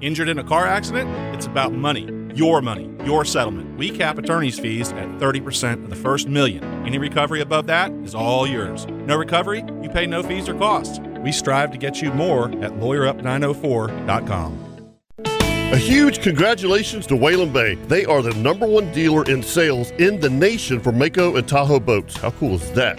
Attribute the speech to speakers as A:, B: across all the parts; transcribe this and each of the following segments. A: Injured in a car accident? It's about money. Your money, your settlement. We cap attorney's fees at 30% of the first million. Any recovery above that is all yours. No recovery? You pay no fees or costs. We strive to get you more at lawyerup904.com.
B: A huge congratulations to Whalen Bay. They are the number one dealer in sales in the nation for Mako and Tahoe boats. How cool is that?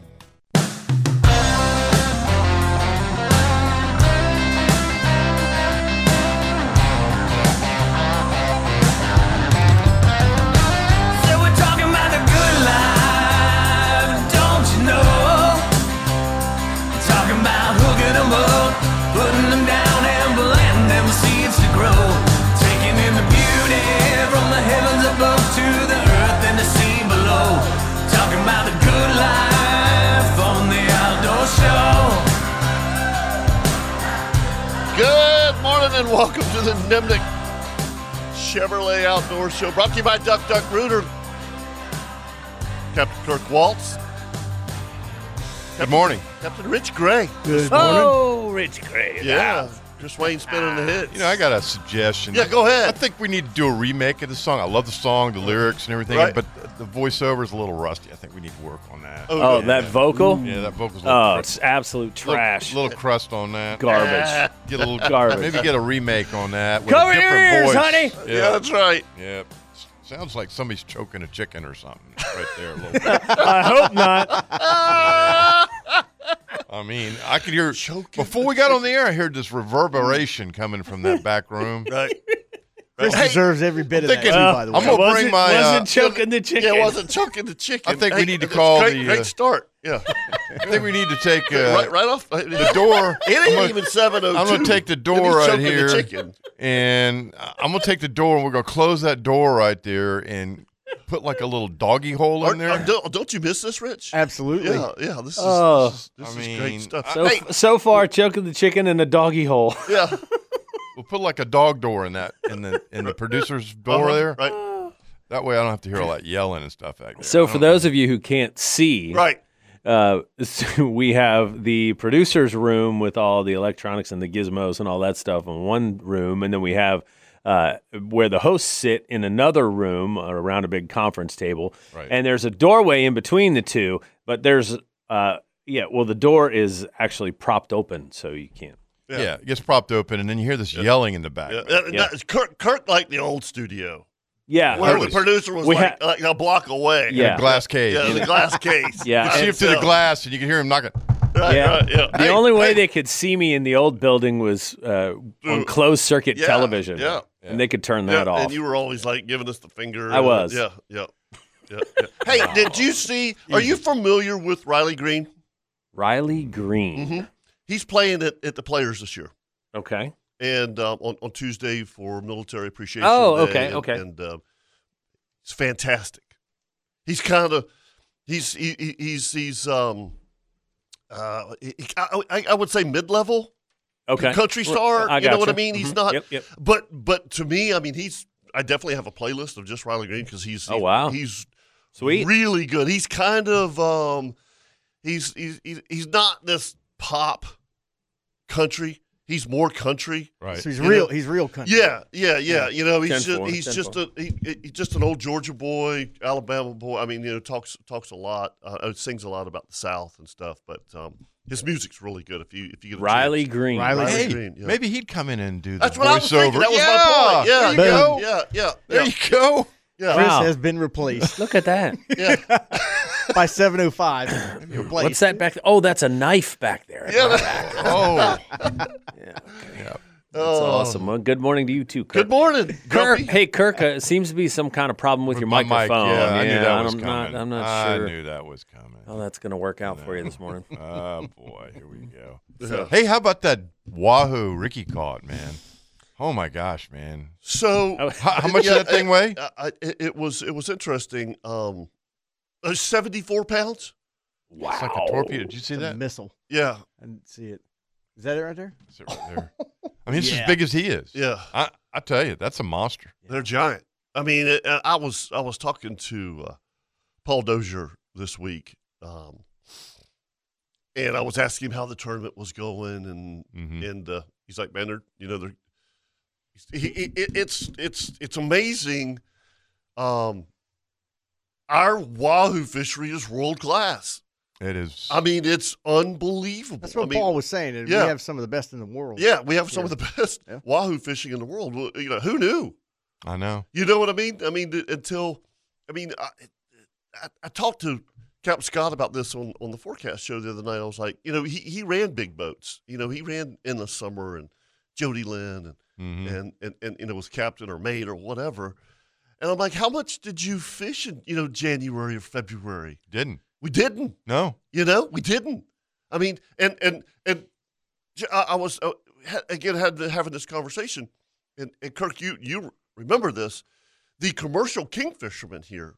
C: So we're talking about the good life, don't you know? Talking about hooking 'em up, putting them down and planting them seeds to grow. Taking in the beauty from the heavens above to the earth and the sea below. Talking about the good life on the outdoor show.
B: Good morning and welcome to the Nimnik Chevrolet Outdoor Show, brought to you by Duck Duck Rooter. Captain Kirk Waltz. Good morning. Captain Rich Gray.
D: Good
E: Oh, Rich Gray.
B: Yeah. Chris Wayne spinning the hits.
D: You know, I got a suggestion.
B: Yeah, go ahead.
D: I think we need to do a remake of the song. I love the song, the lyrics, and everything,
B: Right.
D: but the voiceover is a little rusty. I think we need to work on that.
B: Oh,
E: Oh,
B: yeah.
E: that vocal?
D: Yeah, that vocal's a little,
E: Oh,
D: crust-
E: it's absolute
D: little-
E: trash.
D: Little, crust on that.
E: garbage.
D: Get a little
E: Garbage.
D: Maybe get a remake on that. With
E: Cover
D: a
E: your
D: different
E: ears,
D: voice.
B: yeah. that's right.
D: Yeah. Yep. S- Sounds like somebody's choking a chicken or something right there. A little bit.
E: I hope not.
D: I mean, I could hear before we got on the air. I heard this reverberation coming from that back room.
B: Right.
F: Chris
D: Hey,
F: deserves every bit of that,
D: thinking-
F: too, by the way.
D: I'm gonna
E: wasn't,
D: bring my, uh,
E: wasn't choking the chicken.
B: Yeah, it wasn't choking the chicken.
D: I think we need to
B: that's
D: call
B: great,
D: the, uh,
B: great start. Yeah.
D: I think we need to take uh,
B: right, right off
D: the door.
B: It
D: I'm
B: ain't
D: gonna-
B: even 702.
D: I'm gonna take the
B: And
D: door
B: he's
D: right
B: choking
D: here,
B: The chicken.
D: and I- I'm gonna take the door, and we're gonna close that door right there, and put like a little doggy hole
B: Or-
D: in there.
B: or don't, don't you miss this, Rich?
F: Absolutely.
B: Yeah, yeah. This is,
E: Oh.
B: this is, this
D: I
B: is
D: mean,
B: great stuff.
D: I-
E: So,
B: hey,
E: so far, choking the chicken in a doggy hole.
B: yeah.
D: we'll put like a dog door in that in the in the producer's door
B: Uh-huh,
D: there.
B: Right.
D: That way, I don't have to hear all that yelling and stuff back there.
E: Oh. So,
D: I
E: for
D: don't-
E: those of you who can't see,
B: Right.
E: uh, we have the producer's room with all the electronics and the gizmos and all that stuff in one room, and then we have uh, where the hosts sit in another room around a big conference table.
D: Right.
E: And there's a doorway in between the two, but there's uh, yeah, well, the door is actually propped open, so you can't.
D: yeah. it gets propped open, and then you hear this yelling in the back.
B: Yeah. Uh, That-
E: Yeah.
B: that- Kirk, Kirk liked the old studio
E: Yeah,
B: where the
D: was-
B: producer was
E: we
B: like,
E: had-
B: like a block away.
E: Yeah.
D: Glass cage.
B: Yeah,
D: You
B: the glass case.
E: Yeah.
D: can see it through the glass, and you can hear him knocking.
B: Right,
E: Yeah.
B: right, yeah.
E: The
B: Hey,
E: only way
B: hey,
E: they could see me in the old building was uh, on closed circuit
B: Yeah,
E: television.
B: yeah.
E: And they could turn
B: yeah,
E: that off.
B: And you were always like giving us the finger.
E: I was.
B: Yeah, yeah. yeah, yeah. hey, did you see? Are you familiar with Riley Green?
E: Riley Green.
B: Mhm. He's playing at, at the Players this year.
E: Okay.
B: and um, on, on Tuesday for Military Appreciation.
E: Oh,
B: Day,
E: okay,
B: and,
E: okay.
B: And um, it's fantastic. He's kind of he's he, he- he's he's um uh he- he- I, I- I would say mid level
E: Okay.
B: country star.
E: I
B: you know what I
E: gotcha.
B: mean? He's
E: Mhm.
B: not.
E: Yep, yep.
B: But but to me, I mean, he's I definitely have a playlist of just Riley Green because he's
E: Oh, wow.
B: he's
E: Sweet.
B: really good. He's kind of um, he's he's he's- he's not this pop country. He's more country.
D: Right.
F: So he's
B: You
F: real.
B: know-
F: He's real country.
B: Yeah, yeah, yeah. You know, he's
E: Tenfold,
B: just, he's just a he, he's just an old Georgia boy, Alabama boy. I mean, you know, talks talks a lot, uh, uh, sings a lot about the South and stuff. But um, his music's really good. If you if you get a
E: Riley
B: chance.
E: Green.
F: Riley-
B: Riley
D: Hey,
B: Green, yeah.
D: maybe he'd come in and do the
B: that's
D: voiceover.
B: what I was thinking. That was my point. Yeah,
D: there you
F: Boom.
D: go.
B: yeah, yeah,
D: There
B: yeah,
D: you go.
B: yeah,
F: Chris
E: Wow.
F: has been replaced.
E: Look at that.
B: yeah.
F: by 705. Your place.
E: What's that back? Oh, that's a knife back there. Yeah, that's
D: Oh,
E: awesome. Well, good morning to you too, Kirk.
B: Oh. Good morning,
E: Kirk,
B: Grumpy.
E: hey Kirk, uh, it seems to be some kind of problem with your
D: my mic.
E: microphone.
D: Yeah, I knew that was
E: am
D: coming.
E: not. I'm not sure
D: I knew that was coming.
E: how that's going to work out for you this morning.
D: Oh boy, here we go. hey, how about that Wahoo Ricky caught, man? Oh my gosh, man!
B: So
D: How, how much
B: Yeah,
D: did that thing weigh?
B: I, I, it it was it was interesting. Um, uh, seventy-four pounds.
E: wow.
D: It's like a torpedo. Did you see
F: It's a
D: that?
F: missile.
B: Yeah,
F: I didn't see it. Is that it right there?
D: Is it right there? I mean, it's
F: Yeah.
D: as big as he is.
B: yeah,
D: I, I tell you, that's a monster.
B: they're giant. I mean, it, and I was I was talking to uh, Paul Dozier this week, um, and I was asking him how the tournament was going, and
D: Mhm.
B: and uh, he's like, man, they're, you know, they're he, he, it, it's it's it's amazing. Um, our wahoo fishery is world class.
D: It is.
B: I mean, it's unbelievable.
F: That's what
B: I mean,
F: Paul was saying. that
B: yeah.
F: We have some of the best in the world.
B: Yeah, we have some
F: Yeah.
B: of the best
F: Yeah.
B: wahoo fishing in the world. Well, You know, who knew?
D: I know.
B: You know what I mean? I mean, th- until I mean, I, I, I talked to Captain Scott about this on, on the forecast show the other night. I was like, you know, he, he ran big boats. You know, he ran in the summer and Jody Lynn and
D: Mhm.
F: Mm-hmm.
B: and, and, and and it was captain or mate or whatever. And I'm like, how much did you fish in you know January or February?
D: Didn't.
B: We didn't.
D: No.
B: You know, we didn't. I mean, and and and j- I, I was uh, ha- again had the, having this conversation, and, and Kirk, you you remember this? The commercial kingfishermen here,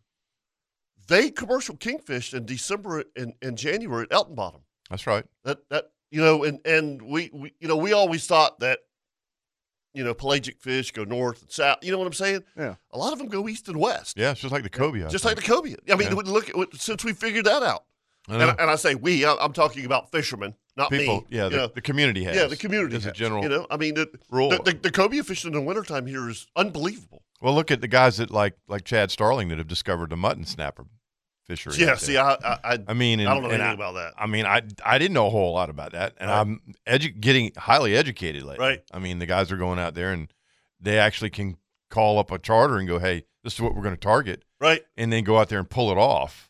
B: they commercial kingfished in December and, and January at Elton Bottom.
D: That's right.
B: That that you know, and and we, we you know we always thought that you know pelagic fish go north and south. You know what I'm saying?
F: Yeah.
B: A lot of them go east and west.
D: Yeah, it's just like the Kobe. I
B: Just like
D: think.
B: the cobia. I mean,
D: Yeah.
B: we look at, since we figured that out,
D: I know.
B: and, I- and I say we, I- I'm talking about fishermen, not
D: people.
B: me.
D: Yeah,
B: you
D: the,
B: know.
D: the community has.
B: yeah, the community.
D: As a
B: has,
D: general
B: you know, I mean, the,
D: rule.
B: the, the, the cobia fishing in the wintertime here is unbelievable.
D: well, look at the guys that like like Chad Starling that have discovered the mutton snapper fishery.
B: yeah,
D: out
B: see,
D: there.
B: I, I, I,
D: I mean, and,
B: I don't know
D: and
B: anything about that.
D: I mean, I I didn't know a whole lot about that, and
B: Right.
D: I'm edu- getting highly educated lately.
B: Right.
D: I mean, the guys are going out there and they actually can call up a charter and go, "Hey, this is what we're going to target,"
B: right?
D: and then go out there and pull it off.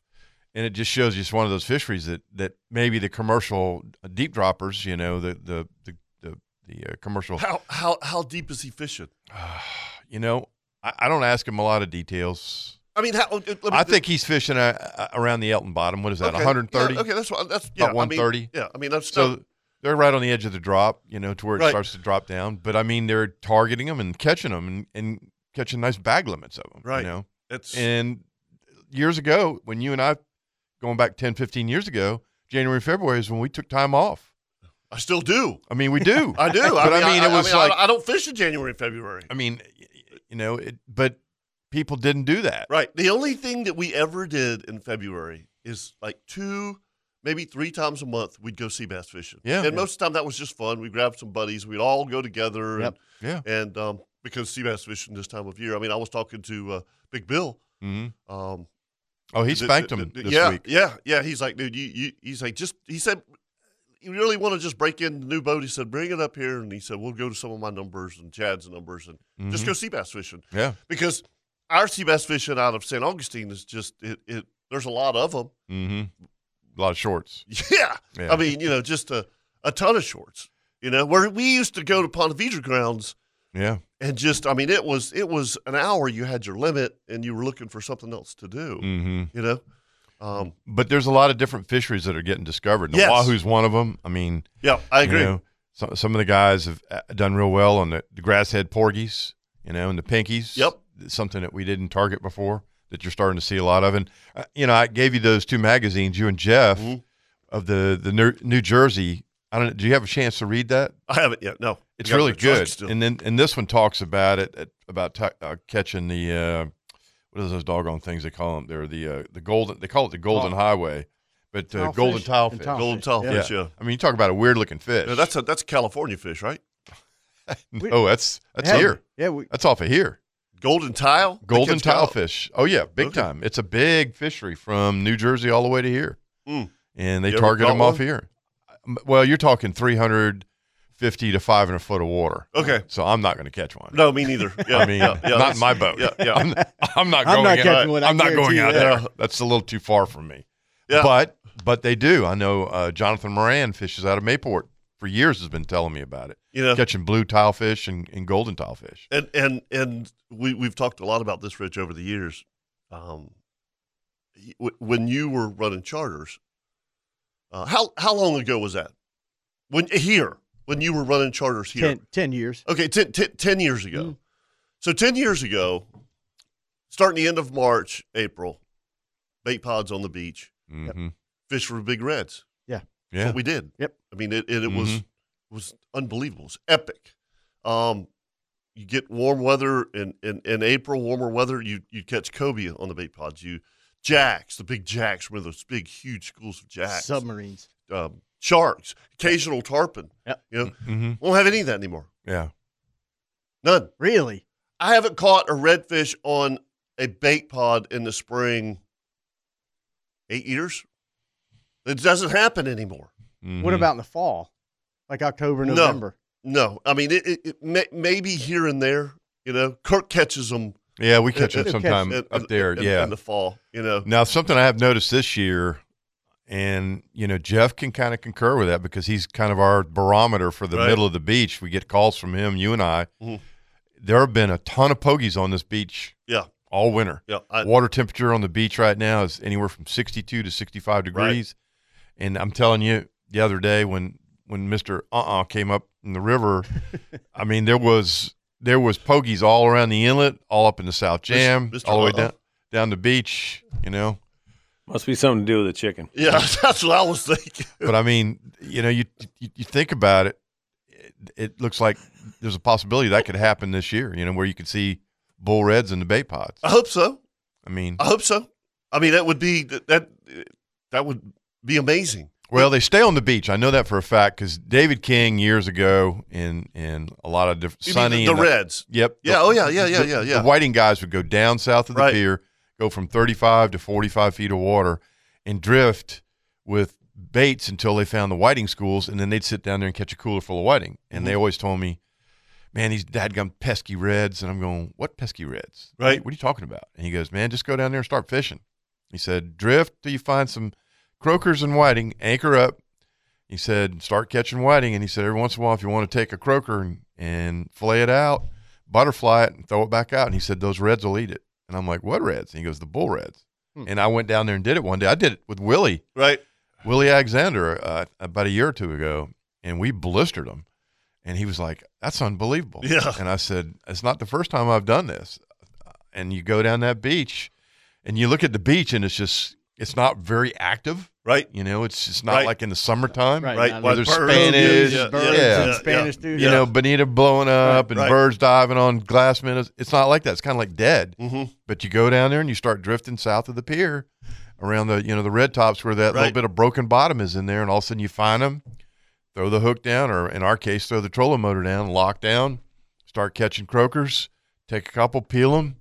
D: And it just shows you it's one of those fisheries that that maybe the commercial uh, deep droppers, you know, the the the the, the uh, commercial
B: How, how, how deep is he fishing?
D: you know, I, I don't ask him a lot of details.
B: I mean, how, let me,
D: I think he's fishing uh, uh, around the Elton Bottom. What is that?
B: okay,
D: 130.
B: Yeah, okay, that's what that's yeah. I mean,
D: 130.
B: yeah, I mean that's
D: So
B: not-
D: they're right on the edge of the drop, you know, to where it
B: Right.
D: starts to drop down. But I mean, they're targeting them and catching them and, and catching nice bag limits of them.
B: Right.
D: You know,
B: it's
D: and years ago, when you and I, going back 10, 15 years ago, January, February is when we took time off.
B: I still do.
D: I mean, we do.
B: I do.
D: But I mean, it was
B: I-
D: like-
B: I, don't fish in January and February.
D: I mean, y- y- you know, it, but people didn't do that.
B: Right. The only thing that we ever did in February is like two, maybe three times a month, we'd go sea bass fishing.
D: Yeah.
B: And
D: Yeah.
B: most of the time that was just fun. We grabbed some buddies, we'd all go together.
F: Yep.
D: Yeah.
B: And, and um, because sea bass fishing this time of year, I mean, I was talking to uh, Big Bill.
D: hmm
B: Um,
D: Oh, he
B: th-
D: spanked
B: th-
D: them
B: th-
D: this
B: yeah,
D: week.
B: Yeah. Yeah. He's like, dude, you, you, he's like, just, he said, you really want to just break in the new boat? He said, bring it up here. And he said, we'll go to some of my numbers and Chad's numbers and just
D: Mhm.
B: go sea bass fishing
D: Yeah.
B: because our sea bass fishing out of St. Augustine is just it. it there's a lot of them.
D: Mm-hmm. A lot of shorts.
B: Yeah.
D: Yeah.
B: I mean, you know, just a, a ton of shorts. You know, where we used to go to Ponte Vedra grounds
D: Yeah.
B: and just, I mean, it was it was an hour. You had your limit, and you were looking for something else to do.
D: Mm-hmm.
B: You know, um,
D: But there's a lot of different fisheries that are getting discovered. And The
B: Yes.
D: wahoo's one of them. I mean,
B: yeah, I
D: you
B: agree.
D: know, some, some of the guys have uh, done real well on the, the grasshead porgies, you know, and the pinkies.
B: Yep.
D: It's something that we didn't target before that you're starting to see a lot of. And, uh, you know, I gave you those two magazines, you and Jeff,
B: Mhm.
D: of the, the New, New Jersey. I don't. Do you have a chance to read that?
B: I haven't yet. No,
D: It's
B: I got
D: really
B: my truck
D: good.
B: still.
D: And then and this one talks about it at- about t- uh, catching the uh, what are those doggone things they call them? They're the uh, the golden. They call it the golden highway, but uh,
F: Tilefish
D: golden tile
F: and
D: fish.
F: tilefish.
B: Golden tilefish. Yeah.
D: I mean, you talk about a weird looking fish.
B: No, that's a that's California fish, right?
F: we-
D: oh, that's that's
F: Hell,
D: here.
F: Yeah, we,
D: That's off of here.
B: Golden tile. They
D: Golden
B: catch tile.
D: tilefish. Oh yeah, big
B: Okay.
D: time. It's a big fishery from New Jersey all the way to here,
B: Mm.
D: and they
B: You ever
D: target
B: caught
D: them off
B: one?
D: here. Um, Well, you're talking 350 to five and a foot of water.
B: Okay.
D: So I'm not going to catch one.
B: No, me neither. Yeah,
D: I mean,
B: yeah, yeah,
D: not
B: that's-
D: in my boat.
B: Yeah, yeah.
D: I'm, I'm not
F: I'm
D: going.
F: not
D: in-
F: catching one, I
D: I'm not going
F: guarantee
D: out
F: you
D: there.
F: that.
D: That's a little too far from me.
B: Yeah.
D: But but they do. I know uh, Jonathan Moran fishes out of Mayport for years. Has been telling me about it.
B: You know,
D: Catching blue tilefish and, and golden tilefish.
B: and and and we we've talked a lot about this, Rich, over the years. Um, y- w- when you were running charters, uh, how how long ago was that? When here, when you were running charters here,
F: Ten, ten years. Mm-hmm.
B: Okay, ten, ten, 10 years ago. So 10 years ago, starting the end of March, April, bait pods on the beach,
D: Mm-hmm.
B: fish for big reds. That's
D: Yeah.
B: what we did.
F: Yep.
B: I mean, it, it, it was
D: Mhm.
B: was unbelievable. It's epic. Um, you get warm weather in, in, in April, warmer weather, you you catch cobia on the bait pods. You jacks, the big jacks, one of those big, huge schools of jacks,
F: Submarines.
B: um, sharks, occasional tarpon.
F: Yep.
B: You know,
D: mm-hmm.
B: won't have any of that anymore.
D: Yeah.
B: None.
F: Really?
B: I haven't caught a redfish on a bait pod in the spring eight years. It doesn't happen anymore.
F: What
D: Mhm.
F: about in the fall? Like October,
B: Mm-hmm. No.
F: November.
B: No, I mean it. it, it may, maybe here and there, you know. Kirk catches them
D: Yeah, we catch
B: Uh,
D: them
B: uh,
D: sometime
B: in-
D: up
B: in-
D: there.
B: in,
D: yeah.
B: in the fall, you know.
D: Now, something I have noticed this year, and you know, Jeff can kind of concur with that because he's kind of our barometer for the
B: Right.
D: middle of the beach. We get calls from him, you and I.
B: Mhm.
D: There have been a ton of pogies on this beach.
B: Yeah.
D: all winter.
B: Yeah, I,
D: Water temperature on the beach right now is anywhere from sixty-two to sixty-five degrees, and I'm telling you, the other day when when Mister Uh Uh came up in the river, I mean, there was there was pogies all around the inlet, all up in the South Jam,
B: Mr.
D: all the way
B: Uh-uh.
D: down down the beach. You know.
E: Must be something to do with the chicken.
B: yeah, that's what I was thinking.
D: but I mean, you know, you you, you think about it, it, it looks like there's a possibility that could happen this year. You know, where you could see bull reds in the bait pods.
B: I hope so.
D: I mean,
B: I hope so. I mean, that would be that that would be amazing.
D: well, they stay on the beach. I know that for a fact because David King years ago in in a lot of different
B: You mean
D: sunny
B: the,
D: and
B: the Reds.
D: Yep.
B: Yeah, oh, yeah, yeah, yeah,
D: the-
B: yeah, yeah.
D: The whiting guys would go down south of the
B: Right.
D: pier, go from 35 to 45 feet of water, and drift with baits until they found the whiting schools, and then they'd sit down there and catch a cooler full of whiting. And
B: Mm-hmm.
D: they always told me, "Man, these dadgum pesky reds," and I'm going, "What pesky reds? What-
B: Right.
D: What are you talking about?" And he goes, "Man, just go down there and start fishing." He said, "Drift till you find some croakers and whiting, anchor up." He said, "Start catching whiting," and he said, "Every once in a while, if you want to take a croaker and, and fillet it out." butterfly it and throw it back out. And he said, Those reds will eat it. And I'm like, What reds? And he goes, The bull reds.
F: Hmm.
D: And I went down there and did it one day. I did it with Willie,
B: Right.
D: Willie Alexander, uh, about a year or two ago, and we blistered them. And he was like, That's unbelievable.
B: Yeah.
D: And I said, It's not the first time I've done this. And you go down that beach and you look at the beach and it's just, it's not very active.
B: Right.
D: You know, it's it's not
B: Right.
D: like in the summertime.
F: Right.
B: Right.
F: Not
B: Well,
D: there's
B: birds,
D: Spanish,
F: Birds,
D: Yeah,
F: birds
D: yeah,
F: and
B: yeah,
F: Spanish dude.
D: You know, Bonita blowing up and
B: right.
D: birds diving on glass minnows. It's not like that. It's kind of like dead.
B: hmm
D: But you go down there and you start drifting south of the pier, around the you know the red tops where that
B: Right.
D: little bit of broken bottom is in there, and all of a sudden you find them, throw the hook down, or in our case, throw the trolling motor down, lock down, start catching croakers, take a couple, peel them,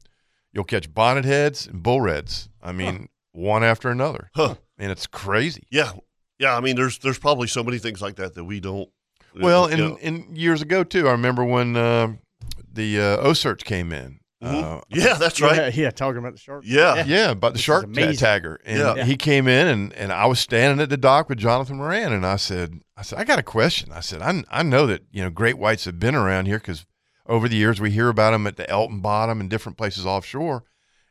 D: you'll catch bonnet heads and bull reds. I mean, one after another,
B: Huh.
D: and it's crazy.
B: Yeah. Yeah. I mean, there's there's probably so many things like that that we don't.
D: Well,
B: you
D: and,
B: know.
D: and years ago too, I remember when uh, the uh, O search came in.
B: Mhm.
D: Uh,
B: yeah, that's
F: Yeah,
B: right.
F: Yeah, talking about the shark.
B: Yeah.
D: yeah, about the
F: Which is
D: shark ta-
F: amazing.
D: tagger. And
B: Yeah.
F: Yeah.
D: he came in and, and I was standing at the dock with Jonathan Moran and I said, I said, I got a question. I said, I, I know that, you know, great whites have been around here because over the years we hear about them at the Elton bottom and different places offshore.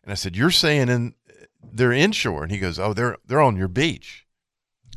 D: And I said, you're saying in they're inshore. And he goes, oh, they're, they're on your beach.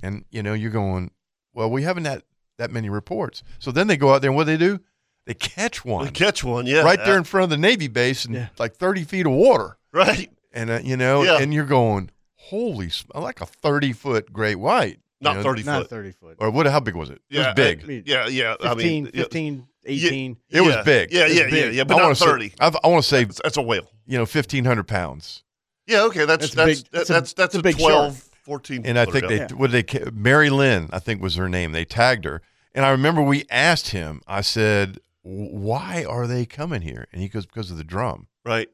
D: And you know, you're going, well, we haven't had that many reports. So then they go out there and what do they do? They catch
B: We
D: one
B: catch one. Yeah.
D: right there in front of the Navy base and
F: Yeah.
D: like 30 feet of water
B: Right.
D: and uh, you know,
B: Yeah.
D: and you're going, holy, sm- like a thirty foot great white, you
B: Not
D: know,
B: 30
F: Not
B: foot.
F: 30 foot.
D: or what? How big was it? it
B: Yeah,
D: was big.
F: I mean,
B: Yeah. Yeah.
F: 15,
B: I mean, yeah.
F: 15, 18.
D: it was
B: Yeah.
D: big.
B: Yeah.
D: It was
B: Yeah. Yeah.
D: big.
B: Yeah. But
D: I
B: not
D: wanna say-
B: 30.
D: I've- I want to say,
B: That's- That's a whale.
D: you know, fifteen hundred pounds,
B: Yeah. Okay. That's
F: That's a
B: that's
F: big-
B: that's
F: that's a-
B: that's,
F: it's a big
B: 12,
F: shark.
B: 14.
D: and I
B: footer,
D: think
B: yeah.
D: they
F: Yeah.
D: what did they ca- Mary Lynn, I think was her name. They tagged her, and I remember we asked him. I said, why are they coming here? And he goes, because of the drum,
B: right.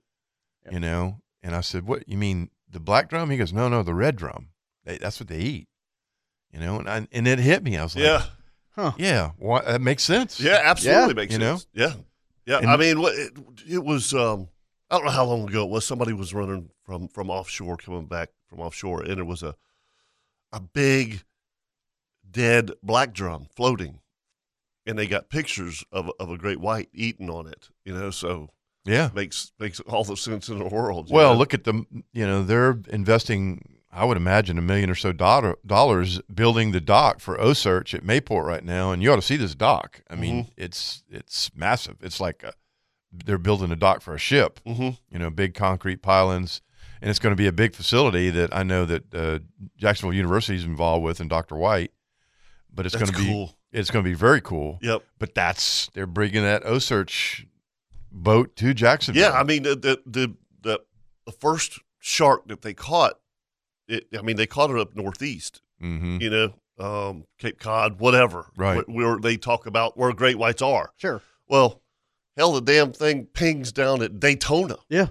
D: you know. And I said, what you mean the black drum? He goes, no, no, the red drum. They, that's what they eat, you know. And I, and it hit me. I was like,
B: Yeah.
D: Yeah, why, that makes sense.
B: Yeah. Absolutely
F: Yeah.
B: makes
D: You know?
B: sense. Yeah. Yeah.
D: And-
B: I mean, what- it, it was. um I don't know how long ago it was. Somebody was running from from offshore, coming back from offshore, and it was a a big dead black drum floating, and they got pictures of of a great white eating on it. You know, so
D: Yeah.
B: makes makes all the sense in the world. you
D: Well,
B: know?
D: look at the you know they're investing. I would imagine a million or so dollar, dollars building the dock for O Search at Mayport right now, and you ought to see this dock. I mean,
B: Mm-hmm.
D: it's it's massive. It's like a, they're building a dock for a ship.
B: Mhm.
D: You know, big concrete pylons, and it's going to be a big facility that I know that uh, Jacksonville University is involved with, and Dr. White. But it's
B: That's
D: going to be
B: cool.
D: it's going to be very cool.
B: Yep.
D: But that's they're bringing that O Search boat to Jacksonville.
B: Yeah, I mean the the the, the, the first shark that they caught, it, I mean they caught it up northeast.
D: hmm
B: You know, um, Cape Cod, whatever.
D: Right.
B: Where, where they talk about where great whites are.
F: Sure.
B: Well, hell, the damn thing pings down at Daytona.
F: Yeah.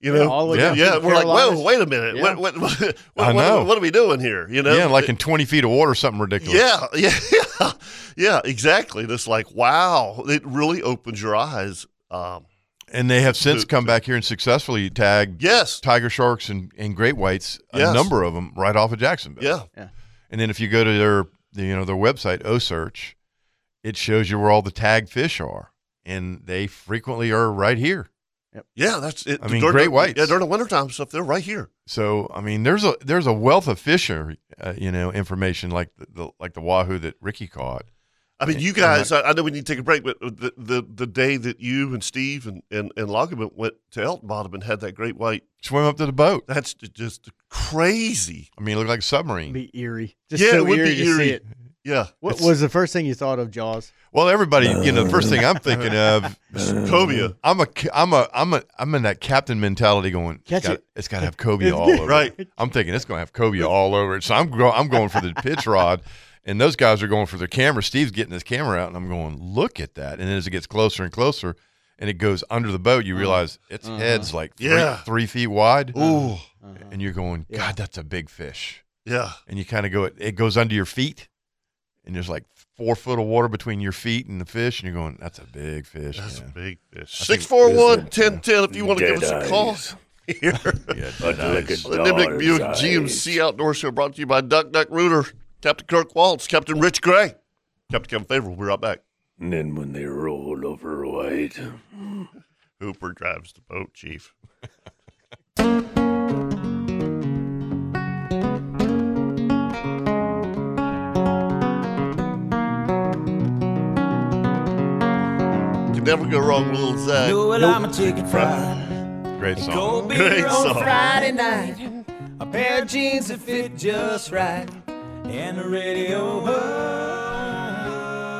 B: You
F: Yeah,
B: know,
F: all the way
D: Yeah.
B: yeah,
F: down to the
B: we're like,
F: Carolinas.
B: whoa, wait a minute,
F: Yeah.
B: what, what, what,
D: I
B: what,
D: know.
B: what, are we doing here? You know,
D: yeah, like in 20 feet of water, something ridiculous.
B: yeah, yeah, yeah, yeah, exactly. That's like, wow, it really opens your eyes. Um,
D: And they have since
B: To-
D: come back here and successfully tagged
B: yes,
D: tiger sharks and, and great whites, a
B: Yes.
D: number of them, right off of Jacksonville.
B: yeah,
D: And then if you go to their, the, you know, their website, OSearch, it shows you where all the tagged fish are. And they frequently are right here.
B: yeah. That's it.
D: I mean,
B: during
D: great
B: the,
D: whites.
B: Yeah, during the wintertime stuff, they're right here.
D: So I mean, there's a there's a wealth of fishery, uh, you know, information like the, the like the wahoo that Ricky caught.
B: I mean,
D: Yeah,
B: you
D: I'm not-
B: guys. I, I know we need to take a break, but the the, the day that you and Steve and and, and Loggeman went to Elton Bottom and had that great white,
D: Swim up to the boat.
B: that's just crazy.
D: I mean, it looked like a submarine.
F: Be eerie. Just
B: Yeah,
F: so
B: it would be
F: eerie to see
B: eerie.
F: it.
B: Yeah,
F: What
B: it's
F: was the first thing you thought of, Jaws?
D: Well, everybody, you know, the first thing I'm thinking of
B: Uh, cobia?
D: I'm a I'm a I'm a I'm in that captain mentality going.
F: Catch
D: it's got,
F: it.
D: it's got to have Kobe all over. it.
B: Right.
D: I'm thinking it's going to have Kobe all over it. So I'm go, I'm going for the pitch rod, and those guys are going for their camera. Steve's getting his camera out, and I'm going, look at that. And then as it gets closer and closer, and it goes under the boat, you realize its head's like three,
B: Uh-huh. Yeah.
D: three feet wide,
B: Ooh,
D: and you're going,
F: Yeah.
D: God, that's a big fish.
B: yeah,
D: And you kind of go, it, it goes under your feet, and there's like four foot of water between your feet and the fish, and you're going, that's a big fish.
B: that's a
D: man."
B: big fish. Six four one ten ten. If you want to give us
G: Dead
B: a call
G: eyes.
B: here.
D: Yeah,
G: But look at
B: The Nimnik
G: Dollars
B: Buick
G: eyes.
B: GMC Outdoor Show brought to you by Duck Duck Rooter, Captain Kirk Waltz, Captain Rich Gray, Captain Kevin Favor. We'll be right back.
G: And then when they roll over white.
B: Hooper drives the boat, Chief. Can never go wrong with little Zach.
H: Oh, well, I'm a chicken fried.
D: great song.
H: Cold beer
B: Great
H: on
B: song.
H: Friday night. A pair of jeans that fit just right. And a radio on.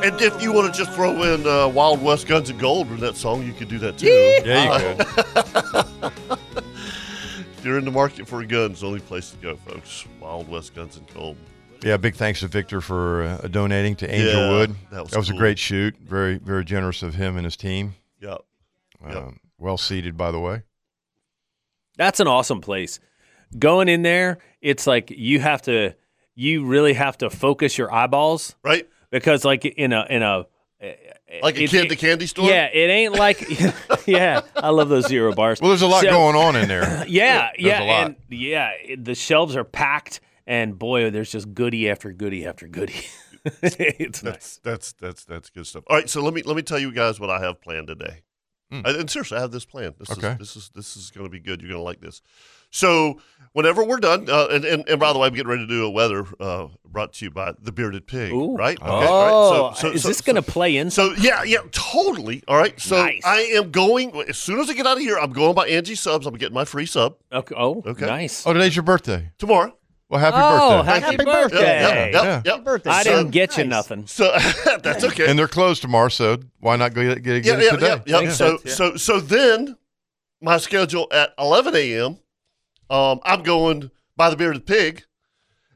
B: And if you want to just throw in uh, Wild West Guns and Gold with that song, you could do that too.
D: Yeah, you could.
B: If you're in the market for guns, the only place to go, folks. Wild West Guns and Gold.
D: Yeah, big thanks to Victor for uh, donating to Angel
B: Yeah,
D: Wood.
B: that was
D: a
B: cool.
D: great shoot. Very, very generous of him and his team.
B: Yeah. Yep.
D: Um, well seated, by the way.
E: That's an awesome place. Going in there, it's like you have to, you really have to focus your eyeballs
B: Right?
E: because, like in a in a
B: Like a
E: It-
B: kid at
E: it-
B: the candy store?
E: yeah, it ain't like yeah. I love those zero bars.
D: Well, there's a lot
E: So-
D: going on in there.
E: Yeah,
D: There's
E: yeah,
D: a lot.
E: and yeah, it- the shelves are packed, and boy, there's just goodie after goodie after goodie. it's nice.
B: That's that's that's that's good stuff. All right, so let me let me tell you guys what I have planned today.
D: Mm.
B: And, and seriously, I have this plan. This
D: Okay.
B: is this is this is going to be good. You're going to like this. So whenever we're done, uh, and, and and by the way, I'm getting ready to do a weather uh, brought to you by the Bearded Pig.
E: Ooh.
B: Right?
D: Oh.
E: Oh,
B: right. So, so,
E: is
B: so-
E: this going to play in?
B: So yeah, yeah, totally. All right. So
E: Nice.
B: I am going as soon as I get out of here. I'm going by Angie subs. I'm getting my free sub
E: okay, oh,
B: Okay.
E: nice.
D: Oh, today's your birthday.
B: tomorrow.
D: Well, happy
E: oh,
D: birthday.
E: happy
F: Happy
E: birthday!
F: birthday.
B: Yep,
D: Hey.
B: yep, yep,
D: Yeah.
B: yep.
F: Happy birthday.
E: I
B: So-
E: didn't get you
F: Nice.
E: nothing.
B: So that's okay.
D: And they're closed tomorrow, so why not go get, get, get
B: yeah,
D: it today?
B: yeah, yeah, yeah.
E: Makes
B: So,
E: sense,
B: so, so then my schedule at 11 a.m. Um, I'm going by the bearded pig,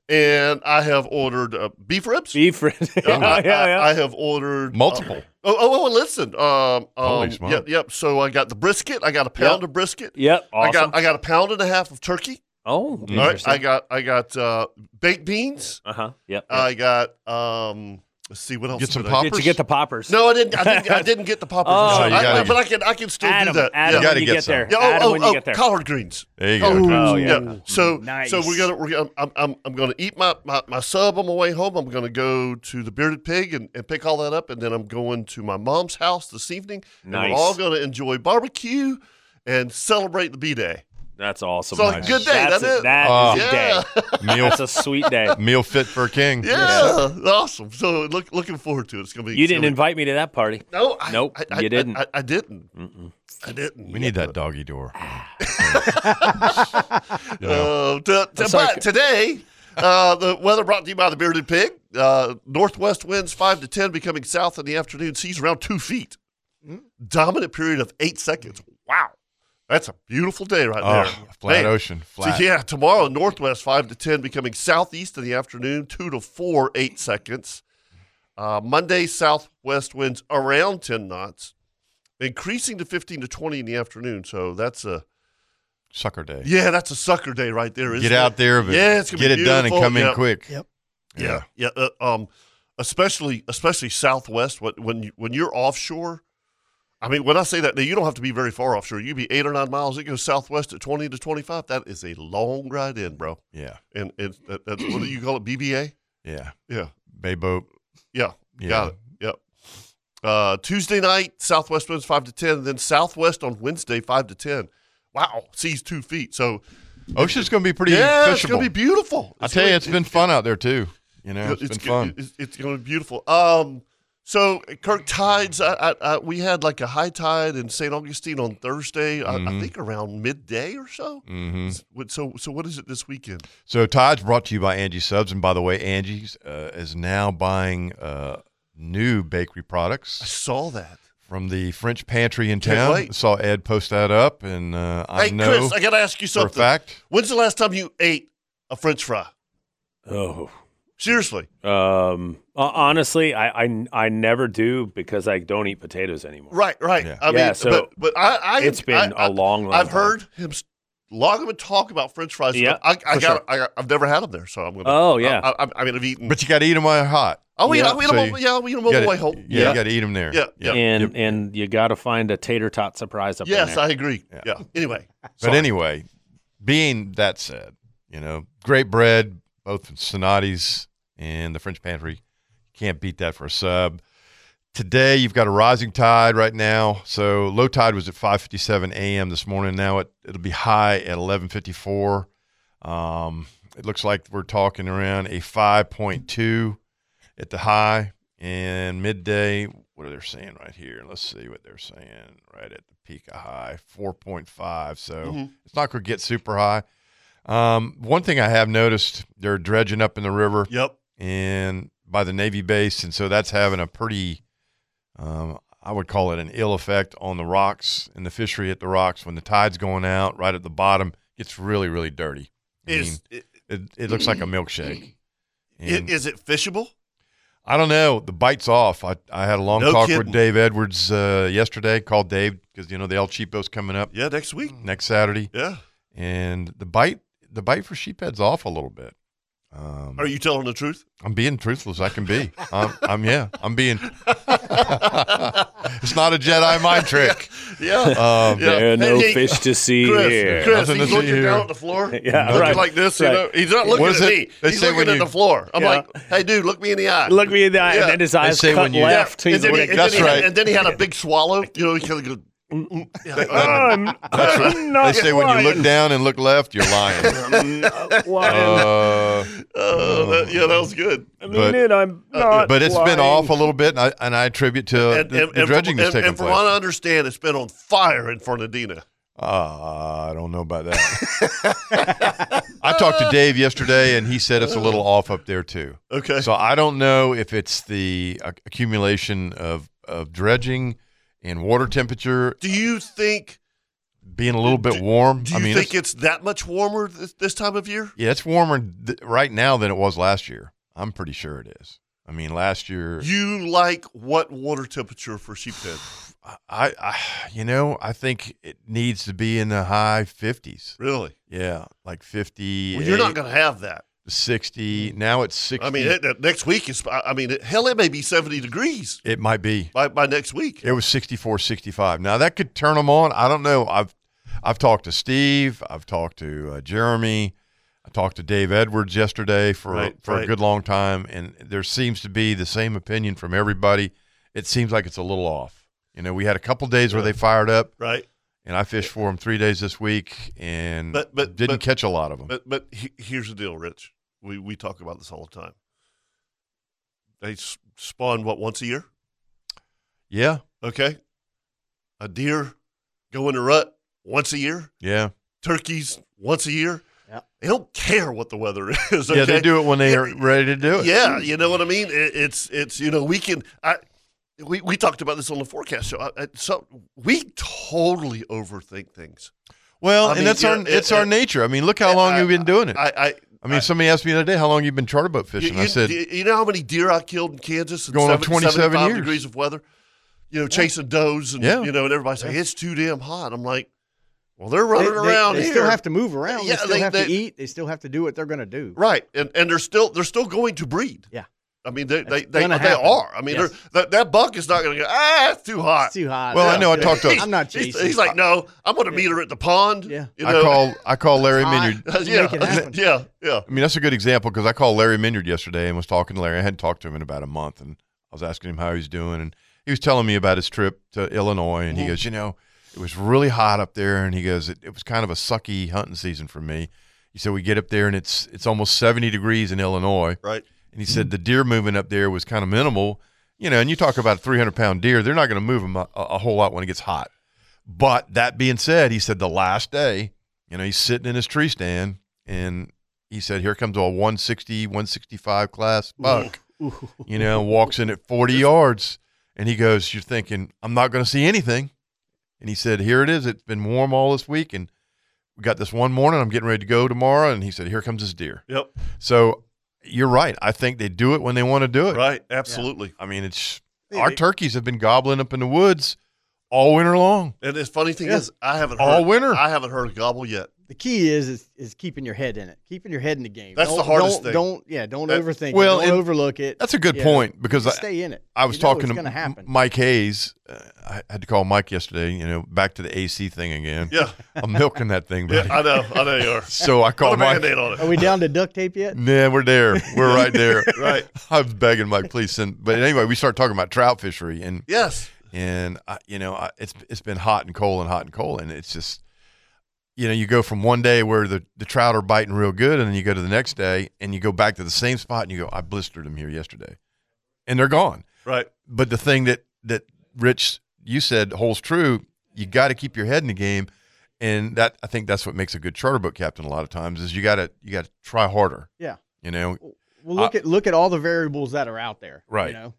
B: and I have ordered uh, beef ribs.
E: Be friend.
B: Uh, I,
E: yeah, yeah, yeah.
B: I, I have ordered
D: Multiple.
B: Oh, oh, oh, listen. Um,
D: Holy
B: um,
D: smokes.
B: yep, yep. So I got the brisket. I got a pound
E: Yep.
B: of brisket.
E: Yep. Awesome.
B: I got I got a pound and a half of turkey.
E: oh,
D: Mm-hmm.
B: All right. I got I got uh, baked beans.
E: uh huh. uh-huh. Yep.
B: I got um, Let's see what else.
D: Get some
B: did I-
E: Did you get the poppers?
B: No, I didn't. I didn't, I didn't get the poppers.
E: Oh,
B: I-
D: you gotta
B: I-
D: get-
B: but I can. I can still
E: Adam,
B: do that.
E: Adam,
D: You gotta
E: when you
D: get
E: get
D: some.
E: there.
B: Yeah, oh,
E: Adam,
B: oh,
E: when you
B: oh,
E: get there.
B: collard greens.
D: There you go.
E: Oh, yeah.
B: So
E: Nice.
B: so we're gonna we're gonna I'm I'm, I'm gonna eat my, my my sub on my way home. I'm gonna go to the bearded pig and, and pick all that up, and then I'm going to my mom's house this evening. And
E: Nice.
B: we're all gonna enjoy barbecue and celebrate the B day.
E: That's awesome.
B: So,
E: Mike.
B: good day,
E: That's
B: that's
E: a,
B: it.
E: that is
B: Oh.
E: a day.
B: Yeah.
D: meal,
E: That's a sweet day.
D: meal fit for a king.
B: Yeah, awesome. So look looking forward to it. It's gonna be.
E: You
B: it's
E: didn't
B: gonna
E: invite me to that party.
B: Be, no, I,
E: Nope,
B: I,
E: you
B: I- I-
E: didn't.
B: I, I didn't. I didn't.
D: We need that doggy door. You know,
B: Uh, to, to,
E: sorry,
B: but today, uh, the weather brought to you by the bearded pig. Uh, northwest winds five to ten, becoming south in the afternoon. Seas around two feet. Dominant period of eight seconds. Wow, that's a beautiful day right
D: oh,
B: there.
D: flat
B: Man.
D: ocean.
B: So,
D: Flat.
B: yeah, tomorrow northwest five to ten, becoming southeast in the afternoon. Two to four, eight seconds. Uh, Monday southwest winds around ten knots, increasing to fifteen to twenty in the afternoon. So that's a
D: Sucker day.
B: yeah, that's a sucker day right there. Isn't
D: Get
B: it?
D: out there, but
B: Yeah, it's gonna
D: get it
B: be
D: done and
B: beautiful.
D: come in
B: Yeah.
D: quick.
F: Yep.
B: Yeah, yeah. uh, um, especially especially Southwest. When when you, when you're offshore, I mean, when I say that, now you don't have to be very far offshore. You be eight or nine miles. It goes Southwest at twenty to twenty five. That is a long ride in, bro.
D: Yeah.
B: And and that, that's what do you call it? BBA.
D: Yeah.
B: Yeah,
D: Bay boat.
B: yeah.
D: Yeah.
B: Got it. Yep. Uh, Tuesday night, Southwest winds five to ten. Then Southwest on Wednesday, five to ten. Wow, seas two feet. So
D: Ocean's going to be pretty
B: yeah,
D: fishable.
B: it's gonna be beautiful.
D: I
B: It's
D: tell you,
B: gonna-
D: it's been fun out there too. You know, it's
B: it's,
D: been
B: go-
D: fun.
B: It's, it's going to be beautiful. Um, so Kirk tides. I, I, I, we had like a high tide in St. Augustine on Thursday. I, I
D: Mhm.
B: think around midday or so.
D: hmm
B: What- So, so what is it this weekend?
D: So Tide's brought to you by Angie Subs, and by the way, Angie's uh, is now buying uh, new bakery
B: I
D: products
B: saw that.
D: from the French pantry in
B: Can't
D: town.
B: wait.
D: Saw Ed post that up, and uh, I
B: hey,
D: know
B: Chris, I got to ask you
D: for a
B: something.
D: fact.
B: When's the last time you ate a French fry?
E: Oh.
B: Seriously,
E: Um, uh, honestly, I, I I never do because I don't eat potatoes anymore.
B: right, right.
D: Yeah.
B: I mean,
E: Yeah, so
B: but, but I, I,
E: It's been
B: I-
E: a long, long
B: I've
E: time.
B: heard him s- log him and talk about French fries.
E: Yeah,
B: I, I
E: for
B: got,
E: sure.
B: I got, I've never had them there, so I'm gonna.
E: Oh, yeah.
B: I, I, I mean, I've eaten.
D: But you got to eat them while they're hot.
B: I'll eat,
E: Yeah.
B: I'll eat
D: So
B: them.
D: you-
B: on- Yeah, I'll eat them
D: You
B: on the
D: gotta-
B: way home.
D: Yeah,
E: Yeah.
D: you got to eat them there.
B: Yeah, yeah.
E: and
D: Yep.
E: and you got to find a tater tot surprise up in
B: Yes,
E: there.
B: I agree.
D: Yeah.
B: Yeah. Anyway,
D: But anyway, being that said, you know, great bread, both from Sonati's and the French Pantry. Can't beat that for a sub. Today you've got a rising tide right now. So low tide was at 5:57 a.m. this morning. Now it it'll be high at 11:54. Um, it looks like we're talking around a 5.2 at the high and midday. What are they saying right here? Let's see what they're saying right at the peak of high 4.5. So
B: Mm-hmm.
D: it's not going to get super high. Um, one thing I have noticed they're dredging up in the river
B: yep.
D: and by the Navy base, and so that's having a pretty, um, I would call it an ill effect on the rocks and the fishery at the rocks when the tide's going out right at the bottom. It's really really dirty. I mean,
B: Is i-
D: it, it looks like a milkshake.
B: i-
D: And
B: is it fishable?
D: I don't know. The bite's off. I, I had a long
B: No
D: talk with
B: kidding.
D: Dave Edwards uh, yesterday. Called Dave because you know the El Cheapo's coming up
B: Yeah, next week.
D: next Saturday,
B: Yeah.
D: and the bite the bite for sheephead's off a little bit. Um,
B: Are you telling the truth?
D: I'm being truthful as I can be. I'm, I'm yeah. I'm being. it's not a Jedi mind trick.
B: Yeah.
D: Um,
B: Yeah.
E: There are no
B: Hey,
E: fish to see
B: Chris,
E: here.
B: Chris,
D: Nothing
B: he's
D: to see
B: looking
D: here.
B: down at the floor.
E: Yeah,
B: looking
E: right,
B: like this. You know,
E: right.
B: he's not
D: What
B: looking
D: is
B: at
D: it?
B: me.
D: They
B: he's
D: say
B: looking
D: when
B: at
D: you-
B: the floor. I'm
E: Yeah.
B: like, hey, dude, look me in the eye.
E: Look me in the eye,
B: Yeah.
E: and then his eyes
D: say
E: cut
D: when you-
B: Yeah.
E: left.
B: And
E: He's
B: then, he,
E: like,
B: and,
D: That's
B: then he had-
D: right.
B: and then he had a big swallow. You know, he kind of goes. Yeah, uh,
E: I'm, Oh, I'm
D: They
E: not
D: say when you look
E: lying.
D: down and look left, you're lying.
E: I'm not lying.
D: Uh,
B: oh, that, yeah, that was good. Uh,
E: I mean
D: but-
E: it. I'm not.
D: but it's been
E: lying.
D: off a little bit, and I, and I attribute to
B: And,
D: the,
B: and,
D: the
B: and
D: dredging
B: from,
D: that's
B: and,
D: taking
B: and from
D: place.
B: what I understand, it's been on fire in Fernandina.
D: Uh, I don't know about that. I talked to Dave yesterday, and he said it's a little off up there too.
B: Okay.
D: So I don't know if it's the ac- accumulation of of dredging and water temperature uh,
B: do you think?
D: being a little bit warm.
B: Do you
D: I mean,
B: think
D: it's,
B: it's, that much warmer this, this time of year?
D: yeah, it's warmer th- right now than it was last year. I'm pretty sure it is. I mean, last year,
B: You like what water temperature for sheephead?
D: I, I, you know, I think it needs to be in the high 50s.
B: Really?
D: Yeah, like 50.
B: Well, you're not going to have that.
D: to 60. Now it's 60.
B: I mean, it, it- next week is. I I mean, it, hell, it may be seventy degrees
D: it might be.
B: by, by next week.
D: It was 64, 65. Now that could turn them on. I don't know. I've I've talked to Steve. I've talked to uh, Jeremy. I talked to Dave Edwards yesterday for
B: Right,
D: for a
B: right.
D: good long time, and there seems to be the same opinion from everybody. It seems like it's a little off. You know, we had a couple days where they fired up,
B: Right.
D: and I fished for them three days this week, and
B: But- but-
D: Mm, didn't
B: but-
D: catch a lot of them.
B: But but he, here's the deal, Rich. We we talk about this all the time. They s- spawn what once a year.
D: yeah,
B: Okay. A deer go in the rut once a year.
D: yeah,
B: Turkeys once a year.
F: Yeah.
B: They don't care what the weather is. Okay?
D: yeah. They do it when they are ready to do it.
B: Yeah, you know what I mean. It, it's it's you know we can I we, we talked about this on the forecast show. I, I, so we totally overthink things.
D: Well,
B: I
D: and
B: mean,
D: that's
B: yeah,
D: our
B: it-
D: it's our
B: it-
D: nature. I mean, look how long
B: I-
D: you've been doing it.
B: I I,
D: I mean, somebody asked me the other day how long you've been charter boat
B: you,
D: fishing. I
B: you-
D: said
B: you know how many deer I killed in Kansas in
D: Going on 27
B: 75
D: years.
B: degrees of weather. You know, chasing does and
D: Yeah.
B: you know, and everybody's like, it's too damn hot. I'm like, well, they're running
F: they,
B: around
F: they
B: here.
F: still have to move around.
B: Yeah,
F: they still
B: they-
F: have
B: they-
F: to eat. They still have to do what they're going to do.
B: Right, and and they're still they're still going to breed.
F: Yeah.
B: I mean they they
F: It's
B: they,
F: gonna
B: they
F: happen.
B: are. I mean
F: Yes.
B: they're, that that buck is not going to go. Ah, it's too hot.
F: It's too hot.
D: Well, I
F: I'm
D: know I
F: good.
D: talked to-
F: I'm not
B: He's,
F: chasing.
B: he's like, no, I'm going to meet her at the pond.
F: Yeah.
B: you
D: I
B: know?
D: call I call Larry Minyard.
F: Let's
B: yeah,
F: make it happen.
B: yeah, yeah.
D: I mean, that's a good example because I called Larry Minyard yesterday and was talking to Larry. I hadn't talked to him in about a month, and I was asking him how he's doing, and he was telling me about his trip to Illinois, and he goes, you know, it was really hot up there, and he goes, it, it was kind of a sucky hunting season for me. He said we get up there and it's it's almost seventy degrees in Illinois,
B: Right.
D: and he said the deer movement up there was kind of minimal. You know, and you talk about a 300 pound deer, they're not going to move them a, a whole lot when it gets hot. But that being said, he said the last day, you know, he's sitting in his tree stand and he said, here comes a 160, 165 class buck, you know, walks in at 40 yards. And he goes, you're thinking, I'm not going to see anything. And he said, here it is. It's been warm all this week. And we got this one morning. I'm getting ready to go tomorrow. And he said, here comes this deer.
B: Yep.
D: So you're right. I think they do it when they want to do it.
B: Right. Absolutely.
D: I mean, it's
F: They-
D: our
F: they-
D: turkeys have been gobbling up in the woods all winter long.
B: And the funny thing
F: Yeah.
B: is, I haven't
D: All
B: heard,
D: winter.
B: I haven't heard a gobble yet.
F: The key is, is is keeping your head in it, keeping your head in the game.
B: That's the
F: Don't-
B: hardest
F: don't,
B: thing.
F: Don't yeah, don't
B: That-
F: overthink.
D: well,
F: Well, it,
D: and
F: don't overlook it.
D: That's a good
F: Yeah.
D: point because I,
F: Stay in it.
D: I was
F: You know
D: talking
F: it's
D: to
F: going happen.
D: Mike Hayes. Uh, I had to call Mike yesterday. You know, back to the AC thing again.
B: Yeah.
D: I'm milking that thing,
B: yeah
D: buddy.
B: I know. I know you are.
D: so I
B: Put a
D: called Mike.
B: band-aid on it.
F: Are we down to duct tape yet?
D: Yeah, we're there. We're right there.
B: Right.
D: I was begging Mike, please send. But anyway, we started talking about trout fishery, and
B: Yes.
D: and I, you know I, it's it's been hot and cold and hot and cold and it's just you know you go from one day where the, the trout are biting real good and then you go to the next day and you go back to the same spot and you go i blistered them here yesterday and they're gone
B: Right.
D: but the thing that that rich you said holds true you got to keep your head in the game and that i think that's what makes a good charter boat captain a lot of times is you got to you got to try harder
F: Yeah.
D: you know
F: Well, look at look at all the variables that are out there.
D: Uh, Right.
F: You know,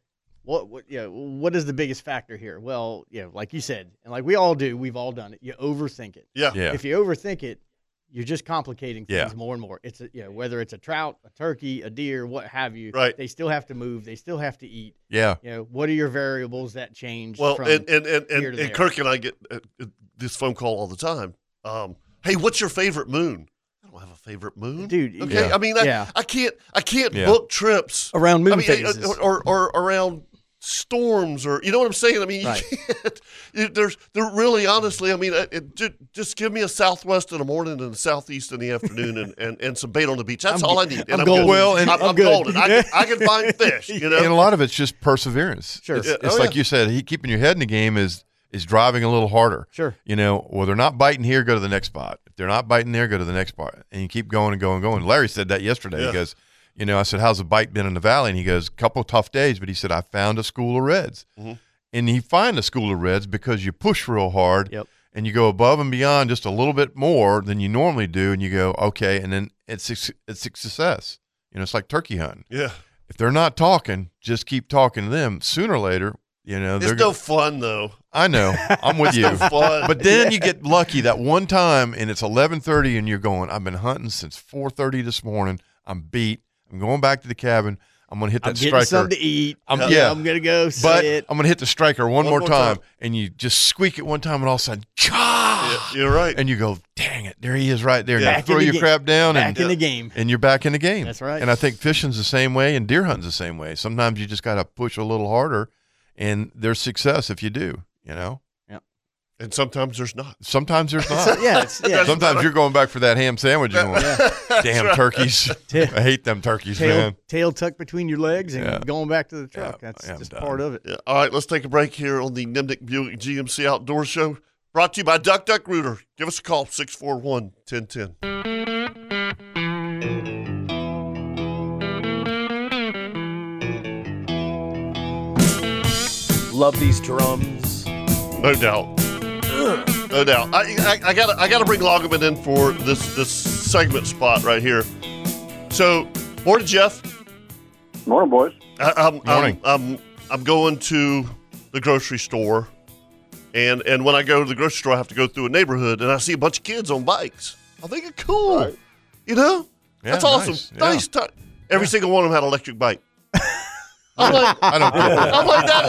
F: what what yeah, what is the biggest factor here? Well, yeah, like you said, and like we all do, we've all done it. You overthink it.
B: Yeah.
D: yeah
F: If you overthink it, you're just complicating things
D: Yeah.
F: more and more. It's a, you know, whether it's a trout, a turkey, a deer, what have you.
B: Right.
F: They still have to move. They still have to eat.
D: yeah
F: You know, what are your variables that change?
B: Well,
F: from,
B: and and and,
F: here
B: and,
F: to
B: and
F: there.
B: Kirk and I get uh, uh, this phone call all the time. Um, hey, what's your favorite moon? I don't have a favorite moon,
F: Dude, you-
B: Okay,
D: Yeah.
B: I mean, I,
F: Yeah.
B: I can't, I can't
D: Yeah.
B: book trips
F: around moon
B: I mean,
F: phases.
B: uh, or, or or around storms, or you know what I'm saying. I mean, you
F: Right.
B: can't. You, there's, there really, honestly, I mean, uh, it, ju- just give me a southwest in the morning and a southeast in the afternoon, and, and, and some bait on the beach. That's
F: I'm
B: all I
F: g-
B: need.
F: I'm
B: And
F: golden.
B: good.
F: Well, and-
B: I'm,
F: I'm
B: I'm
F: good.
B: golden. I can, I can find fish. You know,
D: and a lot of it's just perseverance.
F: Sure.
D: it's,
B: Yeah.
D: it's
B: Oh,
D: like
B: yeah.
D: you said, he, keeping your head in the game is is driving a little harder.
F: Sure.
D: You know, well, they're not biting here, go to the next spot. If they're not biting there, go to the next spot, and you keep going and going and going. Larry said that yesterday.
B: Yeah.
D: He goes, you know, I said, how's the bite been in the valley? And he goes, couple tough days, but he said, I found a school of reds, and he find a school of reds because you push real hard.
F: Yep.
D: And you go above and beyond just a little bit more than you normally do, and you go okay, and then it's it's a success. You know, it's like turkey hunting
B: yeah,
D: if they're not talking, just keep talking to them. Sooner or later, you know,
B: it's
D: they're
B: no
D: going
B: fun though.
D: I know. I'm with you.
B: No fun.
D: But then you get lucky that one time and it's 11:30 and you're going, I've been hunting since 4:30 this morning. I'm beat. I'm going back to the cabin. I'm going to hit
F: I'm
D: that
F: getting
D: striker.
F: something to eat.
D: I'm- yeah.
F: I'm gonna go
D: but
F: sit.
D: I'm going to hit the striker one,
B: One
D: more,
B: more
D: time.
B: time.
D: and you just squeak it one time and all of a sudden, God.
B: You're right.
D: and you go, dang it, there he is right there.
F: Back
D: And
F: in
D: you throw
F: the
D: your
F: game.
D: crap down
F: Back
D: and uh,
F: in the game.
D: and you're back in the game.
F: That's right.
D: And I think fishing's the same way and deer hunting's the same way. Sometimes you just got to push a little harder and there's success if you do, you know?
B: And sometimes there's not.
D: Sometimes there's not.
F: Yeah, it's, yeah.
D: Sometimes you're going back for that ham sandwich. You're going, damn turkeys.
F: Yeah.
D: I hate them turkeys,
F: tail,
D: man.
F: tail tucked between your legs and
D: Yeah.
F: going back to the
D: Yeah,
F: truck. That's
D: I'm
F: just
D: done.
F: part of it.
B: Yeah. All right, let's take a break here on the Nimnik Buick GMC Outdoor Show. Brought to you by Duck Duck Rooter. Give us a call, 641 1010.
E: Love these drums.
B: No doubt. No doubt. I, I, I gotta I gotta bring Loggeman in for this this segment spot right here. So, morning, Jeff.
I: Morning, boys.
B: I, I'm,
D: Morning.
B: I'm I'm I'm going to the grocery store, and and when I go to the grocery store, I have to go through a neighborhood, and I see a bunch of kids on bikes. I think it's cool.
I: Right.
B: You know,
D: Yeah,
B: that's awesome.
D: nice. Yeah.
B: Nice. tou- Every single one of them had an electric bike. I'm like,
D: I don't Uh-huh. get that.
B: I'm like, that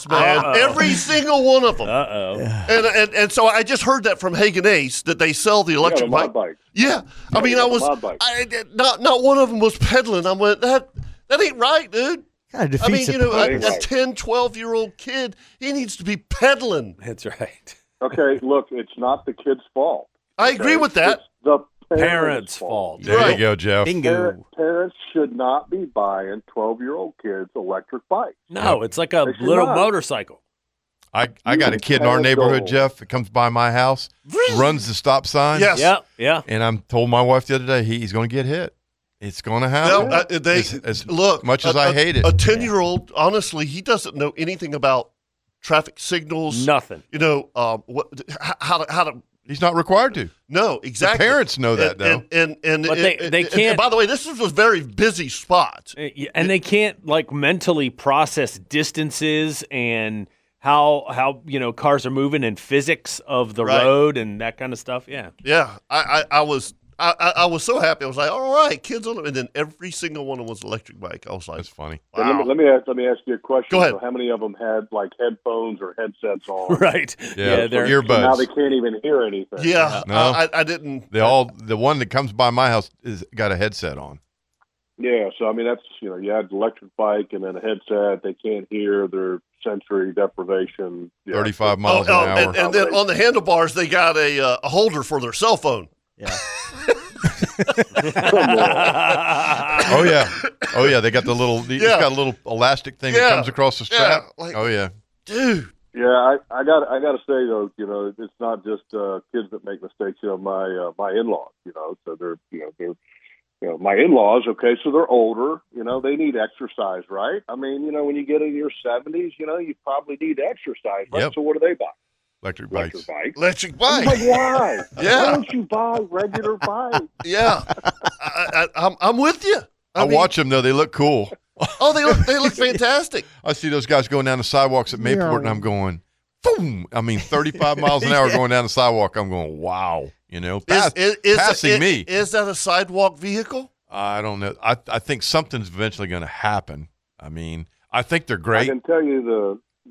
B: is BS, man. Every single one of them.
E: Uh oh.
B: And, and and so I just heard that from Hagen Ace that they sell the
I: Yeah, the
B: electric bike.
I: mod bike.
B: Yeah, I mean, I
I: got the
B: was
I: mod bike.
B: I, not not one of them was pedaling. I went that that ain't right, dude.
F: Kind of
B: I mean,
F: defeats
B: you know,
F: the
B: a,
I: purpose.
B: a 10, 12 year old kid, he needs to be pedaling.
E: That's right.
I: Okay, look, it's not the kid's fault.
B: I agree with that.
I: It's the parents',
E: Parents' fault.
D: There
B: Right.
D: you go, Jeff.
I: Parent-
F: bingo.
I: parents should not be buying 12 year old kids electric bikes.
E: No, it's like a
I: They should
E: little
I: not.
E: motorcycle.
D: I, I got a kid in our
I: Terrible.
D: neighborhood, Jeff, that comes by my house, runs the stop sign.
B: Yes.
E: Yeah, yeah.
D: And I'm told my wife the other day, he, he's going to get hit. It's going to happen.
B: No, uh, they
D: As- as
B: look.
D: much as
B: I
D: I hate it.
B: a ten-year-old, honestly, he doesn't know anything about traffic signals.
E: Nothing.
B: You know, um, what, h- how to, how to,
D: He's not required to.
B: no, exactly.
D: parents know that,
B: and,
D: though.
B: and and, and
E: But
B: it-
E: they-
B: it-
E: they
B: it-
E: can't-
B: by the way, this is a very busy spot.
E: Uh, yeah, and they can't like mentally process distances and how how you know cars are moving and physics of the
B: Right.
E: road and that kind of stuff. Yeah,
B: Yeah, I, I, I was. I, I- I was so happy. I was like, all right, kids on it. And then every single one of them was electric bike. I was like,
D: That's funny.
I: And let, me, let me ask, let me ask you a question.
B: Go ahead.
I: So how many of them had like headphones or headsets on?
E: right.
D: Yeah,
E: they're
D: earbuds.
I: So now they can't even hear anything.
B: yeah,
D: No.
B: I, I- I didn't.
D: They all the one that comes by my house is got a headset on.
I: Yeah, so I mean that's you know you had an electric bike and then a headset. They can't hear their sensory deprivation. Yeah.
D: Thirty-five miles
B: Oh, oh,
D: an hour.
B: And, and then on the handlebars, they got a, uh, a holder for their cell phone.
F: Yeah.
D: oh yeah, oh yeah. They got the little. It's
B: Ah. Yeah.
D: got a little elastic thing
B: Yeah.
D: that comes across the strap.
B: Yeah, like-
D: oh yeah.
B: Dude,
I: Yeah, I, I got I got to say though, you know, it's not just uh, kids that make mistakes. You know, my uh, my in laws, you know, so they're you know they're you know my in laws. Okay, so they're older. You know, they need exercise, right? I mean, you know, when you get in your seventies, you know, you probably need exercise, right?
D: Yep.
I: So what do they buy?
D: Electric bikes.
I: Electric bikes.
B: electric
I: But
B: bike.
I: why?
B: Yeah.
I: Why don't you buy regular bikes?
B: yeah, I, I, I'm, I'm with you.
D: I,
B: mean,
D: watch them though. They look cool.
B: Oh, they look they look fantastic.
D: I see those guys going down the sidewalks at Mayport, and I'm going, boom. I mean, thirty-five miles an hour going down the sidewalk. I'm going, wow. You know,
B: Is,
D: pass-
B: is, is,
D: passing
B: is-
D: me.
B: Is that a sidewalk vehicle?
D: I don't know. I I think something's eventually going to happen. I mean, I think they're
I: I
D: great.
I: can tell you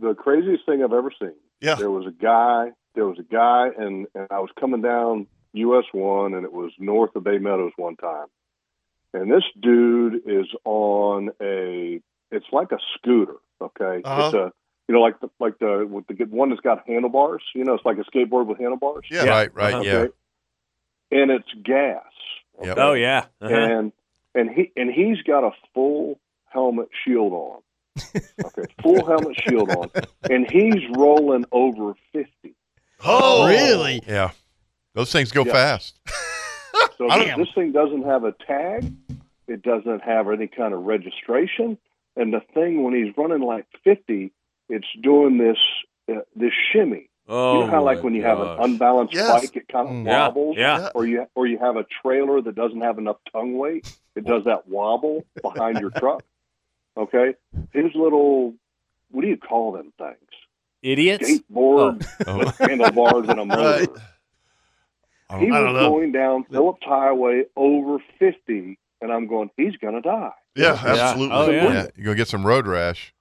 I: the the craziest thing I've ever seen.
B: Yeah.
I: There was a guy. There was a guy, and and I was coming down US one, and it was north of Bay Meadows one time, and this dude is on a. It's like a scooter. Okay.
B: Uh-huh.
I: It's a. You know, like the like the with the one that's got handlebars. You know, it's like a skateboard with handlebars.
B: Yeah.
D: Right. Right.
E: Uh-huh.
D: Yeah.
I: And it's gas.
D: Yep.
E: Oh yeah. Uh-huh.
I: And and he and he's got a full helmet shield on. Okay, full helmet shield on, and he's rolling over fifty.
B: Oh,
F: really?
D: Yeah. Those things go
I: Yeah.
D: fast.
I: So
D: I
I: this thing doesn't have a tag. It doesn't have any kind of registration. And the thing when he's running like fifty, it's doing this uh, this shimmy.
E: Oh,
I: you know how like
E: my
I: when you have
E: gosh.
I: an unbalanced
B: Yes.
I: bike, it kind of
D: Mm.
E: Yeah,
I: wobbles.
E: yeah.
I: Or you or you have a trailer that doesn't have enough tongue weight. It does that wobble behind your truck. Okay, his little what do you call them things?
E: idiots.
I: Skateboard
D: Oh,
I: handlebars and a motor.
D: I
I: He
D: don't-
B: I
I: was
B: don't know.
I: going down Phillips Highway over 50, and I'm going, he's going to die.
B: Yeah,
E: Yeah.
B: absolutely.
E: Oh, yeah.
D: yeah, you're gonna get some road rash.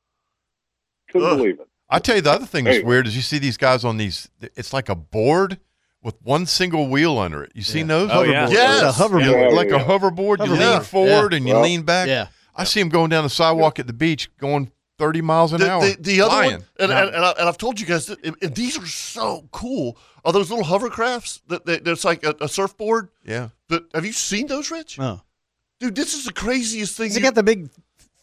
I: Couldn't
B: Ugh.
I: believe it.
D: I tell you, the other thing that's
I: Hey.
D: weird is you see these guys on these. It's like a board with one single wheel under it. You seen those?
E: Oh, yeah.
D: Yes.
B: It's a hoverboard.
D: You- like a hoverboard. You
B: Hoverboard.
D: lean forward and you
I: Yeah.
D: lean back.
F: Yeah.
D: I see them going down the sidewalk at the beach, going thirty miles an
B: The,
D: hour.
B: the, the other
D: flying.
B: one, and, and, and, I, and I've told you guys, that, and- and these are so cool. Are those little hovercrafts that, that that's like a, a surfboard?
D: Yeah.
B: That have you seen those, Rich?
F: No.
B: Dude, this is the craziest thing.
F: Has it
B: you-
F: got the big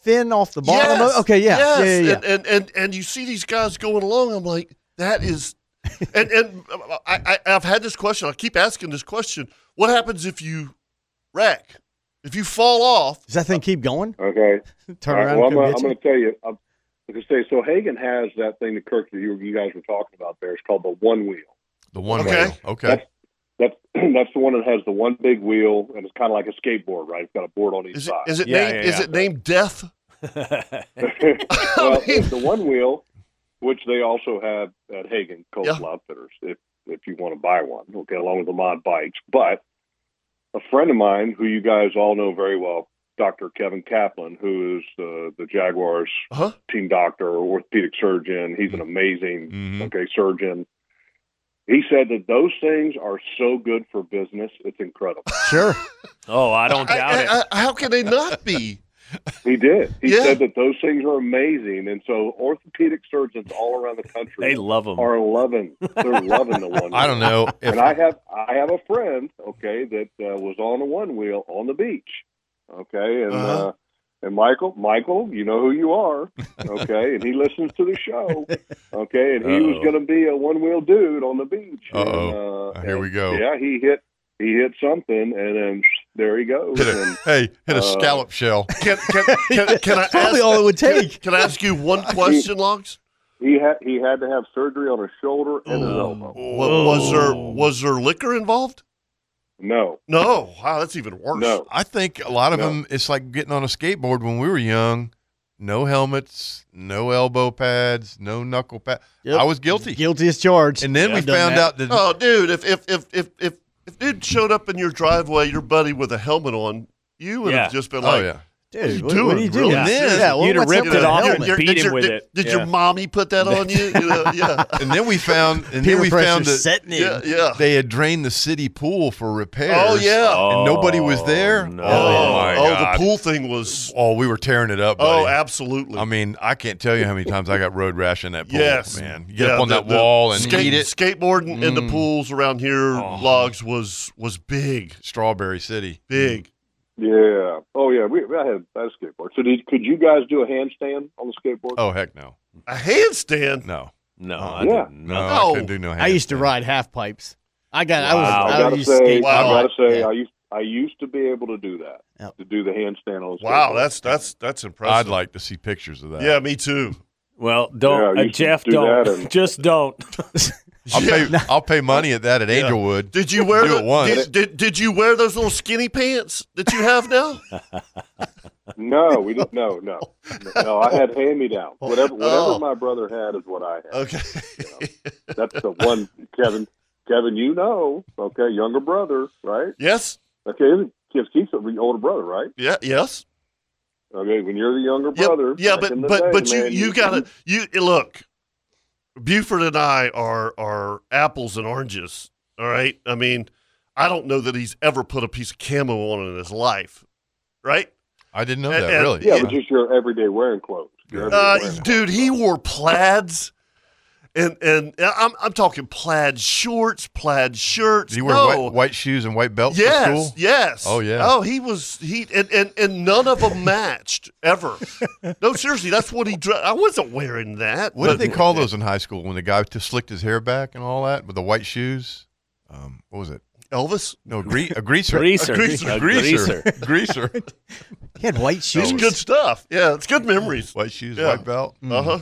F: fin off the
B: Yes.
F: bottom? of- Okay, yeah.
B: Yes.
F: Yeah, yeah, yeah.
B: And, and and and you see these guys going along. I'm like, that is, and and I, I I've had this question. I keep asking this question. What happens if you wreck? If you fall off?
F: Does that thing keep going?
I: Okay.
F: Turn
I: All right,
F: around
I: well,
F: and come
I: I'm gonna,
F: get you?
I: I'm going to tell you. I'm going to say so. Hagen has that thing that Kirk, you, you guys were talking about. There, it's called the one wheel.
D: The one
B: Okay.
D: wheel. Okay.
I: That's that's that's the one that has the one big wheel, and it's kind of like a skateboard, right? It's got a board on each
B: Is it
I: side.
B: is it
E: Yeah,
B: named
E: yeah,
B: is
E: yeah.
B: it named death?
I: well,
B: mean-
I: the one wheel, which they also have at Hagen Coastal
B: Yeah.
I: Outfitters, if if you want to buy one, okay, along with the mod bikes. But a friend of mine, who you guys all know very well, Dr. Kevin Kaplan, who is uh, the Jaguars
B: Huh?
I: team doctor or orthopedic surgeon, he's
B: Mm-hmm.
I: an amazing
D: Mhm.
I: okay surgeon. He said that those things are so good for business; it's incredible.
F: Sure.
E: Oh, I don't
B: I-
E: doubt
B: I-
E: it.
B: I- how can they not be?
I: He did. He
B: Yeah.
I: said that those things are amazing, and so orthopedic surgeons all around the country
E: they love them.
I: are loving. They're loving the one.
D: I don't know if
I: And I have I have a friend, okay, that uh, was on a one wheel on the beach, okay, and
B: Uh-huh.
I: uh, and Michael, Michael, you know who you are, okay, and he listens to the show, okay, and he was
E: Uh-oh.
I: going to be a one wheel dude on the beach. and,
D: Uh-oh.
I: uh,
D: Here
I: and,
D: we go.
I: Yeah, he hit he hit something, and then there he goes.
D: hit
I: And,
D: a, hey hit a
I: Uh,
D: scallop shell.
B: Can, can, can, can I
F: Probably
B: ask?
F: all it would take.
B: Can I ask you one question, Longs?
I: He had he had to have surgery on his shoulder and his elbow.
B: What, was there was there liquor involved?
I: No,
B: No. Wow, that's even worse.
I: no.
D: I think a lot of
I: No.
D: them. It's like getting on a skateboard when we were young. No helmets, no elbow pads, no knuckle pad.
F: Yep.
D: I was guilty.
F: Guilty as charged.
D: And then we
F: I've done
D: found
F: that.
D: out that
B: Oh, dude, if if if if if if dude showed up in your driveway, your buddy with a helmet on, you would
E: Yeah.
B: have just been
D: oh
B: like,
D: yeah,
F: Dude,
B: you
F: what, what are you
B: doing,
F: doing?
B: really?
E: Yeah.
B: Then
F: Yeah, well,
E: You'd have
F: what's up
E: ripped
F: with
E: it
F: the
E: off.
F: helmet?
E: You're- Beat
B: did
E: him
B: your,
E: with
B: did,
E: it.
B: Did
E: Yeah.
B: your mommy put that on you? You know, yeah,
D: and then we found and then
F: Peer
D: we
F: pressure
D: found that
F: setting in.
B: yeah, yeah.
D: they had drained the city pool for repairs.
B: Oh yeah. Oh,
D: and nobody was there.
E: no.
D: Oh, my
B: oh,
D: god!
B: the pool thing was.
D: oh, we were tearing it up.
B: Oh,
D: Buddy.
B: absolutely.
D: I mean, I can't tell you how many times I got road rash in that pool.
B: Yes,
D: man. You get
B: Yeah,
D: up on
B: the-
D: that
B: the
D: wall and
B: skate-
D: eat it.
B: Skateboarding in the
D: Mm.
B: pools around here,
D: Oh.
B: logs was was big,
D: Strawberry City.
B: big.
I: Yeah. Oh yeah. We, I had I had a skateboard. So did, could you guys do a handstand on the skateboard?
D: Oh heck no,
B: A handstand.
D: no,
E: no,
D: Oh,
E: I
I: yeah.
E: did
D: no.
E: not.
D: I
B: No.
D: couldn't do no.
F: I used to
D: handstand.
F: ride half pipes. I got.
E: Wow.
I: I
F: I was. I
I: gotta
F: used to
I: say,
F: skate.
B: Wow.
I: I gotta say,
F: Yeah.
I: I used I used to be able to do that
F: Yep.
I: to do the handstand on. The
B: Wow,
I: skateboard.
B: that's that's that's
D: I'd
B: impressive.
D: like to see pictures of that.
B: Yeah, me too.
E: Well,
I: Yeah,
E: don't,
I: you
E: uh,
I: should
E: Jeff,
I: do
E: don't.
I: that and-
E: Just don't.
D: I'll pay. I'll pay money at that at
B: Yeah.
D: Angelwood.
B: Did you wear
D: Do
B: the,
D: it once.
B: Did, did did you wear those little skinny pants that you have now?
I: no, we didn't. No, no, no. I had hand me down. Whatever, whatever
B: Oh.
I: my brother had is what I had.
B: Okay.
I: That's the one, Kevin. Kevin, you know, okay, younger brother, right?
B: yes.
I: Okay, isn't Keith- Keith's the older brother, right?
B: Yeah. Yes.
I: Okay, when you're the younger
B: Yeah,
I: brother.
B: yeah,
I: back in
B: but
I: the
B: but
I: day,
B: but you
I: man,
B: you gotta you look. Buford and I are are apples and oranges. All right. I mean, I don't know that he's ever put a piece of camo on in his life, right?
D: I didn't know
B: And-
D: that
B: and-
D: really.
I: Yeah, but just your everyday wearing clothes. Your everyday
B: Uh,
I: wearing clothes.
B: dude, he wore plaids. And and I'm I'm talking plaid shorts, plaid shirts.
D: Did you wear
B: no.
D: white, white shoes and white belts
B: Yes,
D: to Oh, school?
B: yes.
D: Oh, yeah.
B: Oh, he was he and and, and none of them matched ever. No, seriously, that's what he. Dre- I wasn't wearing that.
D: What did
B: but-
D: they call those in high school when the guy just slicked his hair back and all that with the white shoes? Um, what was it?
B: Elvis?
D: No, a, gre- a greaser.
E: Greaser.
D: A greaser.
E: A
D: greaser.
E: greaser.
D: greaser.
F: He had white
B: It's
F: shoes.
B: good stuff. Yeah, it's good memories.
D: White shoes,
B: Yeah.
D: white belt. Hmm.
B: Uh huh.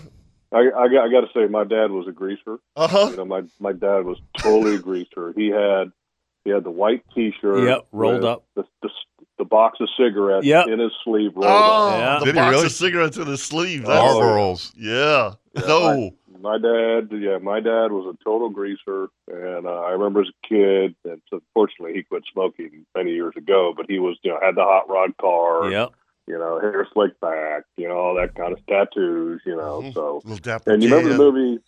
I: I, I, got, I got to say, my dad was a greaser.
B: Uh
I: You
E: Uh-huh.
B: huh.
I: know, my my dad was totally a greaser. He had he had the white T-shirt.
E: Yep, rolled
I: with
E: up.
I: The, the, the box of cigarettes
E: Yep.
I: in his sleeve rolled up.
B: Oh,
E: Yeah.
B: the
D: Did he
B: box
D: really?
B: of cigarettes in his sleeve. That's,
I: Oh.
D: Marlboros.
B: yeah. No.
I: My dad, yeah, my dad was a total greaser, and uh, I remember as a kid. And unfortunately, he quit smoking many years ago. But he was, you know, had the hot rod car.
E: Yep.
I: You know, hair slicked back. You know, all that kind of tattoos. You know,
B: Mhm.
I: so.
B: Little dapper
I: And you remember
B: Dan.
I: the movie?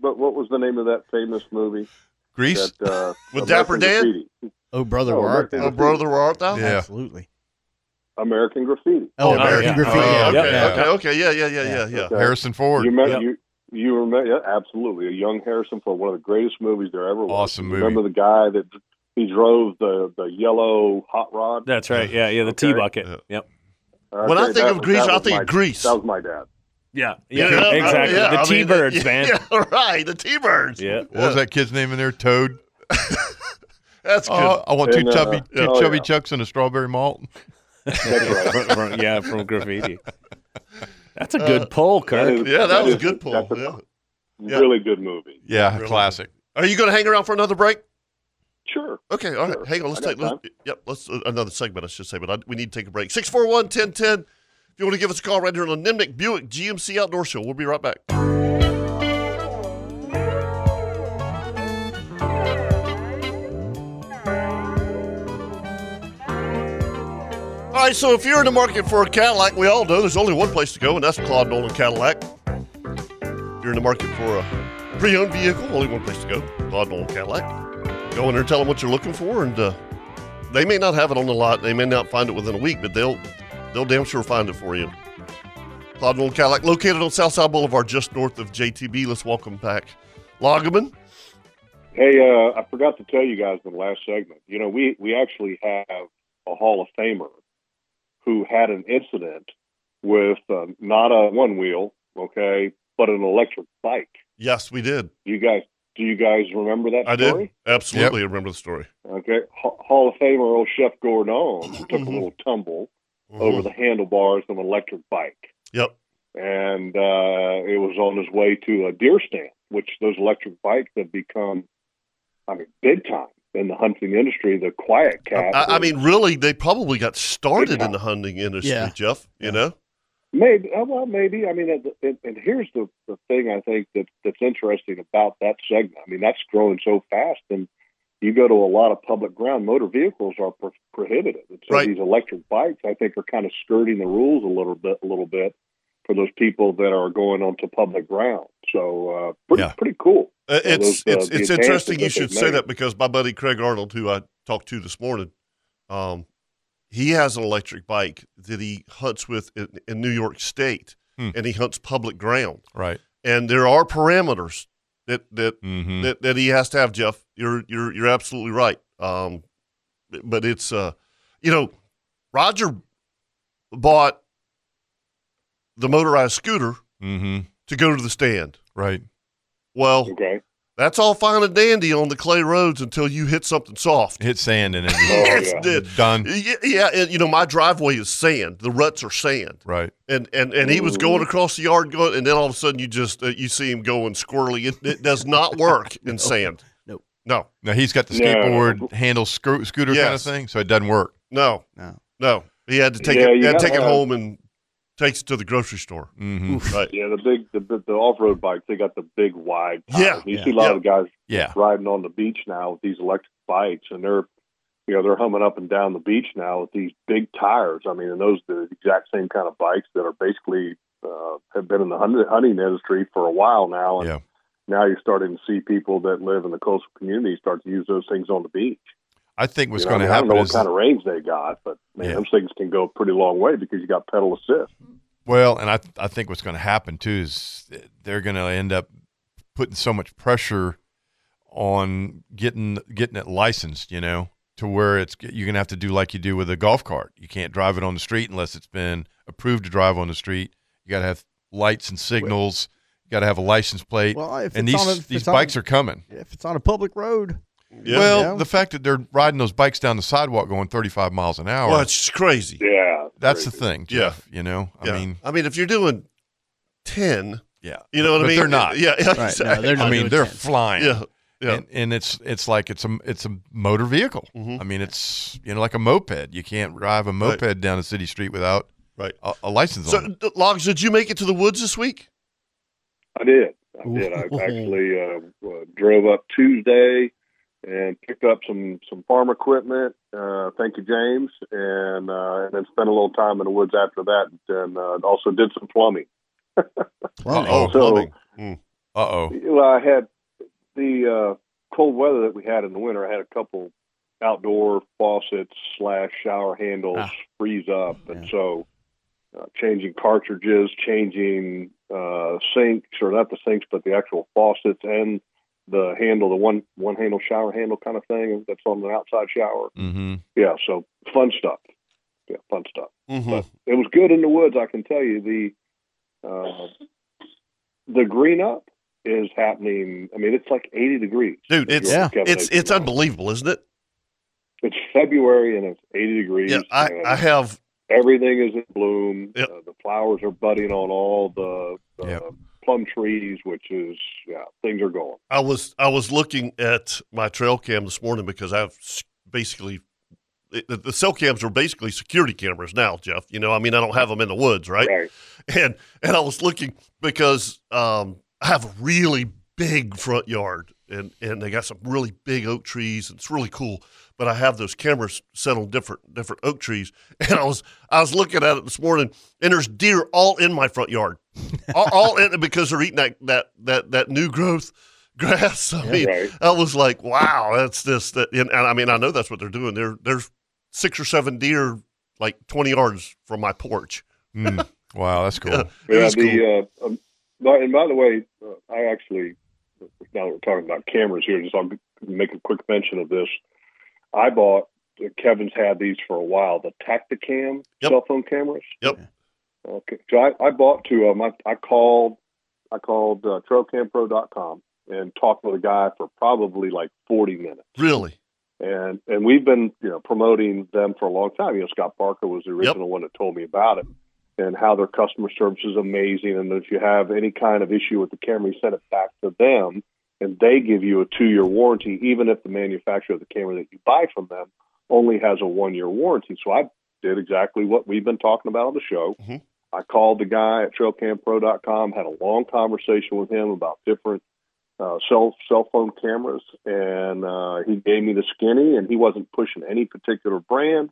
I: But what was the name of that famous movie?
D: Grease?
I: that, uh,
B: With
I: American
B: Dapper Dan?
I: Graffiti.
F: Oh, brother,
I: Oh,
F: where art
I: American
F: thou?
B: Oh, brother, where art thou?
D: Yeah.
F: Absolutely.
I: American Graffiti.
F: Oh,
E: Oh,
F: American
E: yeah.
F: Graffiti.
B: Oh,
E: Yeah.
B: okay,
E: Yeah.
B: okay, okay, yeah, yeah, yeah, yeah, yeah.
I: Yeah.
D: Harrison Ford.
I: You met
E: Yep.
I: you. You remember? Yeah, absolutely. A young Harrison Ford, one of the greatest movies there ever was.
D: Awesome movie.
I: Remember the guy that he drove the the yellow hot rod?
E: That's right. Yeah, yeah. The tea
I: Okay.
E: bucket.
D: Yeah.
E: Yep.
I: Uh,
B: When I
I: that
B: think of
I: was-
B: Grease,
I: that
B: I
I: was
B: think
I: my-
B: Grease.
I: That was my dad.
E: Yeah.
B: Yeah,
E: Yeah.
B: I-
E: exactly.
B: yeah, I
E: the
B: mean,
E: T birds, man. Yeah.
B: Yeah, right. The T birds.
D: What was that kid's name in there? Toad.
B: That's good.
D: Oh, I want two
I: And, uh,
D: chubby, two
I: yeah. Oh,
D: chubby
I: yeah.
D: chucks and a strawberry malt.
I: That's right.
E: from, from- yeah, from graffiti. That's a
D: Uh,
E: good pull, Kirk.
I: is-
B: yeah, that was a
I: is-
B: good pull.
I: that's a
B: Yeah. Yeah.
I: Really good movie.
D: Yeah,
B: Really?
D: classic.
B: Are you going to hang around for another break?
I: Sure.
B: Okay, all right.
I: Sure.
B: Hang on. Let's
I: I
B: take
I: got
B: let's, yep. Let's uh, another segment. I should say, but I, we need to take a break. 641-1010. If you want to give us a call right here on the Nimnik Buick GMC Outdoor Show, we'll be right back. All right, so if you're in the market for a Cadillac, we all know there's only one place to go, and that's Claude Nolan Cadillac. If you're in the market for a pre-owned vehicle, only one place to go, Claude Nolan Cadillac go in there, tell them what you're looking for, and uh, they may not have it on the lot. They may not find it within a week, but they'll they'll damn sure find it for you. Cloud Nolan Cadillac, located on Southside Boulevard, just north of JTB. Let's welcome back Loggeman.
I: Hey, uh, I forgot to tell you guys in the last segment. You know, we we actually have a Hall of Famer who had an incident with uh, not a one wheel, okay, but an electric bike.
B: Yes, we did.
I: You guys, do you guys remember that
B: I
I: story?
B: did. Absolutely, I remember the story.
I: Okay, H- Hall of Famer old Chef Gordon took
B: Mm-hmm.
I: a little tumble over the handlebars of an electric bike,
B: Yep.
I: and uh, it was on his way to a deer stand, which those electric bikes have become, I mean, big time in the hunting industry. The quiet cat.
B: I, I mean, really, they probably got started in
I: Yeah.
B: the hunting industry,
F: Yeah.
B: Jeff. You know,
I: Maybe. uh, Well, maybe. I mean, and- and, and here's the, the thing I think that that's interesting about that segment. I mean, that's growing so fast, and you go to a lot of public ground. Motor vehicles are pro- prohibited, and so
B: Right.
I: these electric bikes, I think, are kind of skirting the rules a little bit, a little bit for those people that are going onto public ground. So, uh, pretty,
D: Yeah.
I: pretty cool.
B: Uh, it's it's
I: those, uh, the
B: it's
I: advances
B: interesting you
I: that
B: should
I: they've
B: say
I: made.
B: that because my buddy Craig Arnold, who I talked to this morning, um, he has an electric bike that he hunts with in, in New York State,
D: Hmm.
B: and he hunts public ground,
D: Right.
B: and there are parameters that that
D: Mm-hmm.
B: that, that he has to have. Jeff, you're you're you're absolutely right. Um, but it's uh, you know, Roger bought the motorized scooter
D: Mm-hmm.
B: to go to the stand.
D: Right.
B: Well,
I: Okay.
B: that's all fine and dandy on the clay roads until you hit something soft.
D: Hit sand in it.
I: Oh,
B: Yes,
I: yeah.
B: dude.
D: Done.
B: Y- Yeah, and you know my driveway is sand. The ruts are sand,
D: Right.
B: and and and he was going across the yard going, and then all of a sudden you just uh, you see him going squirrely. It, it does not work in sand.
F: Nope.
B: No,
D: Now he's got the
I: No.
D: skateboard handle scoo- scooter kind of
B: Yes.
D: thing, so it doesn't work.
B: no,
F: No.
B: no. He had to take
I: Yeah,
B: it.
I: you
B: He had to
I: gotta
B: take it
I: have-
B: home and takes it to the grocery store.
D: Mm-hmm.
B: Right.
I: Yeah, the big the, the, the off road bikes they got the big wide. Tires.
B: Yeah.
I: You see a lot
B: Yeah.
I: of guys
D: Yeah.
I: riding on the beach now with these electric bikes, and they're you know they're humming up and down the beach now with these big tires. I mean, and those are the exact same kind of bikes that are basically uh, have been in the hunting hunting industry for a while now, and
D: Yeah.
I: now you're starting to see people that live in the coastal community start to use those things on the beach.
D: I think what's
I: You know,
D: going to
I: I, mean, I don't know
D: happen
I: what
D: is
I: kind of range they got, but man,
D: Yeah.
I: those things can go a pretty long way because you got pedal assist.
D: Well, and I I think what's going to happen too is they're going to end up putting so much pressure on getting getting it licensed, you know, to where it's you're going to have to do like you do with a golf cart. You can't drive it on the street unless it's been approved to drive on the street. You got to have lights and signals. You got to have a license plate.
F: Well, if
D: and
F: it's
D: these
F: on a- if
D: these
F: it's on
D: bikes
F: a-
D: are coming.
F: If it's on a public road,
B: Yeah.
D: Well,
F: Yeah.
D: the fact that they're riding those bikes down the sidewalk going 35 miles an hour.
B: Well, it's just crazy.
I: Yeah,
D: that's the
I: crazy.
D: thing,
B: Yeah.
D: Jeff. You know,
B: Yeah.
D: I mean,
B: I mean, if you're doing ten,
D: yeah.
B: you know what
D: But
B: I mean.
D: They're not.
B: Yeah. yeah,
F: Right, no,
B: exactly.
F: they're not
D: I mean,
F: doing
D: they're
F: 10.
D: flying.
B: yeah. Yeah.
D: And, and it's it's like it's a it's a motor vehicle.
B: Mhm.
D: I mean, it's you know like a moped. You can't drive a moped down a city street without
B: Right.
D: a, a license
B: So,
D: on. It.
B: d- Logs, did you make it to the woods this week?
I: I did. I did. I actually uh, uh, drove up Tuesday and picked up some some farm equipment. Uh, thank you, James, and uh, and then spent a little time in the woods after that, and uh, also did some plumbing.
F: plumbing.
D: Uh-oh.
I: so
B: plumbing.
D: Uh oh.
I: well, I had the uh, cold weather that we had in the winter, I had a couple outdoor faucets slash shower handles freeze up, and so uh, changing cartridges, changing uh, sinks, or not the sinks, but the actual faucets and the handle, the one one handle shower handle kind of thing that's on an outside shower.
D: Mm-hmm.
I: Yeah, so fun stuff. Yeah, fun stuff.
B: Mhm.
I: It was good in the woods, I can tell you. The uh, the green up is happening. I mean, it's like eighty degrees,
B: Dude, it's
I: Yeah.
B: it's it's unbelievable, isn't it?
I: It's February and it's eighty degrees.
B: Yeah, I,
I: and
B: I have
I: everything is in bloom.
B: Yep.
I: Uh, the flowers are budding on all the, the
D: Yep.
I: plum trees, which is yeah, things are going.
B: I was I was looking at my trail cam this morning because I've s- basically it- the, the cell cams are basically security cameras now, Jeff. You know, I mean, I don't have them in the woods, right?
I: Right.
B: And and I was looking because um, I have a really big front yard, and and they got some really big oak trees, and it's really cool. But I have those cameras set on different different oak trees, and I was I was looking at it this morning, and there's deer all in my front yard, all, all in because they're eating that that that that new growth grass. I mean,
I: Right.
B: I was like, wow, that's this. That, and, and I mean, I know that's what they're doing. There, there's six or seven deer like 20 yards from my porch.
D: Mm. Wow, that's cool.
B: Yeah. It
I: Yeah,
B: was cool.
I: the uh, um, by, and by the way, uh, I actually now that we're talking about cameras here, just I'll make a quick mention of this. I bought uh, Kevin's had these for a while, the Tacticam
B: Yep.
I: cell phone cameras.
B: Yep.
I: Okay, so I, I bought two of them. I, I called I called uh, trailcampro.com and talked with a guy for probably like forty minutes
B: Really?
I: and and we've been you know promoting them for a long time. You know, Scott Parker was the original one that told me about it and how their customer service is amazing. And if you have any kind of issue with the camera, you send it back to them, and they give you a two-year warranty, even if the manufacturer of the camera that you buy from them only has a one-year warranty. So I did exactly what we've been talking about on the show.
B: Mhm.
I: I called the guy at trailcampro.com, had a long conversation with him about different uh, cell cell phone cameras, and uh, he gave me the skinny, and he wasn't pushing any particular brand,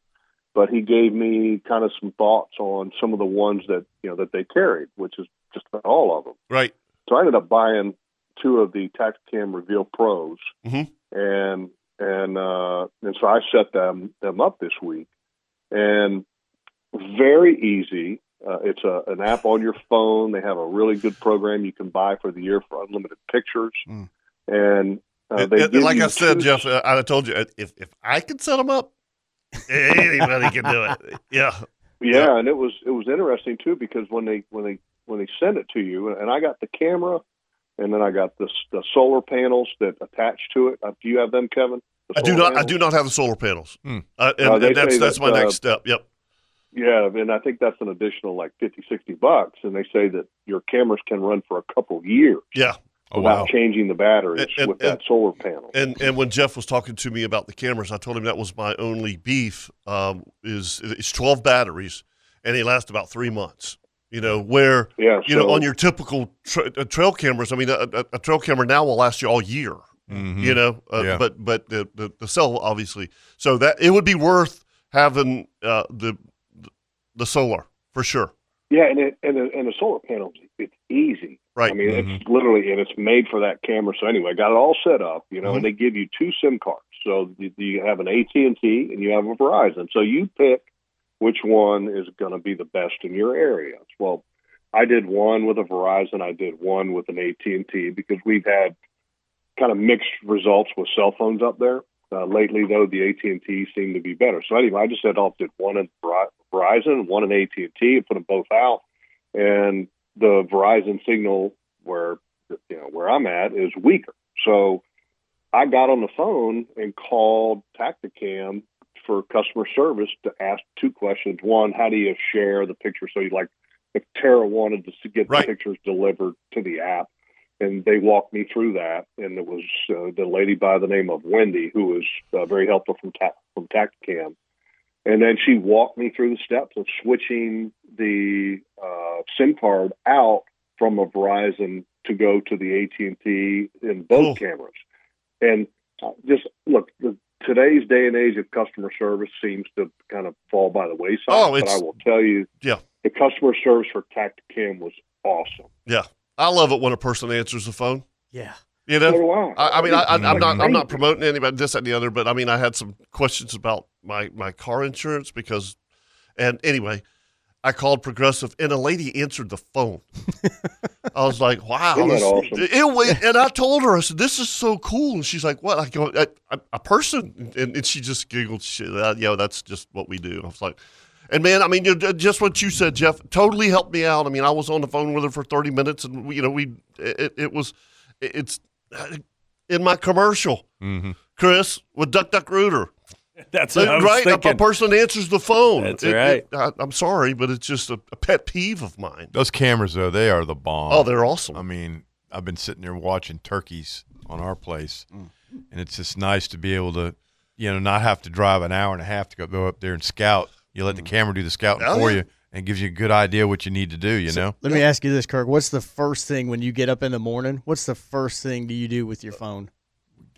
I: but he gave me kind of some thoughts on some of the ones that you know that they carried, which is just about all of them.
B: Right.
I: So I ended up buying two of the Tacticam Reveal Pros,
B: Mhm.
I: and and uh, and so I set them them up this week, and very easy. Uh, it's a, an app on your phone. They have a really good program you can buy for the year for unlimited pictures,
D: Mm.
I: and uh,
B: It-
I: they
B: it-
I: give
B: like
I: you
B: I said,
I: two-
B: Jeff, uh, I told you, uh, if, if I could set them up, anybody can do it. Yeah.
I: Yeah, and it was it was interesting too because when they when they when they send it to you, and I got the camera, and then I got the s- the solar panels that attach to it. Uh, Do you have them, Kevin? The
B: I do
I: solar
B: not, I
I: panels?
B: do not have the solar panels.
D: Hmm.
B: Uh, and,
I: Uh, they
B: and that's,
I: say
B: that's
I: that,
B: my
I: uh,
B: next step. Yep.
I: Yeah, and I think that's an additional like 50, 60 bucks, and they say that your cameras can run for a couple years
B: Yeah.
D: Oh,
I: without
D: wow.
I: changing the batteries
B: And- and-
I: with that
B: and-
I: solar panel.
B: And and when Jeff was talking to me about the cameras, I told him that was my only beef. Um, is it's twelve batteries, and they last about three months. You know where
I: yeah,
B: you know
I: so-
B: on your typical tra- uh, trail cameras. I mean, a, a, a trail camera now will last you all year.
C: Mm-hmm.
D: Mhm.
B: You know, uh,
D: Yeah.
B: but but the, the the cell obviously. So that it would be worth having uh, the the solar for sure.
I: yeah, and it, and the, and the solar panels, it's easy.
B: Right.
I: I mean, it's literally, and it's made for that camera. So anyway, got it all set up, you know, and they give you two SIM cards. So you, you have an AT and T and you have a Verizon. So you pick which one is going to be the best in your area. Well, I did one with a Verizon. I did one with an AT and T because we've had kind of mixed results with cell phones up there uh, lately. Though the AT and T seemed to be better. So anyway, I just said I'll did one in Veri- Verizon, one in AT and T, and put them both out. And the Verizon signal where you know where I'm at is weaker. So I got on the phone and called Tacticam for customer service to ask two questions. One, how do you share the picture? So you like if Tara wanted to get
B: Right.
I: the pictures delivered to the app, and they walked me through that. And it was uh, the lady by the name of Wendy who was uh, very helpful from Ta- from Tacticam. And then she walked me through the steps of switching the uh, SIM card out from a Verizon to go to the AT and T in both
B: Cool.
I: cameras. And uh, just look, the, today's day and age of customer service seems to kind of fall by the wayside.
B: Oh,
I: but I
B: it's-
I: will tell you,
B: Yeah.
I: the customer service for Tacticam was awesome.
B: I love it when a person answers the phone.
F: Yeah.
B: You know,
I: So do I.
B: I, I mean, I, I,
I: It's
B: I'm not I'm
I: crazy.
B: not promoting anybody this that, and the other, but I mean, I had some questions about my my car insurance because, and anyway, I called Progressive and a lady answered the phone. I was like, wow,
I: Isn't that
B: this-
I: awesome?
B: it was, and I told her I said this is so cool, and she's like, what? I go, a, a- a person, and, and she just giggled. She, that, yeah, that's just what we do. I was like. And man, I mean, you- just what you said, Jeff, totally helped me out. I mean, I was on the phone with her for thirty minutes, and we, you know, we it, it was it's uh, in my commercial,
D: Mm-hmm.
B: Chris with Duck Duck Rooter.
E: That's
B: They-
E: what I was
B: right. A- A
E: thinking.
B: person answers the phone.
E: That's
B: It- it-
E: right.
B: I, I'm sorry, but it's just a, a pet peeve of mine.
D: Those cameras though, they are the bomb.
B: Oh, they're awesome.
D: I mean, I've been sitting there watching turkeys on our place, and it's just nice to be able to, you know, not have to drive an hour and a half to go, go up there and scout. You let the camera do the scouting
B: Oh,
D: for
B: yeah.
D: you, and it gives you a good idea what you need to do. You know,
F: Let me ask you this, Kirk. What's the first thing when you get up in the morning? What's the first thing do you do with your phone?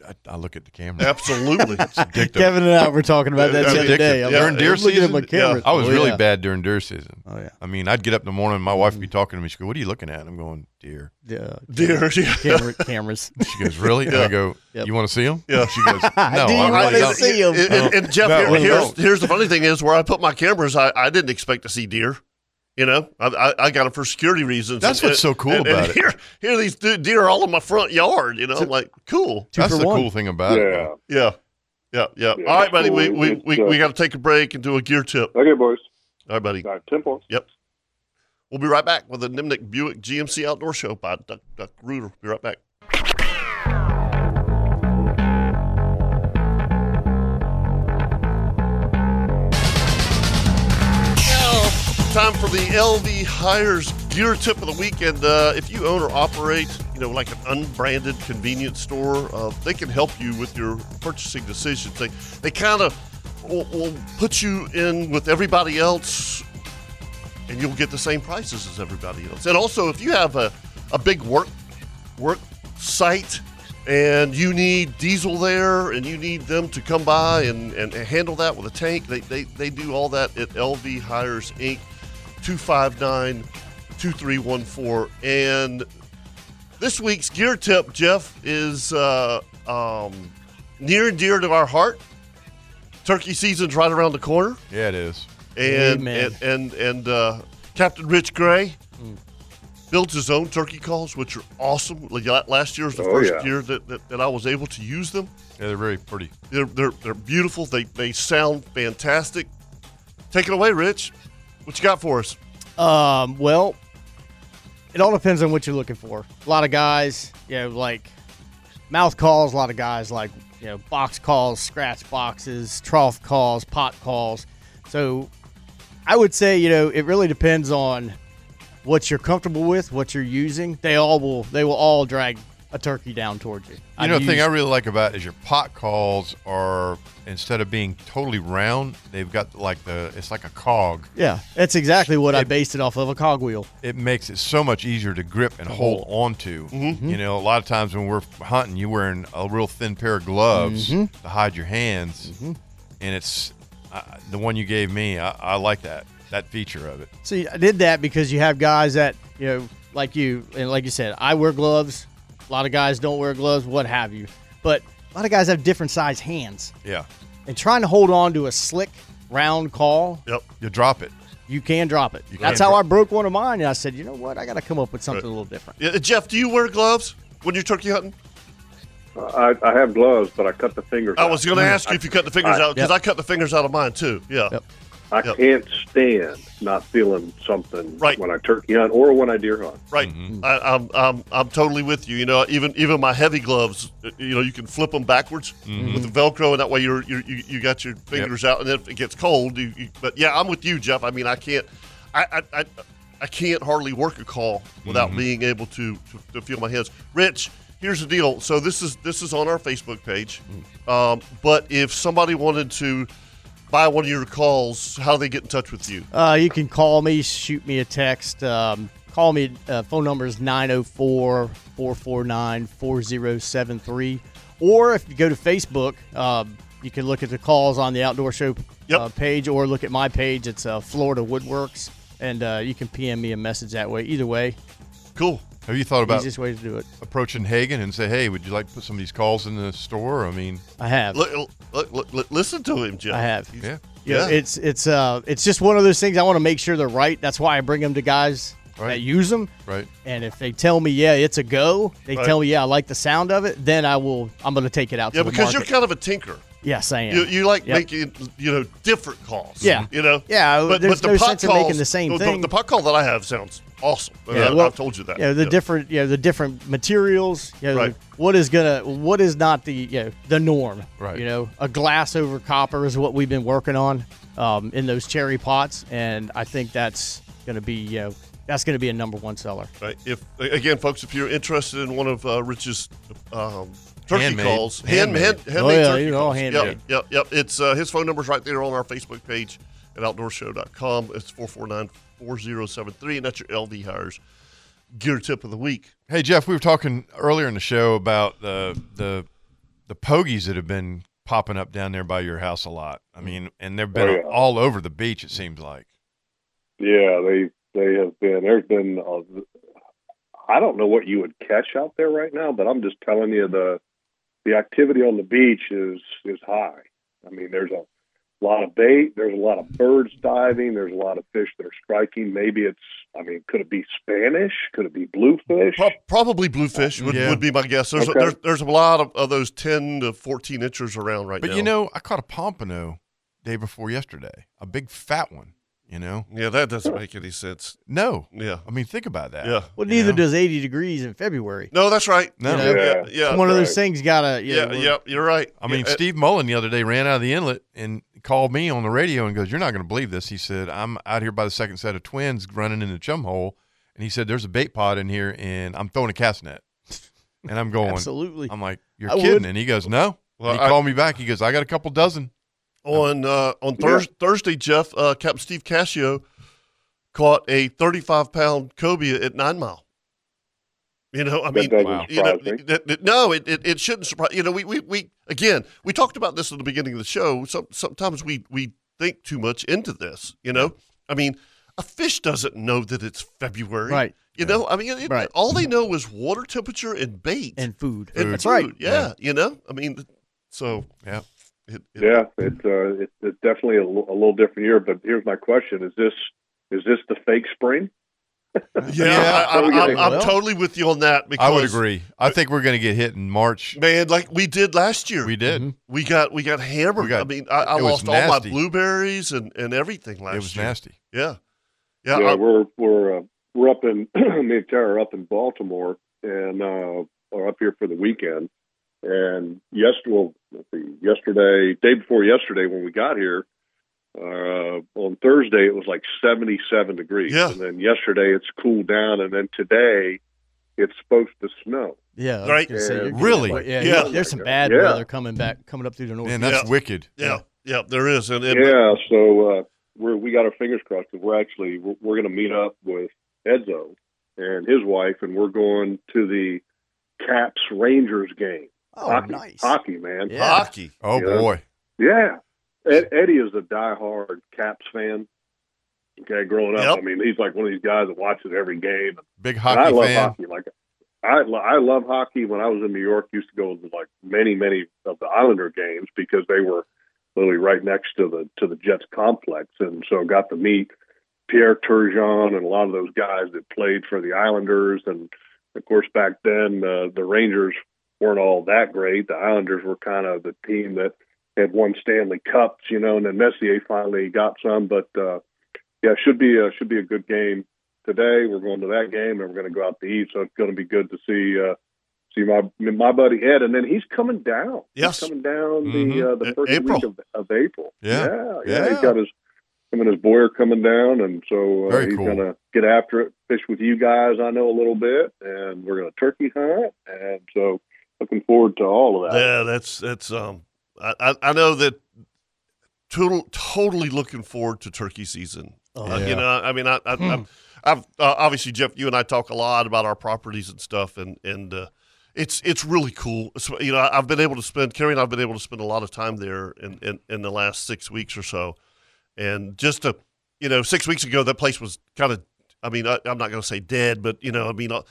D: I, I look at the camera.
B: Absolutely.
D: Addictive.
F: Kevin and I were talking about that
B: Yeah,
F: the
B: yeah,
F: other day.
D: addictive.
F: I'm
D: During
F: like,
D: deer
F: looking
D: season,
F: at my
D: yeah,
F: camera.
D: I was
F: Oh,
D: really
F: yeah.
D: bad during deer season.
F: Oh yeah,
D: I mean, I'd get up in the morning, my wife would be talking to me. She go, "What are you looking at?" I'm going, "Deer."
F: yeah.
B: Dear, yeah.
F: Camera, cameras.
D: She goes, "Really?" And I go,
F: Yep.
D: "You want to see them?"
B: Yeah.
D: She goes, "No."
F: Do you
D: I
F: wanna
D: really don't."
F: see 'em?
B: And, and- and Jeff,
D: No,
B: here-
D: we
B: here's,
D: don't.
B: here's the funny thing is where I put my cameras, I, I didn't expect to see deer. You know, I, I, I got them for security reasons.
D: That's what's so cool
B: and- and
D: about it.
B: Here, here these de- deer all in my front yard. You know, I'm like, cool.
F: Two
D: That's
F: for
D: the
F: one.
D: cool thing about it.
I: Yeah.
D: though.
B: Yeah. Yeah. Yeah.
I: Yeah,
B: All right, buddy. We,
I: cool.
B: we,
I: It's,
B: we,
I: uh,
B: we got to take a break and do a gear tip.
I: Okay, boys.
B: All right, buddy.
I: All right, 10 points.
B: Yep. We'll be right back with the Nimnik Buick GMC Outdoor Show by Duck Duck Rooter. Be right back. Time for the LV Hires Gear Tip of the Week. And uh, if you own or operate, you know, like an unbranded convenience store, uh, they can help you with your purchasing decisions. They, they kind of will, will put you in with everybody else and you'll get the same prices as everybody else. And also, if you have a, a big work work site and you need diesel there and you need them to come by and, and, and handle that with a tank, they, they, they do all that at LV Hires Inc. 259 2314. And this week's gear tip, Jeff, is uh, um, near and dear to our heart. Turkey season's right around the corner
D: Yeah, it is.
B: and
F: Amen. Mm.
B: and and, and uh, Captain Rich Gray builds his own turkey calls, which are awesome. Like, la- Last year was the
I: Oh,
B: first
I: yeah.
B: year that, that, that I was able to use them.
D: Yeah, they're very pretty.
B: They're they're, they're beautiful. They they sound fantastic. Take it away, Rich. What you got for us?
F: Um, well, it all depends on what you're looking for. A lot of guys, you know, like mouth calls. A lot of guys like you know box calls, scratch boxes, trough calls, pot calls. So I would say you know it really depends on what you're comfortable with, what you're using. They all will they will all drag a turkey down towards you.
D: You know, the thing I really like about it is your pot calls are instead of being totally round, they've got like the it's like a cog.
F: yeah, that's exactly what I based it off of a cogwheel.
D: It makes it so much easier to grip and hold onto.
F: Mm-hmm.
D: You know, a lot of times when we're hunting, you're wearing a real thin pair of gloves
F: Mm-hmm.
D: to hide your hands, and it's uh, the one you gave me. I, I like that that feature of it.
F: See, I did that because you have guys that you know, like you, and like you said, I wear gloves. A lot of guys don't wear gloves, what have you. But a lot of guys have different size hands,
D: Yeah,
F: and trying to hold on to a slick round call,
B: Yep.
D: you drop it.
F: you can drop it.
D: You
F: That's
D: can
F: how
D: dro-
F: I broke one of mine, and I said, you know what, I got to come up with something a little different.
B: Yeah, uh, Jeff, do you wear gloves when you're turkey hunting?
I: I, I have gloves, but I cut the fingers.
B: I
I: out.
B: was going to ask you if you cut the fingers
I: Mm. I-
B: out because
F: Yep.
B: I cut the fingers out of mine too. Yeah.
F: Yep.
I: I
B: Yep.
I: can't stand not feeling something
B: Right.
I: when I turkey hunt or when I deer hunt.
B: Right. I, I'm, I'm, I'm totally with you. You know, even even my heavy gloves, uh, you know, you can flip them backwards
F: Mm-hmm.
B: with the Velcro, and that way you're, you're you you got your fingers out. And if it gets cold, you, you, but yeah, I'm with you, Jeff. I mean, I can't, I I, I, I can't hardly work a call without
F: Mm-hmm.
B: being able to, to to feel my hands. Rich, here's the deal. So this is this is on our Facebook page,
F: Mm-hmm.
B: um, but if somebody wanted to buy one of your calls, how do they get in touch with you?
F: Uh, you can call me, shoot me a text. Um, call me. Uh, phone number is 904 449 4073. Or if you go to Facebook, um, you can look at the calls on the Outdoor Show
B: Yep.
F: uh, page or look at my page. It's uh, Florida Woodworks. And uh, you can PM me a message that way. Either way,
B: Cool.
D: Have you thought about
F: Easiest way to do it.
D: approaching Hagen and say, "Hey, would you like to put some of these calls in the store?" I mean,
F: I have.
B: Look, look, look, look- listen to him, Jeff.
F: I have.
D: yeah,
F: Yeah,
B: Yeah.
F: it's it's uh it's just one of those things. I want to make sure they're right. That's why I bring them to guys
D: Right.
F: that use them.
D: right.
F: And if they tell me, yeah, it's a go, they
B: Right.
F: tell me, yeah, I like the sound of it, then I will. I'm going to take it out.
B: Yeah,
F: to the
B: because you're
F: market.
B: kind of a tinker.
F: yes, I am.
B: You, you like
F: Yep.
B: making you know different calls.
F: Yeah.
B: you know.
F: Yeah, there's no
B: pot
F: sense in making the same
B: the,
F: thing.
B: The pot call that I have sounds awesome.
F: Yeah,
B: Yeah, I,
F: well,
B: have uh, told you that.
F: you know, the different, you know, the different materials. You know,
B: Right.
F: what is gonna, what is not the, you know, the norm.
D: Right.
F: You know, a glass over copper is what we've been working on um, in those cherry pots, and I think that's gonna be, you know, that's gonna be a number one seller.
B: Right. If again, folks, if you're interested in one of uh, Rich's um, turkey
D: Handmade.
B: calls, hand, hand,
D: Handmade.
B: handmade
F: Oh, yeah,
B: turkey
F: these are all
B: calls.
F: handmade.
B: Yep, yep, yep. It's uh, his phone number's right there on our Facebook page at outdoorshow.com. It's 449-4073, and that's your LV hires gear tip of the week.
D: Hey Jeff, we were talking earlier in the show about the the the pogies that have been popping up down there by your house a lot. I mean, and they've been
I: Oh, yeah.
D: all over the beach. It seems like.
I: Yeah, they they have been. There's been. Uh, I don't know what you would catch out there right now, but I'm just telling you the the activity on the beach is is high. I mean, there's a lot of bait. There's a lot of birds diving. There's a lot of fish that are striking. Maybe it's. I mean, could it be Spanish? Could it be bluefish?
B: Pro- probably bluefish would,
D: Yeah.
B: would be my guess. There's,
I: Okay.
B: there's there's a lot of, of those ten to fourteen inchers around right
D: But
B: now.
D: you know, I caught a pompano day before yesterday, a big fat one. You know,
B: yeah, that doesn't make any sense.
D: no,
B: Yeah,
D: I mean, think about that.
B: Mm. yeah.
F: Well,
D: You
F: neither
D: know?
F: does 80 degrees in February.
B: No, that's right.
D: No.
F: You know?
B: yeah,
I: Yeah.
B: yeah,
F: It's one of
I: right.
F: those things. Gotta. You
B: yeah,
F: know,
B: yeah. You're right.
D: I mean,
B: Yeah, uh,
D: Steve Mullen the other day ran out of the inlet and called me on the radio and goes, "You're not going to believe this." He said, "I'm out here by the second set of twins running in the chum hole," and he said, "There's a bait pod in here, and I'm throwing a cast net." And I'm going,
F: Absolutely.
D: I'm like, "You're
F: I
D: kidding?"
F: would.
D: And he goes, "No."
B: Well,
D: and he
B: I-
D: called me back. He goes, "I got a couple dozen."
B: on uh, on Thurs Thursday, Jeff uh, Captain Steve Cascio caught a 35 pound cobia at Nine Mile. You know, I mean,
I: doesn't Wow.
B: you know,
I: surprise me.
B: that- that- no, it, it, it shouldn't surprise. You know, we, we, we again, we talked about this at the beginning of the show. Some sometimes we we think too much into this. You know, I mean, a fish doesn't know that it's February,
F: Right.
B: You know, I mean, it,
F: Right.
B: all they know is water temperature and bait
F: And food.
B: and
F: That's right.
B: food. Yeah, you know, I mean, so yeah, it, it-
I: Yeah, it's uh, it, it's definitely a, l- a little different year. But here's my question: Is this is this the fake spring?
B: Yeah,
D: Yeah,
B: I, I,
I: I
B: I'm,
I: think-
B: I'm
F: Well-
B: totally with you on that. Because,
D: I would agree. I think we're going to get hit in March.
B: man. Like we did last year,
D: We did.
F: Mm-hmm.
B: we got we got hammered.
D: We got-
B: I mean, I, I
D: it was
B: lost all my
D: nasty.
B: blueberries and, and everything last
D: It was
B: year.
D: nasty.
B: Yeah, yeah,
I: yeah,
B: I-
I: we're we're uh, we're up in me and Tara are up in Baltimore and uh, are up here for the weekend. And yesterday, well, let's see, yesterday, day before yesterday, when we got here uh, on Thursday, it was like seventy-seven degrees,
B: Yeah.
I: and then yesterday it's cooled down, and then today it's supposed to snow.
F: Yeah. I was
B: Right.
F: gonna say, you're getting-
D: Really?
F: Yeah.
B: Yeah.
F: There's some bad
I: Yeah.
F: weather coming back, coming up through the north.
D: Man, that's
B: Yeah.
D: wicked.
B: yeah, yeah, There is, and, and
I: Yeah, so uh, we're we got our fingers crossed because we're actually we're, we're going to meet up with Edzo and his wife, and we're going to the Caps Rangers game.
F: oh,
I: hockey,
F: nice.
I: hockey, man.
F: Yeah.
B: hockey.
D: Oh
I: Yeah.
D: boy.
I: Yeah. Ed, Eddie is a diehard Caps fan. Okay, growing up,
B: Yep.
I: I mean, he's like one of these guys that watches every game.
D: Big
I: And I
D: hockey
I: love
D: fan.
I: hockey. Like, I lo- I love hockey. When I was in New York, used to go to like many many of the Islander games because they were literally right next to the to the Jets complex, and so got to meet Pierre Turgeon and a lot of those guys that played for the Islanders. And of course, back then uh, the Rangers weren't all that great. The Islanders were kind of the team that had won Stanley Cups, you know, and then Messier finally got some. But uh, yeah, should be a, should be a good game today. We're going to that game, and we're going to go out to eat. So it's going to be good to see uh, see my my buddy Ed, and then he's coming down.
B: Yes.
I: he's coming down the uh,
B: A-
I: the first
B: April.
I: week of, of April.
D: Mm-hmm. Yeah.
I: yeah, yeah,
D: Yeah.
I: He's got his him and his boy are coming down, and so uh,
D: Very
I: he's
D: cool.
I: going to get after it, fish with you guys. I know a little bit, and we're going to turkey hunt, and so looking forward to all of that.
B: Yeah, that's that's um, I I, I know that. Total, totally looking forward to turkey season. Uh, You know, I mean, I, I, I'm, I've uh, obviously Jeff, you and I talk a lot about our properties and stuff, and and uh, it's it's really cool. It's, you know, I've been able to spend Carrie and I've been able to spend a lot of time there in in, in the last six weeks or so, and just to you know, six weeks ago that place was kind of. I mean, I, I'm not going to say dead, but you know, I mean, uh,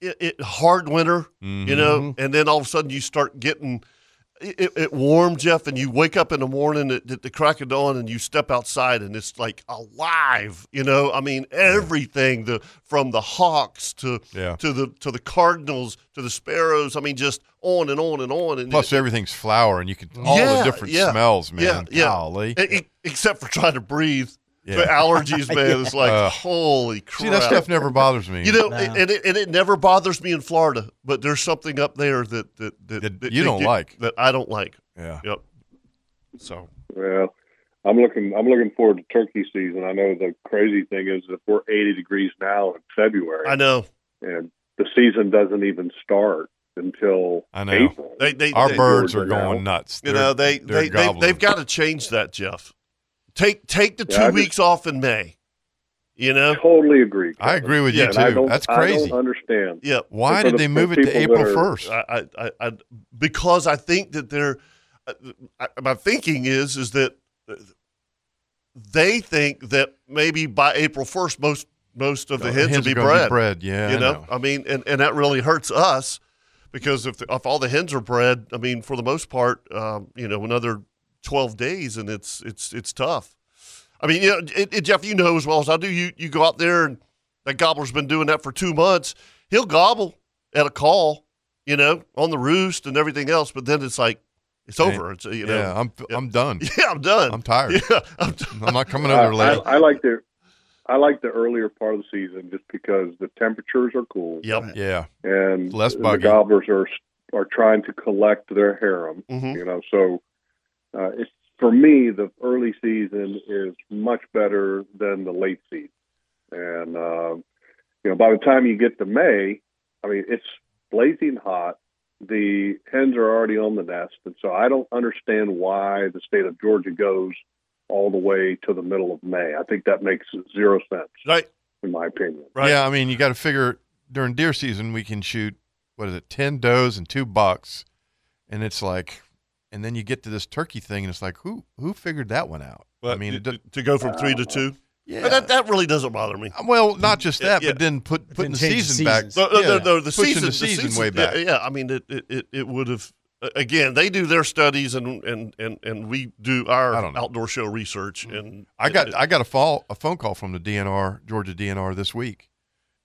B: it, it hard winter, you know,
D: Mhm.
B: and then all of a sudden you start getting it, it- it warm, Jeff, and you wake up in the morning at, at the crack of dawn and you step outside and it's like alive, you know. I mean, everything the from the hawks to
D: Yeah.
B: to the to the cardinals to the sparrows. I mean, just on and on and on. And
D: Plus,
B: it-
D: everything's flour, and you can all
B: Yeah,
D: the different
B: yeah,
D: smells,
B: yeah,
D: man.
B: yeah.
D: Golly.
B: E- e- except for trying to breathe.
D: Yeah.
B: The allergies, man,
D: Yeah.
B: it's like
D: Ugh.
B: holy crap.
D: See, that stuff never bothers me.
B: You know, and, it, and it never bothers me in Florida, but there's something up there that that, that, that-
D: you
B: that
D: don't like.
B: that I don't like.
D: Yeah.
B: Yep. So
I: Well, I'm looking. I'm looking forward to turkey season. I know the crazy thing is that we're 80 degrees now in February,
B: I know
I: and the season doesn't even start until
D: I know.
I: April.
B: they, they
D: Our
B: they-
D: birds are
I: Georgia now.
D: going nuts.
B: You
D: They're-
B: know they
D: they're
B: they, they
D: gobbling.
B: they've got to change that, Jeff. Take take the two
I: Yeah, I just-
B: weeks off in May. You know.
I: Totally agree.
D: I
I: Kevin.
D: agree with
B: Yeah,
D: you
I: And I
D: too.
I: don't,
D: That's
I: I
D: crazy.
I: don't understand.
B: Yeah.
D: Why
I: for
D: did
I: the-
D: they
I: for
D: move it to
I: people
D: April
I: that are-
D: first?
B: I, I, I, I because I think that they're I, my thinking is is that they think that maybe by April first most most of the
D: The
B: heads will
D: Oh, hens
B: be
D: are gonna be
B: bred.
D: bred, yeah,
B: you
D: I
B: know?
D: know.
B: I mean, and, and that really hurts us because if if all the hens are bred, I mean, for the most part, um, you know, another twelve days, and it's it's it's tough. I mean, you know, it, it- Jeff, you know as well as I do. You you go out there and that gobbler's been doing that for two months. He'll gobble at a call, you know, on the roost and everything else. But then it's like it's
D: Ain't-
B: over. It's you know,
D: Yeah, I'm I'm done.
B: yeah, I'm done.
D: I'm tired.
B: Yeah, I'm done.
D: I'm not coming over there
I: I,
D: later.
I: Uh, I, I like the I like the earlier part of the season just because the temperatures are cool
B: Yep.
D: Yeah,
I: and
D: Less
I: the
D: buggy.
I: gobblers are are trying to collect their harem.
B: Mhm.
I: You know, so uh, it's for me the early season is much better than the late season, and uh, you know by the time you get to May, I mean it's blazing hot. The hens are already on the nest, and so I don't understand why the state of Georgia goes all the way to the middle of May. I think that makes zero sense
B: Right.
I: in my opinion.
B: Right.
D: yeah. I mean, you got to figure during deer season we can shoot what is it, ten does and two bucks, and it's like, and then you get to this turkey thing, and it's like, who who figured that one out? I mean, it,
B: to,
D: does
B: to go from three to two.
D: yeah.
B: But that that really doesn't bother me.
D: Uh, well, not just that,
B: Yeah.
D: but then put putting the
F: change the
D: season back.
F: seasons.
B: No, no,
D: yeah,
B: no, no, the,
D: pushing
B: season,
D: the season
B: season-
D: way back.
B: Yeah, yeah, I mean, it it, it, it would have again. They do their studies, and and and, and we do our
D: I don't know. Mm.
B: outdoor show research. And
D: I got I got a fall a phone call from the DNR Georgia DNR this week,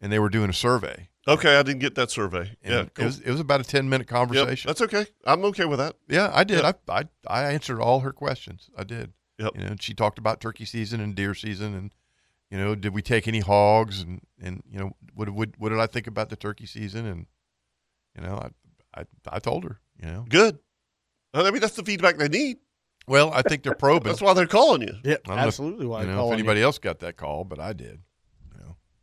D: and they were doing a survey.
B: okay. I didn't get that survey.
D: And
B: yeah,
D: it
B: cool.
D: was it was about a ten minute
B: Yep,
D: conversation.
B: that's okay. I'm okay with that.
D: yeah, I did. I, I I answered all her questions. I did.
B: Yep.
D: You know, and she talked about turkey season and deer season, and you know, did we take any hogs, and and you know, what what what did I think about the turkey season, and you know, I I, I told her, you know.
B: Good. I mean, that's the feedback they need.
D: Well, I think they're probing.
B: That's why they're calling you.
F: Yeah,
D: I don't know if-
F: absolutely. Why
D: you
F: I
D: know,
F: call
D: if
F: on
D: anybody else got that call, but I did.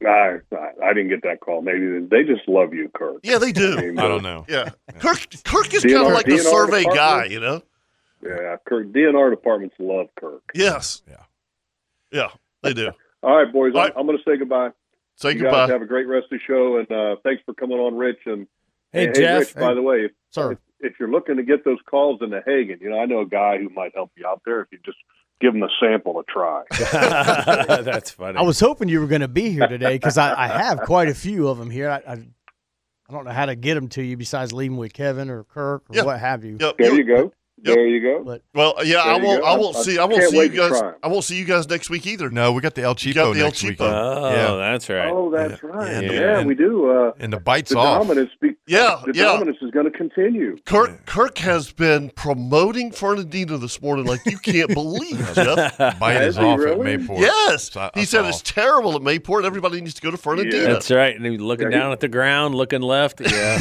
I: I, I I didn't get that call. Maybe they just love you, Kirk.
B: Yeah, they
I: I
B: do.
I: mean,
D: know.
B: yeah, Kirk. Kirk is kind
I: DNR
B: of like the
I: DNR
B: survey
I: department?
B: guy, you know.
I: Yeah, Kirk. DNR departments love Kirk.
B: Yes.
D: Yeah.
B: Yeah, they do.
I: All right, boys.
B: All
I: I'm-
B: right.
I: I'm, going to say goodbye.
B: Say
I: you guys
B: goodbye.
I: have a great rest of the show, and uh, thanks for coming on, Rich. And
E: Hey,
I: and,
E: Jeff.
I: Rich, by the way, if,
F: Sir.
I: if, if you're looking to get those calls into Hagen, you know I know a guy who might help you out there if you just give him a sample to try.
E: That's funny.
F: I was hoping you were going to be here today because I, I have quite a few of them here. I, I I don't know how to get them to you besides leaving with Kevin or Kirk or
B: Yeah.
F: what have you.
B: Yep,
I: There
B: you-
I: you go. There you go.
F: But-
B: Well, yeah,
I: There
B: I
I: you
B: won't.
I: go.
B: I won't
I: I-
B: see.
I: I
B: I won't
I: can't
B: see you
I: wait to
B: guys.
I: try 'em.
B: I won't see you guys next week either.
D: No, we got the El Cheapo
B: got the El
D: next
B: Cheapo.
D: week.
E: Oh,
D: Yeah.
E: that's right.
I: Oh, that's
D: Yeah.
I: right.
D: Yeah,
I: Yeah,
D: and-
I: we do. Uh,
D: And the bites
I: the
D: off.
I: dominance. Be-
B: Yeah,
I: the
B: yeah.
I: dominance is going to continue.
B: Kirk Kirk has been promoting Fernandina this morning like you can't believe, Jeff.
D: Bite
I: Has
D: is
I: he
D: off
I: really?
D: at Mayport.
B: Yes,
D: So I- I
B: he said
D: saw.
B: it's terrible at Mayport. Everybody needs to go to Fernandina.
E: That's right. And he was looking
I: Yeah, he-
E: down at the ground, looking left. Yeah.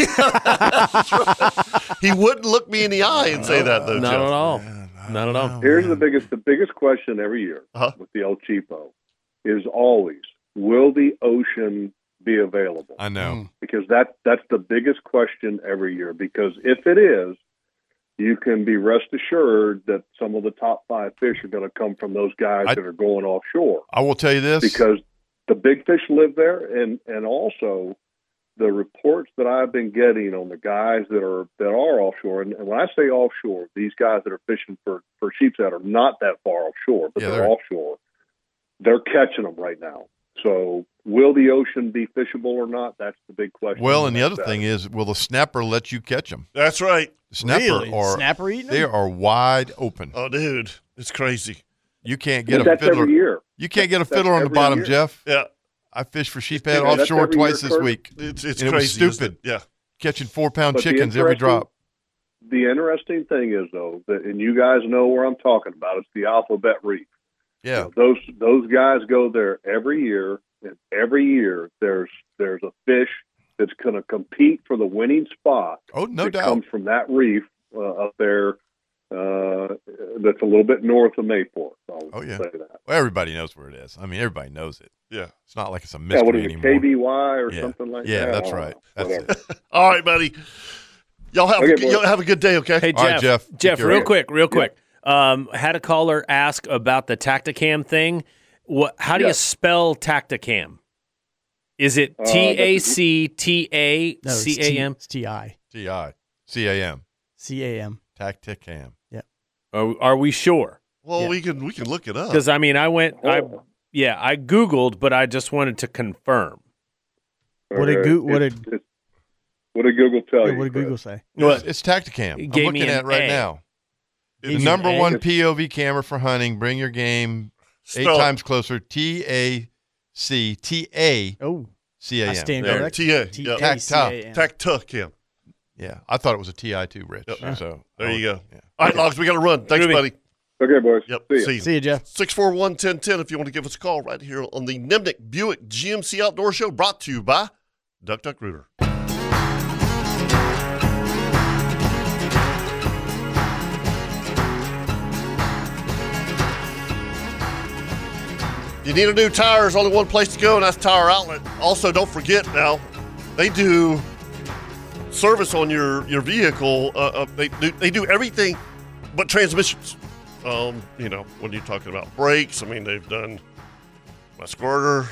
B: he wouldn't look me in the eye and say that though,
E: Not
B: Jeff.
E: at all. Not at all.
I: Oh, Here's the biggest the biggest question every year
B: Uh-huh.
I: with the El Cheapo is always will the ocean be available?
D: I know.
I: Because that that's the biggest question every year. Because if it is, you can be rest assured that some of the top five fish are going to come from those guys
D: I-
I: that are going offshore
D: I will tell you this.
I: because the big fish live there, and and also the reports that I've been getting on the guys that are that are offshore, and, and when I say offshore, these guys that are fishing for for sheep's that are not that far offshore, but
D: Yeah,
I: they're,
D: they're-
I: offshore, they're catching them right now. So, will the ocean be fishable or not? That's the big question.
D: Well, and the other thing is, will the snapper let you catch them?
B: That's right.
D: Snapper are
F: Snapper eating
D: they
F: them?
D: are wide open.
B: Oh, dude, it's crazy.
D: You can't
I: But
D: get a
I: that's
D: fiddler.
I: every year.
D: You can't get a
I: That's
D: fiddler on the
I: every
D: bottom,
I: year.
D: Jeff.
B: Yeah,
D: I fished for sheephead
I: Yeah, that's
D: offshore
I: every year,
D: twice this
I: Kurt.
D: week,
B: it's it's
D: And it was
B: crazy. isn't
D: stupid.
B: it? Yeah,
D: catching four pound
I: But the
D: chickens every
I: interesting-
D: drop.
I: The interesting thing is, though, that and you guys know where I'm talking about. It's the Alphabet Reef.
D: Yeah,
I: Those those guys go there every year, and every year there's there's a fish that's going to compete for the winning spot.
D: Oh, no
I: that
D: doubt.
I: comes from that reef uh, up there. Uh, that's a little bit north of Mayport. I'll
D: Oh, yeah.
I: say that.
D: Well, everybody knows where it is. I mean, everybody knows it.
B: yeah.
D: It's not like it's a mystery
I: Yeah, what is it,
D: anymore.
I: KBY or
D: Yeah.
I: something like
D: yeah,
I: that? Oh,
D: that's
I: I don't
D: right.
I: know.
D: That's
I: Whatever.
D: it.
B: All right, buddy. Y'all have a
I: Okay,
B: good,
I: boys.
B: y'all have a good day. Okay.
E: Hey
D: All right,
E: Jeff,
D: Jeff, take
E: Jeff,
D: care.
E: real quick, real quick. Um, had a caller ask about the Tacticam thing. What? How do you
I: Yes.
E: spell Tacticam? Is it
I: Uh, that's-
E: T A C E T A
F: No, it's
E: C
F: T-
E: A M?
F: It's T I
D: T I C A M
F: C A M.
D: Tacticam.
E: Are are we sure?
B: Well,
F: Yeah.
B: we can we can look it up.
E: Because I mean, I went, I
I: Oh.
E: yeah, I googled, but I just wanted to confirm.
F: What did
I: Okay.
F: Goo- what
I: It's-
F: did-
I: it's- what did Google tell
F: Yeah,
I: you?
F: what did
I: Chris?
F: Google say?
D: It's,
E: What?
D: it's Tacticam.
E: It
D: I'm
E: gave
D: looking
E: me an
D: at it right
E: A.
D: now. The
E: Gave you
D: number
E: an A?
D: one POV camera for hunting. Bring your game eight
B: Spell it.
D: times closer. T A C T A
F: Oh,
D: C A
F: I
D: M.
F: stand
D: There it
B: Yeah,
F: correct.
B: T A.
F: T
B: Yeah.
F: A C A M.
B: Tac Tuck him.
D: Yeah, I thought it was a TI too, Rich.
B: Yep.
D: So
B: There
D: I
B: you
D: was-
B: go.
D: yeah.
B: All right, Logs, we got to run. Thanks,
E: Groovy.
B: buddy.
I: Okay, boys.
B: Yep.
I: See ya.
B: See you.
F: See you, Jeff.
B: 641 1010 if you want to give us a call right here on the Nimnik Buick GMC Outdoor Show brought to you by Duck Duck Rooter. If you need a new tire, there's only one place to go, and that's Tire Outlet. Also, don't forget now, they do service on your, your vehicle. Uh, uh, they, do, they do everything but transmissions. Um, you know, when you're talking about brakes, I mean, they've done my squirter,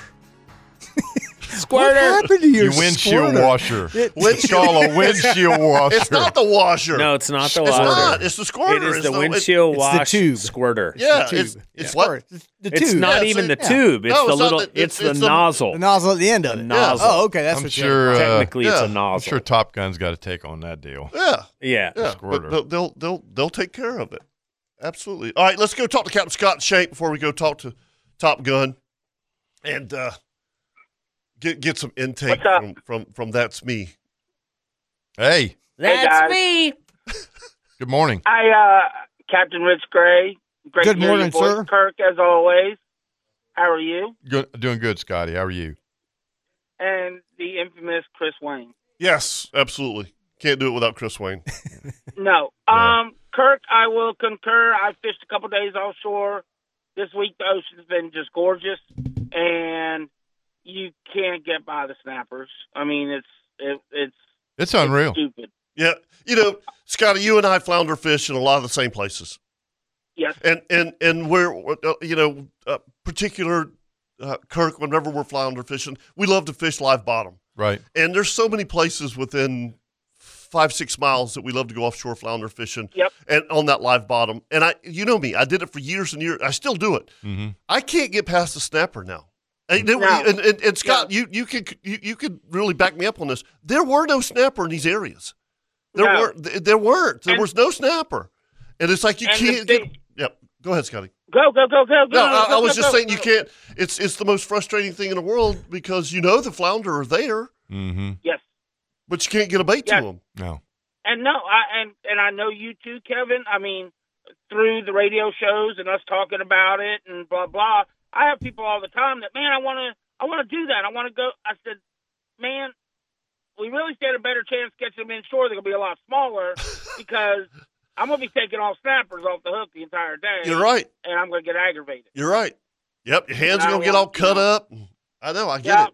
F: What happened to your
D: Your windshield
F: squirter?
D: washer.
F: It-
D: Let's call a windshield washer.
B: It's not the washer.
E: No, it's not the
B: it's
E: water.
B: not. It's the squirter.
E: It is
B: It's
E: the
B: it-
E: windshield
F: it's the
E: wash
F: tube.
E: squirter.
B: yeah,
F: the
B: it's,
F: tube.
B: it's
F: Yeah.
B: what?
F: The
E: It's
F: tube.
E: not
B: Yeah,
E: even
B: so-
E: the tube. It's
B: No,
E: the
B: it's not
E: little.
B: the-
E: It's,
B: it's-
E: the
B: it's the-
E: nozzle.
F: The nozzle at the end of it.
E: The nozzle.
F: Oh, okay. That's
D: I'm
F: what
D: sure. Uh,
E: Technically,
B: yeah,
E: it's a
B: I'm
D: I'm
E: nozzle.
D: sure Top Gun's got a take on that deal.
B: Yeah,
E: Yeah.
B: yeah.
D: Squirter.
B: But they'll, they'll they'll they'll take care of it. Absolutely. All right, let's go talk to Captain Scott Shank before we go talk to Top Gun, and uh, get get some intake
J: What's up?
B: from, from from that's me.
D: Hey,
J: Hey, guys.
E: me.
D: good morning.
J: I, uh, Captain Rich Gray. Great
F: Good
J: to hear your
F: morning,
J: voice,
F: sir.
J: Kirk, as always. How are you?
D: Good, doing good, Scotty. How are you?
J: And the infamous Chris Wayne.
B: Yes, absolutely. Can't do it without Chris Wayne.
J: No,
D: Yeah.
J: um, Kirk, I will concur. I fished a couple days offshore. This week the ocean's been just gorgeous, and you can't get by the snappers. I mean, it's it, it's
D: It's unreal.
J: stupid.
B: Yeah, you know, Scotty, you and I flounder fish in a lot of the same places.
J: Yes.
B: and and and we're uh, you know uh, particular uh, Kirk whenever we're flounder fishing, we love to fish live bottom.
D: Right.
B: And there's so many places within five six miles that we love to go offshore flounder fishing.
J: Yep.
B: And on that live bottom, and I you know me, I did it for years and years. I still do it.
D: Mm-hmm.
B: I can't get past the snapper now. And, there were-
J: No.
B: and, and, and Scott, you you could you, you could really back me up on this. There were no snapper in these areas. There
J: No.
B: were th- there weren't. There
J: And-
B: was no snapper, and it's like you
J: And the
B: can't
J: thing-
B: get. Yep, go ahead, Scotty.
J: Go go go go go.
B: No, I,
J: go,
B: I was
J: go,
B: just
J: go,
B: saying you
J: go.
B: can't. It's it's the most frustrating thing in the world because you know the flounder are there,
D: Mm-hmm.
J: Yes.
B: but you can't get a bait
J: Yeah.
B: to them.
D: No.
J: And no, I and and I know you too, Kevin. I mean, through the radio shows and us talking about it and blah blah. I have people all the time that, man, I want to, I want to do that. I want to go. I said, man, we really stand a better chance catching them inshore. They're gonna be a lot smaller because I'm gonna be taking all snappers off the hook the entire day,
B: You're right.
J: and I'm gonna get aggravated.
B: You're right. Yep, your hands are
J: I
B: gonna get all
J: want-
B: cut up. I know. I get
J: Yeah.
B: it.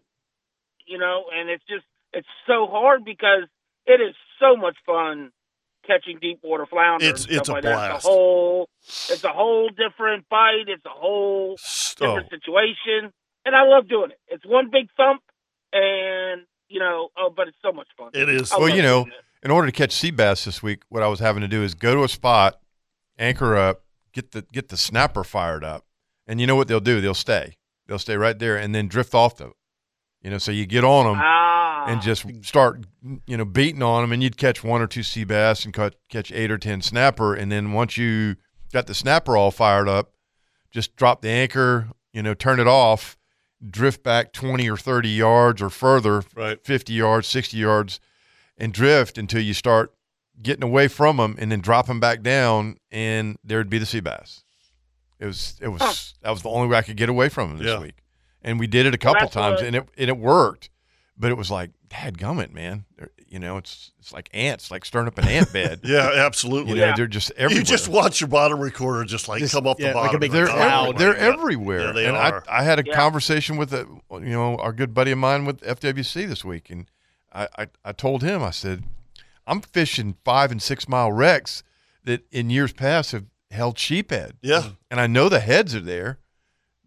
J: you know, and it's just it's so hard because it is so much fun catching deep water flounder.
B: It's-
J: and stuff
B: it's a
J: like That.
B: blast.
J: It's a whole, it's a whole different bite. It's a whole
B: Oh,
J: different situation, and I love doing it. It's one big thump, and you know, oh, but it's so much fun.
B: it is.
J: I
D: Well,
J: love
D: you know,
J: doing it.
D: in order to catch sea bass this week, what I was having to do is go to a spot, anchor up, get the get the snapper fired up, and you know what they'll do? They'll stay. They'll stay right there and then drift off the, you know. So you get on them
J: Ah.
D: and just start, you know, beating on them, and you'd catch one or two sea bass and cut, catch eight or ten snapper, and then once you got the snapper all fired up, just drop the anchor, you know, turn it off, drift back 20 or 30 yards or further, right. 50 yards, 60 yards, and drift until you start getting away from them and then drop them back down, and there'd be the sea bass. It was, it was, that was the only way I could get away from them this
B: Yeah.
D: week. And we did it a
B: Well,
D: couple
B: that's
D: times,
B: what-
D: and it, and it worked, but it was like, dad gummit, man. They're- You know, it's, it's like ants, like stirring up an ant bed.
B: Yeah, absolutely.
D: You know, they're just everywhere.
B: You just watch your bottom recorder just like come off the bottom.
D: They're everywhere. They're
B: Yeah.
D: everywhere.
B: Yeah, they
D: and
B: are.
D: I, I had a conversation with a, you know our good buddy of mine with FWC this week, and I, I I told him I said I'm fishing five and six mile wrecks that in years past have held sheephead.
B: Yeah.
D: and I know the heads are there,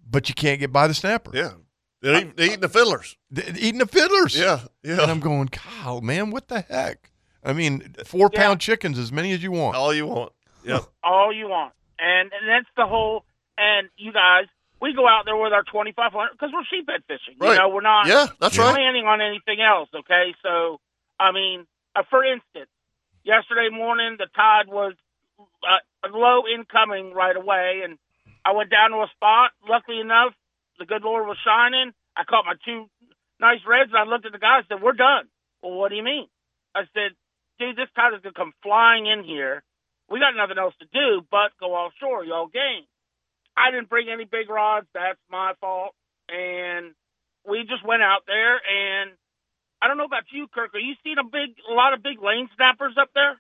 D: but you can't get by the snapper.
B: Yeah, they're, eat- they're eating the fiddlers.
D: They're eating the fiddlers.
B: Yeah, yeah.
D: And I'm going, Kyle, man, what the heck? I mean, four pound chickens, as many as you want.
B: All you want. Yeah.
J: all you want. And, and that's the whole. And you guys, we go out there with our 2500 because we're sheephead fishing. You
B: Right.
J: know, we're not
B: Yeah, that's right.
J: planning on anything else. Okay, so I mean, uh, for instance, yesterday morning the tide was uh, low incoming right away, and I went down to a spot. Luckily enough, the good Lord was shining. I caught my two nice reds, and I looked at the guy and said, "We're done." Well, what do you mean? I said, "Dude, this tide is gonna come flying in here." we got nothing else to do but go offshore, y'all game. I didn't bring any big rods, that's my fault. And we just went out there and I don't know about you, Kirk. Are you seeing a big a lot of big lane snappers up there?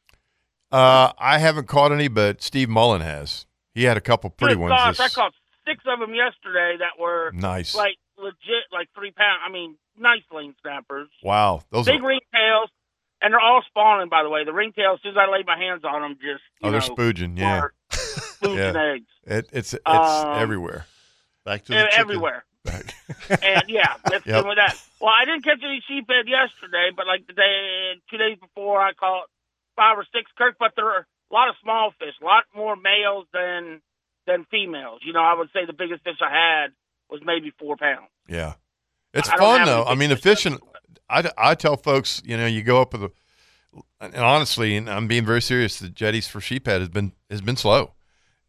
D: Uh, I haven't caught any, but Steve Mullen has. He had a couple pretty
J: Good
D: ones.
J: gosh,
D: this-
J: I caught six of them yesterday that were
D: Nice.
J: like legit like three pound I mean, nice lane snappers.
D: wow, those
J: big
D: are,
J: ringtails. And they're all spawning, by the way. The ringtails, as soon as I lay my hands on them, just
D: oh,
J: you
D: they're
J: know,
D: spooging. Yeah,
J: spooging eggs.
D: It, it's it's
J: Um,
D: everywhere.
B: Back
J: Yeah, e- everywhere. and yeah, let's
D: Yep.
J: go with that. Well, I didn't catch any sheephead yesterday, but like the day, two days before, I caught five or six Kirk. But there are a lot of small fish, a lot more males than than females. You know, I would say the biggest fish I had was maybe four pounds.
D: Yeah, it's
J: I don't
D: fun
J: have
D: though.
J: any
D: I mean, the fishing. I, I tell folks, you know, you go up with a, and honestly, and I'm being very serious. The jetties for sheephead has been has been slow,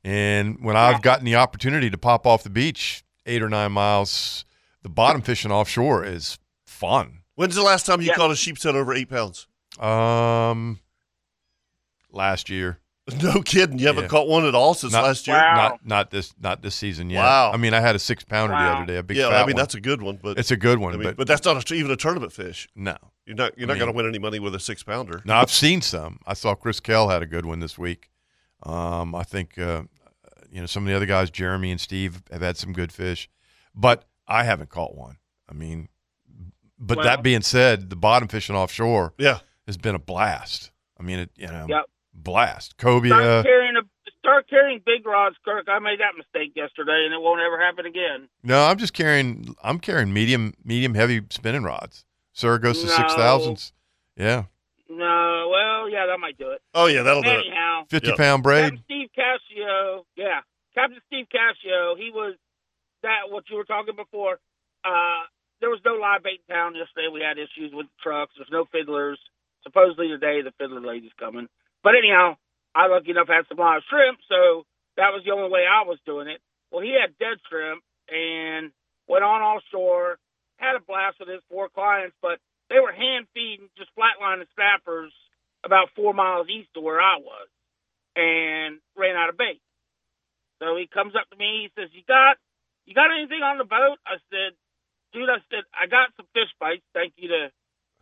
D: and when I've gotten the opportunity to pop off the beach eight or nine miles, the bottom fishing offshore is fun.
B: When's the last time you caught a sheep's head over eight pounds?
D: Um, last year.
B: No kidding. You haven't caught one at all since
D: Not-
B: last year.
D: Not not this not this season yet.
B: Wow.
D: I mean, I had a six pounder the other day. A big
B: yeah,
D: fat
B: I
D: one.
B: mean that's a good one, but
D: it's a good one.
B: I mean,
D: but
B: but that's not a, even a tournament fish.
D: No.
B: you're not. You're
D: I
B: not
D: mean-
B: going to win any money with a six pounder.
D: No, I've seen some. I saw Chris Kell had a good one this week. Um, I think uh, you know some of the other guys, Jeremy and Steve, have had some good fish, but I haven't caught one. I mean, but that being said, the bottom fishing offshore,
B: yeah,
D: has been a blast. I mean, it you know,
J: Yep.
D: blast.
J: Start
D: Cobia,
J: carrying a start carrying big rods, Kirk. I made that mistake yesterday, and it won't ever happen again.
D: No, I'm just carrying. I'm carrying medium, medium heavy spinning rods. Sir goes to
J: No.
D: six thousands. Yeah,
J: No, well, yeah, that might do it.
B: Oh, yeah, that'll do it.
J: Anyhow,
D: fifty pound braid.
J: Captain Steve Cascio, yeah, Captain Steve Cascio, he was that what you were talking before. Uh, there was no live bait in town yesterday. We had issues with the trucks. There's no fiddlers. Supposedly today the fiddler lady's coming. But anyhow, I lucky enough had some live shrimp, so that was the only way I was doing it. Well, he had dead shrimp and went on offshore, had a blast with his four clients, but they were hand feeding just flatlining snappers about four miles east of where I was and ran out of bait. So he comes up to me. He says, "You got, you got anything on the boat?" I said, "Dude, I said I got some fish bites. Thank you to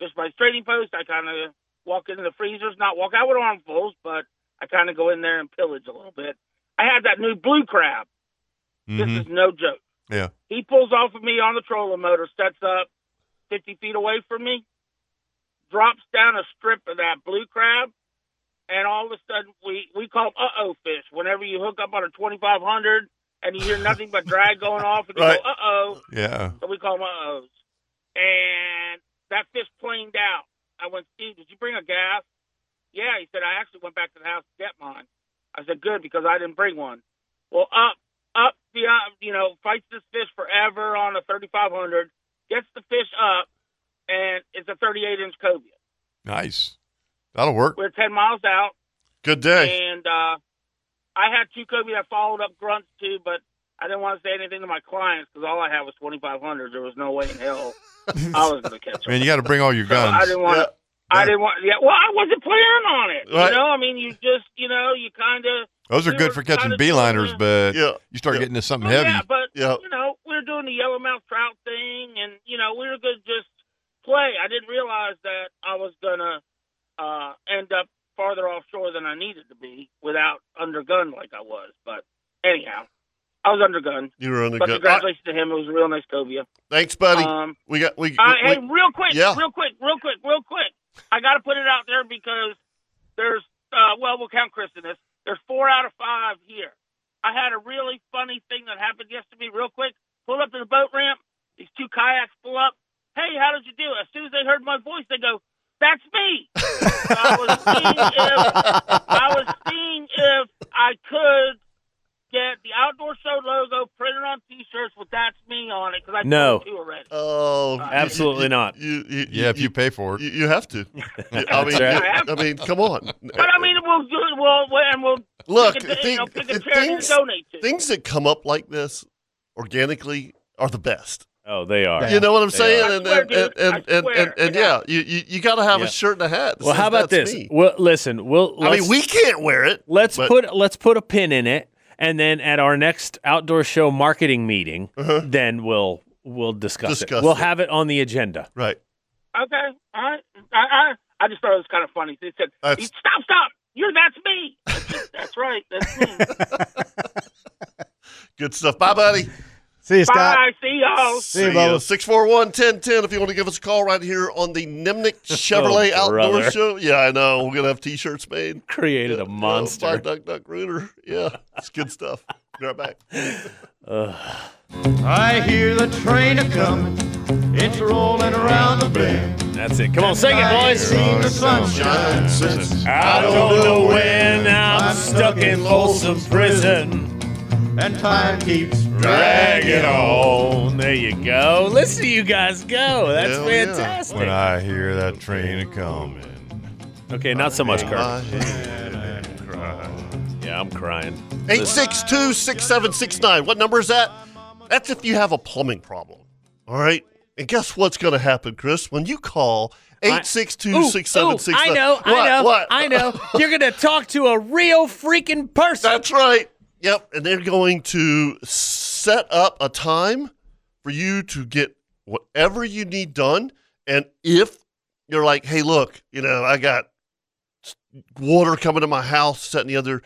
J: Fish Bites Trading Post. I kind of walk into the freezers, not walk out with armfuls, but I kind of go in there and pillage a little bit. I had that new blue crab.
D: Mhm.
J: This is no joke.
D: Yeah.
J: He pulls off of me on the trolling motor, sets up 50 feet away from me, drops down a strip of that blue crab, and all of a sudden we, we call uh oh fish. Whenever you hook up on a 2500 and you hear nothing but drag going off, and you
D: Right.
J: go uh oh,
D: Yeah.
J: so we call them uh ohs. And that fish planed out. I went, Steve, did you bring a gas? Yeah, he said, I actually went back to the house to get mine. I said, good, because I didn't bring one. Well, up, up the uh, you know fights this fish forever on a 3500, gets the fish up, and it's a 38 inch cobia.
D: Nice. That'll work.
J: We're 10 miles out,
B: Good day.
J: and uh, I had two cobia that followed up grunts too, but I didn't want to say anything to my clients because all I had was 2500. There was no way in hell I was going to catch them.
D: Man, you got to bring all your guns.
J: I didn't want to. I didn't want. Yeah, well, I wasn't planning on it.
D: Right.
J: You know, I mean, you just, you know, you kind of.
D: Those are good for catching beeliners, but
B: Yeah.
D: you start getting into something heavy.
J: Oh, Yeah, but
B: Yeah.
J: you know, we were doing the yellowmouth trout thing, and you know, we were gonna just play. I didn't realize that I was gonna uh, end up farther offshore than I needed to be without undergunned like I was. But anyhow, I was undergunned.
B: You were on the
J: But
B: good. All right,
J: congratulations to him. It was a real nice cobia.
B: thanks, buddy.
J: Um,
B: we got we.
J: uh,
B: we-
J: hey, real quick,
B: yeah.
J: real quick, real quick, real quick. I got to put it out there because there's, uh, well, we'll count Chris in this. There's four out of five here. I had a really funny thing that happened yesterday, real quick. Pull up to the boat ramp. These two kayaks pull up. Hey, how did you do? As soon as they heard my voice, they go, that's me. So I was seeing if I was seeing if I could get the outdoor show logo printed on T-shirts with "That's Me" on it because I
E: No.
J: did two already.
B: oh,
E: Absolutely not.
B: You, you,
D: yeah, if you pay for it.
B: you, you have to. I mean,
E: right.
B: you- I mean, come on.
J: But I mean, we'll do we'll, we'll and we'll
B: Look,
J: pick a,
B: thi-
J: you know, pick a
B: thi-
J: charity
B: things,
J: to donate to.
B: things that come up like this organically are the best.
E: Oh, they are.
B: You know what I'm
E: They
B: saying?
J: are.
B: And
J: I swear,
B: and and,
J: dude. I
B: and, and,
J: swear.
B: and, and yeah, you you, you got to have
E: Yeah.
B: a shirt and a hat. that
E: Well,
B: says,
E: how about
B: "That's
E: this?
B: me."
E: Well, listen. We'll.
B: I mean,
E: let's-
B: we can't wear it.
E: Let's
B: But-
E: put let's put a pin in it, and then at our next outdoor show marketing meeting, then we'll we'll discuss,
B: Uh-huh. Discuss
E: it. We'll
B: it.
E: have it on the agenda.
B: Right.
J: Okay, all right. I, I I just thought it was kind of funny. They said,
B: That's-
J: "Stop, stop! You're that's me." I said, that's right. That's me.
B: Good stuff. Bye, buddy.
F: See you, Scott.
J: Bye. See y'all.
F: See you, Bubba.
B: 641 1010 if you want to give us a call right here on the Nimnik Chevrolet
E: Oh,
B: Outdoor
E: brother.
B: Show. Yeah, I know. We're going to have t shirts made.
E: Created a
B: Yeah,
E: monster.
B: by Duck Duck Rooter. Yeah, it's good stuff. Be right back.
H: I hear the train a coming. It's rolling around the bend.
E: That's it. Come on, sing it, boys.
H: Seen the sunshine since
E: I don't know when I'm stuck in Folsom Prison.
H: and time keeps
E: Drag it on. There you go. Listen to you guys go. That's
B: Hell yeah.
E: fantastic.
D: When I hear that train a coming,
E: Okay, not so much,
B: My
E: Kirk.
B: head and cry.
E: Yeah, I'm crying.
B: 862 6769. What number is that? That's if you have a plumbing problem. All right. And guess what's going to happen, Chris? When you call
E: Ooh,
B: 862 6769.
E: ooh, Oh, I know,
B: What?
E: I know,
B: What?
E: I know. You're gonna talk to a real freaking person.
B: That's right. Yep. And they're going to set up a time for you to get whatever you need done. And if you're like, hey, look, you know, I got water coming to my house, that and the other,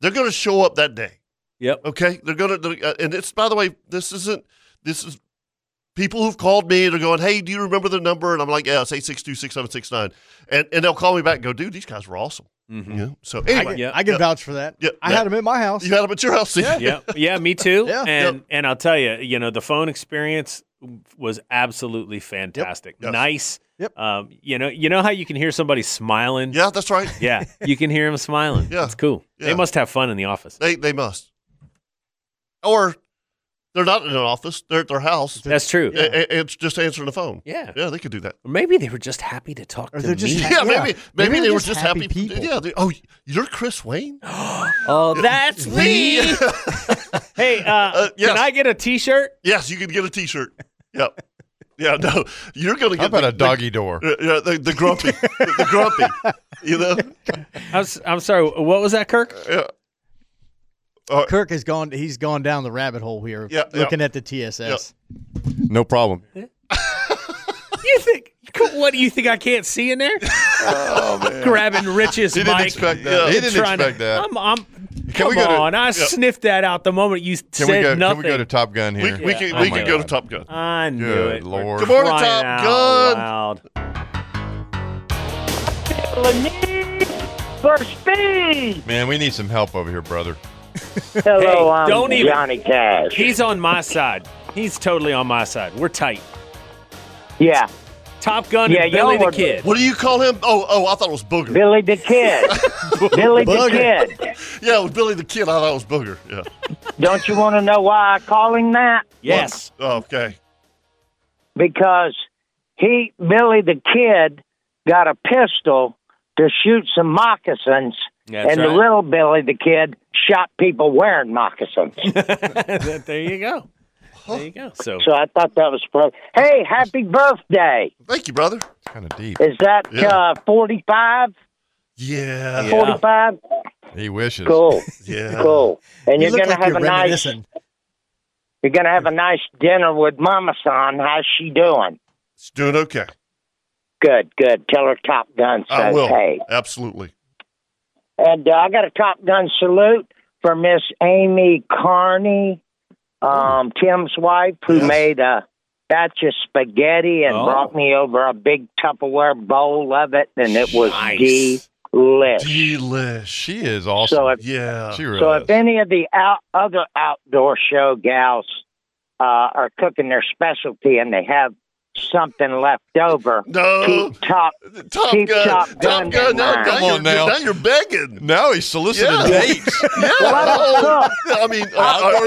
B: they're going to show up that day.
E: Yep.
B: Okay. They're going to, and it's, by the way, this isn't, this is people who've called me and are going, hey, do you remember the number? And I'm like, yeah, it's 862 6769. And, and they'll call me back and go, dude, these guys were awesome.
E: Mhm.
B: Yeah. So,
F: I,
B: anyway,
F: can-
E: Yeah.
F: I can vouch for that.
B: Yeah,
F: I
B: that-
F: had him at my house.
B: you had them at your house. see?
E: yeah, uh, yeah, me too.
F: Yeah.
E: and and I'll tell you, you know, the phone experience was absolutely fantastic.
B: Yes.
E: Nice.
F: Yep.
E: Um, you know, you know how you can hear somebody smiling.
B: Yeah, that's right.
E: Yeah, you can hear them smiling.
B: Yeah.
E: it's cool.
B: Yeah.
E: They must have fun in the office.
B: They they must. Or they're not in an office. They're at their house.
E: That's true.
B: a- a- and it's just answering the phone.
E: Yeah.
B: Yeah, they could do that.
E: Or maybe they were just happy to talk
F: Or
E: to
F: they're
E: me.
F: just happy.
B: Yeah,
F: Yeah.
B: maybe maybe,
F: Maybe
B: they
F: they're
B: were
F: just
B: just happy,
F: happy people.
B: Yeah. They, oh, you're Chris Wayne.
E: oh, that's me. hey, uh,
B: yes.
E: can I get a T-shirt?
B: yes, you could get a T-shirt. Yep. Yeah. No, you're gonna
D: how
B: get
D: about
B: the,
D: a doggy door?
B: The, yeah, the, the grumpy, the, the grumpy. You know.
E: I was, I'm sorry. What was that, Kirk?
B: Yeah. Uh,
F: Kirk has gone. He's gone down the rabbit hole here,
B: Yeah, yeah.
F: looking at the TSS.
D: No problem.
E: You think? What do you think? I can't see in there? Grabbing Rich's
D: He didn't
E: mic.
D: expect that. He didn't
E: trying to-
D: expect that.
E: I'm, I'm,
D: Can
E: come
D: we go to-
E: on. I sniffed that out the moment you
D: Can
E: said
D: we go?
E: nothing.
D: Can we go to Top Gun
B: We,
D: here?
B: we
E: Yeah.
B: can
E: Oh
B: we
E: my
B: can go to
E: God.
B: Top Gun.
E: I knew
D: Good
E: it.
D: Lord.
E: We're
D: Good
B: morning,
E: crying
B: Top
E: out
B: Gun.
E: loud.
J: For speed.
D: Man, we need some help over here, brother.
E: Hey,
K: Hello, I'm
E: don't even-
K: Johnny Cash.
E: He's on my side. He's totally on my side. We're tight.
K: yeah,
E: Top Gun
B: Yeah,
E: and Billy
B: y'all
E: the
B: were-
E: Kid.
B: What do you call him? Oh, oh, I thought it was Booger.
K: Billy the Kid. Billy the
B: Booger. yeah, it was Billy the Kid. I thought it was Booger. Yeah.
K: Don't you want to know why I call him that?
B: What? Oh, okay.
K: Because he, Billy the Kid, got a pistol to shoot some moccasins,
E: That's
K: and the
E: right.
K: little Billy the Kid shot people wearing moccasins.
E: there you go. There you go. So,
K: so I thought that was pro. Hey, happy birthday!
B: Thank you, brother.
D: Kind of deep.
K: Is that
D: Yeah.
K: uh, 45?
B: Yeah.
K: 45?
D: He wishes.
K: Cool.
B: Yeah.
K: Cool. And
F: You
K: are
F: look
K: gonna
F: like
K: have
F: you're
K: a nice
F: reminiscing.
K: you're gonna have a nice dinner with Mama Son. How's she doing?
B: It's doing okay.
K: Good, good. Tell her Top Gun says
B: Oh, I will.
K: hey.
B: Absolutely.
K: And uh, I got a Top Gun salute for Miss Amy Carney,
E: Mm.
K: um, Tim's wife, who made a batch of spaghetti and
E: Oh.
K: brought me over a big Tupperware bowl of it, and it was
E: Nice.
K: delish.
B: Delish.
D: She is awesome.
K: So if
B: Yeah.
D: she really
K: So
D: is.
K: if any of the out, other outdoor show gals uh, are cooking their specialty and they have something left over,
B: No.
K: keep top,
B: Top
K: keep
B: Gun.
K: top gun.
B: Top Gun.
K: in
B: No,
K: line.
B: now
D: Come
B: you're-
D: on now.
B: Now you're begging.
D: No, he's soliciting
B: Yeah.
D: dates.
B: Yeah.
K: Well,
B: I mean,
D: Outdoor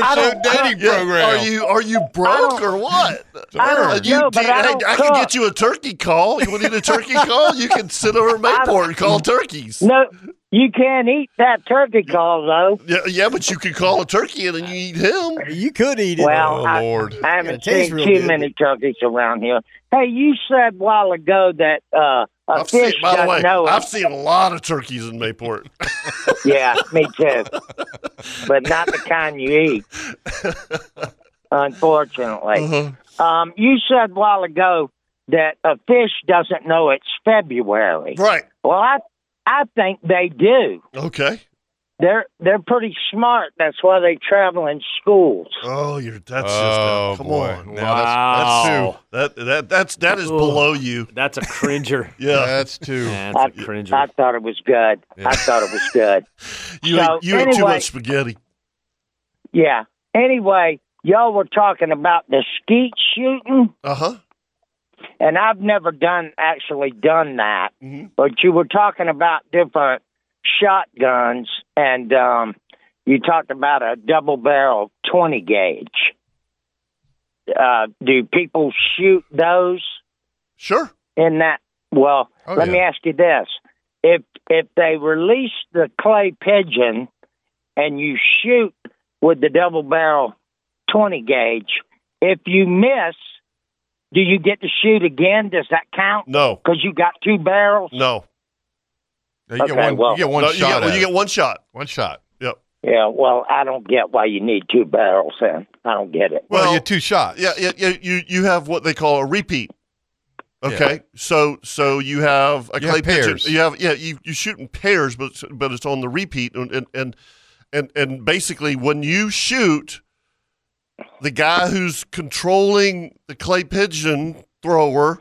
K: I
D: show
K: don't-
D: dating
B: Yeah,
D: program.
B: Are you are you broke or what?
K: I don't
B: you,
K: know, but
B: do-
K: I
B: hey,
K: don't
B: I can
K: cook.
B: get you a turkey call. You want to eat a turkey call? You can sit over at Mayport and call turkeys.
K: No, you can't eat that turkey call though.
B: Yeah, yeah, but you can call a turkey and then you eat him.
F: You could eat it.
K: Well,
D: oh
K: I,
D: Lord.
K: I
F: It
K: haven't
F: tastes
K: seen
F: real
K: too
F: good.
K: many turkeys around here. Hey, you said a while ago that uh, a
B: I've seen,
K: fish
B: by the
K: doesn't
B: way,
K: know
B: I've
K: it.
B: seen a lot of turkeys in Mayport.
K: Yeah, me too. but not the kind you eat, unfortunately.
B: Uh-huh.
K: Um, you said a while ago that a fish doesn't know it's February.
B: Right.
K: Well, I I think they do.
B: Okay.
K: They're they're pretty smart. That's why they travel in schools.
B: Oh, you're that's
D: oh
B: just come
D: boy.
B: on.
D: Now that's,
E: wow.
B: That that that's that is
E: Ugh.
B: below you.
E: That's, a cringer.
B: Yeah.
D: that's too.
E: That's
K: I,
E: a cringer.
K: I thought it was good.
D: Yeah.
K: I thought it was good.
B: You
K: So,
B: ate, you ate too
K: anyway-
B: much spaghetti.
K: Yeah. Anyway, y'all were talking about the skeet shooting.
B: Uh huh.
K: and I've never done actually done that,
D: Mm-hmm.
B: Mhm.
K: but you were talking about different shotguns, and um, you talked about a double barrel twenty gauge. Uh, do people shoot those
B: Sure.
K: in that? Well,
D: Oh,
K: let
D: yeah.
K: me ask you this: if if they release the clay pigeon and you shoot with the double barrel twenty gauge, if you miss, do you get to shoot again? Does that count?
B: No.
K: Because you got two barrels.
B: No.
D: You, get
K: Okay,
D: one,
K: well-
D: you get one
B: no, you
D: shot.
B: get,
D: at
B: you
D: it.
B: get one shot.
D: one shot.
B: Yep.
K: Yeah. Well, I don't get why you need two barrels. Then I don't get it.
D: Well,
B: Well,
D: you get two shots.
B: Yeah, yeah, yeah. You you have what they call a repeat. Okay, so so you have a
D: You
B: clay
D: have
B: pigeon.
D: pairs.
B: You have yeah. You you shoot in pairs, but it's- but it's on the repeat and and and and, and basically when you shoot, the guy who's controlling the clay pigeon thrower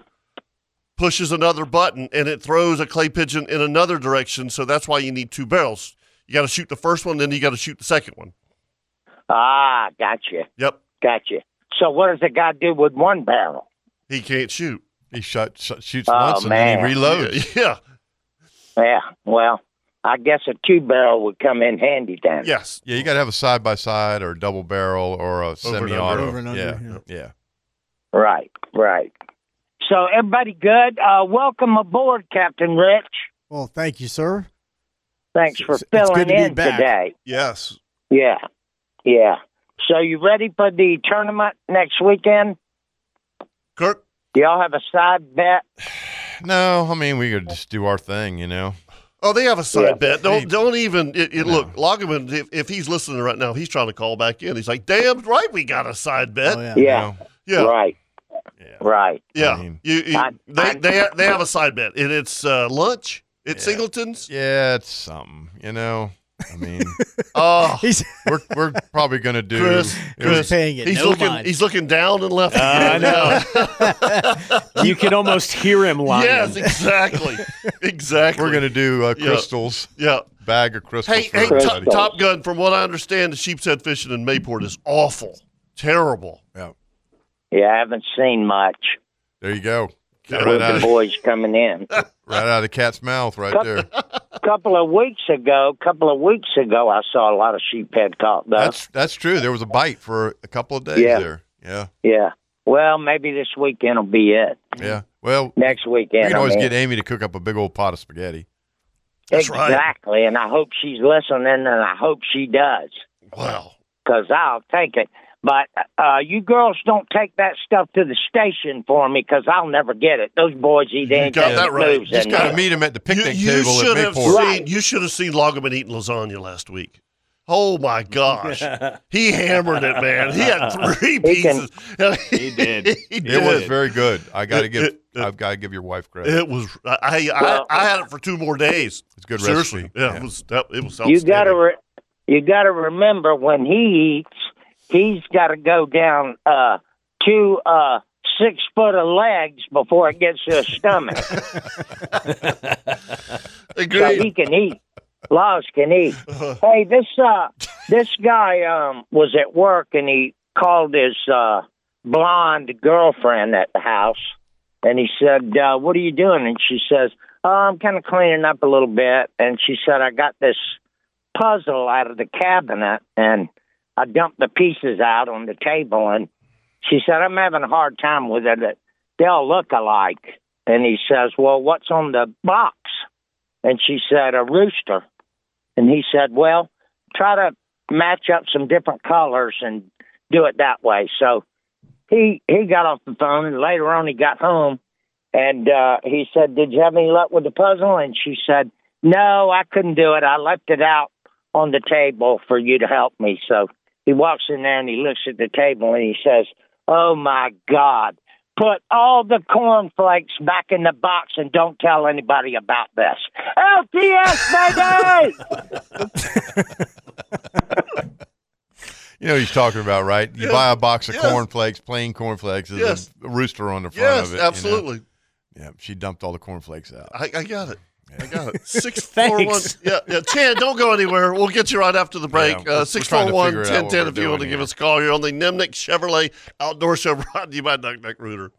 B: pushes another button and it throws a clay pigeon in another direction. So that's why you need two barrels. You got to shoot the first one, then you got to shoot the second one.
K: Ah, gotcha,
B: Yep,
K: gotcha. So what does the guy do with one barrel?
B: he can't shoot.
D: He shot, shot shoots
K: Oh,
D: once and then he
K: man.
D: reloads.
B: Yeah.
K: Yeah. Well, I guess a two barrel would come in handy then.
B: Yes.
D: Yeah, you got to have a side by side or a double barrel or a
B: and under.
D: semi
F: Over
D: auto.
F: and under,
D: Yeah.
F: yeah.
D: yeah.
K: Right. Right. So everybody, good. Uh, welcome aboard, Captain Rich.
F: Well, thank you, sir.
K: Thanks
F: It's-
K: for
F: it's good
K: filling
F: to be
K: in
F: back.
K: today.
B: Yes.
K: Yeah. Yeah. So you ready for the tournament next weekend?
B: Kirk,
K: Do y'all have a side bet?
D: No, I mean we could just do our thing, you know.
B: Oh, they have a side
K: Yeah.
B: bet. Don't
D: Hey.
B: don't even it, it,
D: No.
B: look. Loggerman, if, if he's listening right now, he's trying to call back in. He's like, "Damn right, we got a side bet."
F: Oh, yeah.
K: Yeah.
D: You know?
B: yeah,
K: Right.
D: Yeah.
K: Right.
B: yeah.
D: I mean-
B: you, you-
K: I-
B: they,
K: I-
B: they they have a side bet, and it's uh, lunch at
D: Yeah.
B: Singleton's.
D: Yeah, it's something, you know. I mean,
B: Oh,
F: He's,
D: we're we're probably gonna do.
B: Chris,
D: it was-
F: he's paying it.
B: he's
F: no
B: looking
F: mind.
B: he's looking down and left.
E: I you can almost hear him lying.
B: yes, exactly, exactly.
D: we're gonna do uh,
B: Yeah.
D: crystals,
B: yeah.
D: bag of crystals.
B: Hey,
D: for
B: hey,
K: Chris,
B: Top,
D: everybody.
K: Crystal.
B: Top Gun. From what I understand, the sheepshead fishing in Mayport is awful, terrible.
D: Yeah,
K: Yeah, I haven't seen much.
D: there you go. Got right out of-
K: boys coming in.
D: Right out of the cat's mouth, right there.
K: couple of weeks ago, couple of weeks ago, I saw a lot of sheephead caught. Though.
D: That's that's true. There was a bite for a couple of days
K: Yeah.
D: there. Yeah,
K: yeah. Well, maybe this weekend will be it.
D: yeah. Well,
K: Next weekend.
D: we can always
K: I mean.
D: get Amy to cook up a big old pot of spaghetti. right.
K: exactly, and I hope she's listening, and I hope she does.
D: Wow.
K: Because I'll take it. But uh, you girls don't take that stuff to the station for me because I'll never get it. Those boys eat anything that moves
D: Just
K: in
D: got to
K: there.
D: meet him at the picnic
B: You
D: table
B: should
D: at
B: have
D: Bigport.
B: seen. You should have seen Loggerman eating lasagna last week. Oh my gosh, he hammered it, man. He had three
K: He can-
B: pieces. he did.
D: It was very good. I got to
B: It-
D: give.
B: it-
D: I've got to give your wife credit.
B: It was. I I,
K: Well-
B: I I had it for two more days.
D: It's a good
B: Seriously,
D: recipe.
B: yeah,
D: Yeah.
B: It was. That, it was.
K: you got
B: outstanding.
K: to re- you got to remember when he eats, he's got to go down uh, two uh, six foot of legs before it gets to his stomach, so
B: Agreed.
K: he can eat. Laws can eat. Hey, this uh, this guy um, was at work and he called his uh, blonde girlfriend at the house, and he said, uh, "What are you doing?" And she says, "Oh, I'm kind of cleaning up a little bit." And she said, "I got this puzzle out of the cabinet and I dumped the pieces out on the table and she said, I'm having a hard time with it. They all look alike. And he says, Well, what's on the box? And she said, A rooster. And he said, Well, try to match up some different colors and do it that way. So he he got off the phone and later on he got home and uh he said, Did you have any luck with the puzzle? And she said, No, I couldn't do it. I left it out on the table for you to help me. So he walks in there and he looks at the table and he says, Oh my God, put all the cornflakes back in the box and don't tell anybody about this. LTS, baby!
D: You know what he's talking about, right? You
B: Yeah.
D: buy a box of
B: Yes.
D: cornflakes, plain cornflakes, there's
B: Yes.
D: a rooster on the front
B: Yes,
D: of it. you know?
B: absolutely.
D: Yeah, she dumped all the cornflakes out.
B: I, I got it. I got it. Six four one.
E: Thanks.
B: Yeah, yeah. Chan, don't go anywhere. We'll get you right after the break.
D: Yeah, we're-
B: uh,
D: we're trying to figure out
B: 641 1010
D: what
B: if
D: we're
B: you want to
D: doing
B: give
D: here.
B: us a call. You're on the Nimnik Chevrolet Outdoor Show brought to you by Duck Duck Rooter.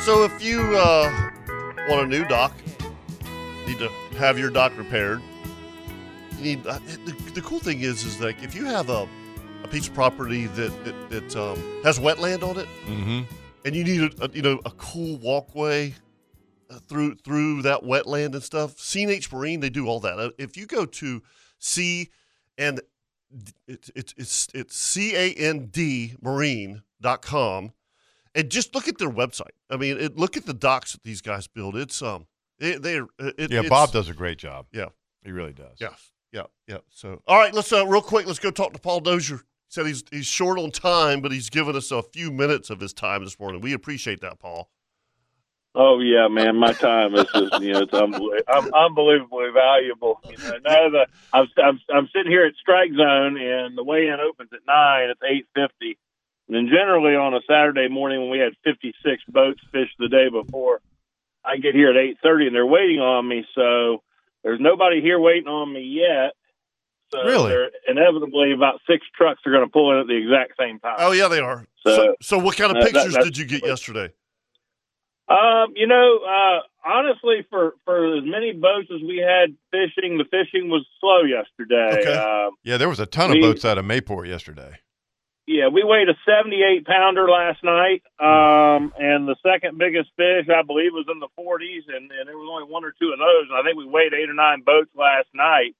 B: So if you uh, want a new dock, need to have your dock repaired. You need uh, the, the cool thing is is like if you have a, a piece of property that that, that um, has wetland on it,
D: Mm-hmm.
B: and you need a, a you know a cool walkway uh, through through that wetland and stuff. CNH Marine they do all that. Uh, If you go to C and d- it, it, it's it's C A N D Marine.com and just look at their website. I mean, it, look at the docks that these guys build. It's um it, they're uh, it,
D: yeah,
B: it's-
D: Bob does a great job.
B: Yeah.
D: He really does.
B: yeah, yeah, yeah. So, all right, let's uh, real quick. Let's go talk to Paul Dozier. He said he's he's short on time, but he's given us a few minutes of his time this morning. We appreciate that, Paul.
L: Oh yeah, man, my time is just you know it's unbelievable, I'm unbelievably valuable. You know, now that I'm, I'm I'm sitting here at Strike Zone and the weigh-in opens at nine, it's eight fifty, and generally on a Saturday morning when we had fifty six boats fished the day before, I get here at eight thirty and they're waiting on me. So there's nobody here waiting on me yet. So
D: Really?
L: they're- inevitably about six trucks are going to pull in at the exact same time.
B: Oh yeah, they are. So,
L: So-
B: so, what kind of
L: Uh, that-
B: pictures
L: that's-
B: did you get yesterday?
L: Um, you know, uh, honestly, for for as many boats as we had fishing, the fishing was slow yesterday.
B: Okay.
L: Um,
D: Yeah, there was a ton of
L: We-
D: boats out of Mayport yesterday.
L: yeah, we weighed a seventy-eight pounder last night, um, and the second biggest fish, I believe, was in the forties, and, and there was only one or two of those. And I think we weighed eight or nine boats last night.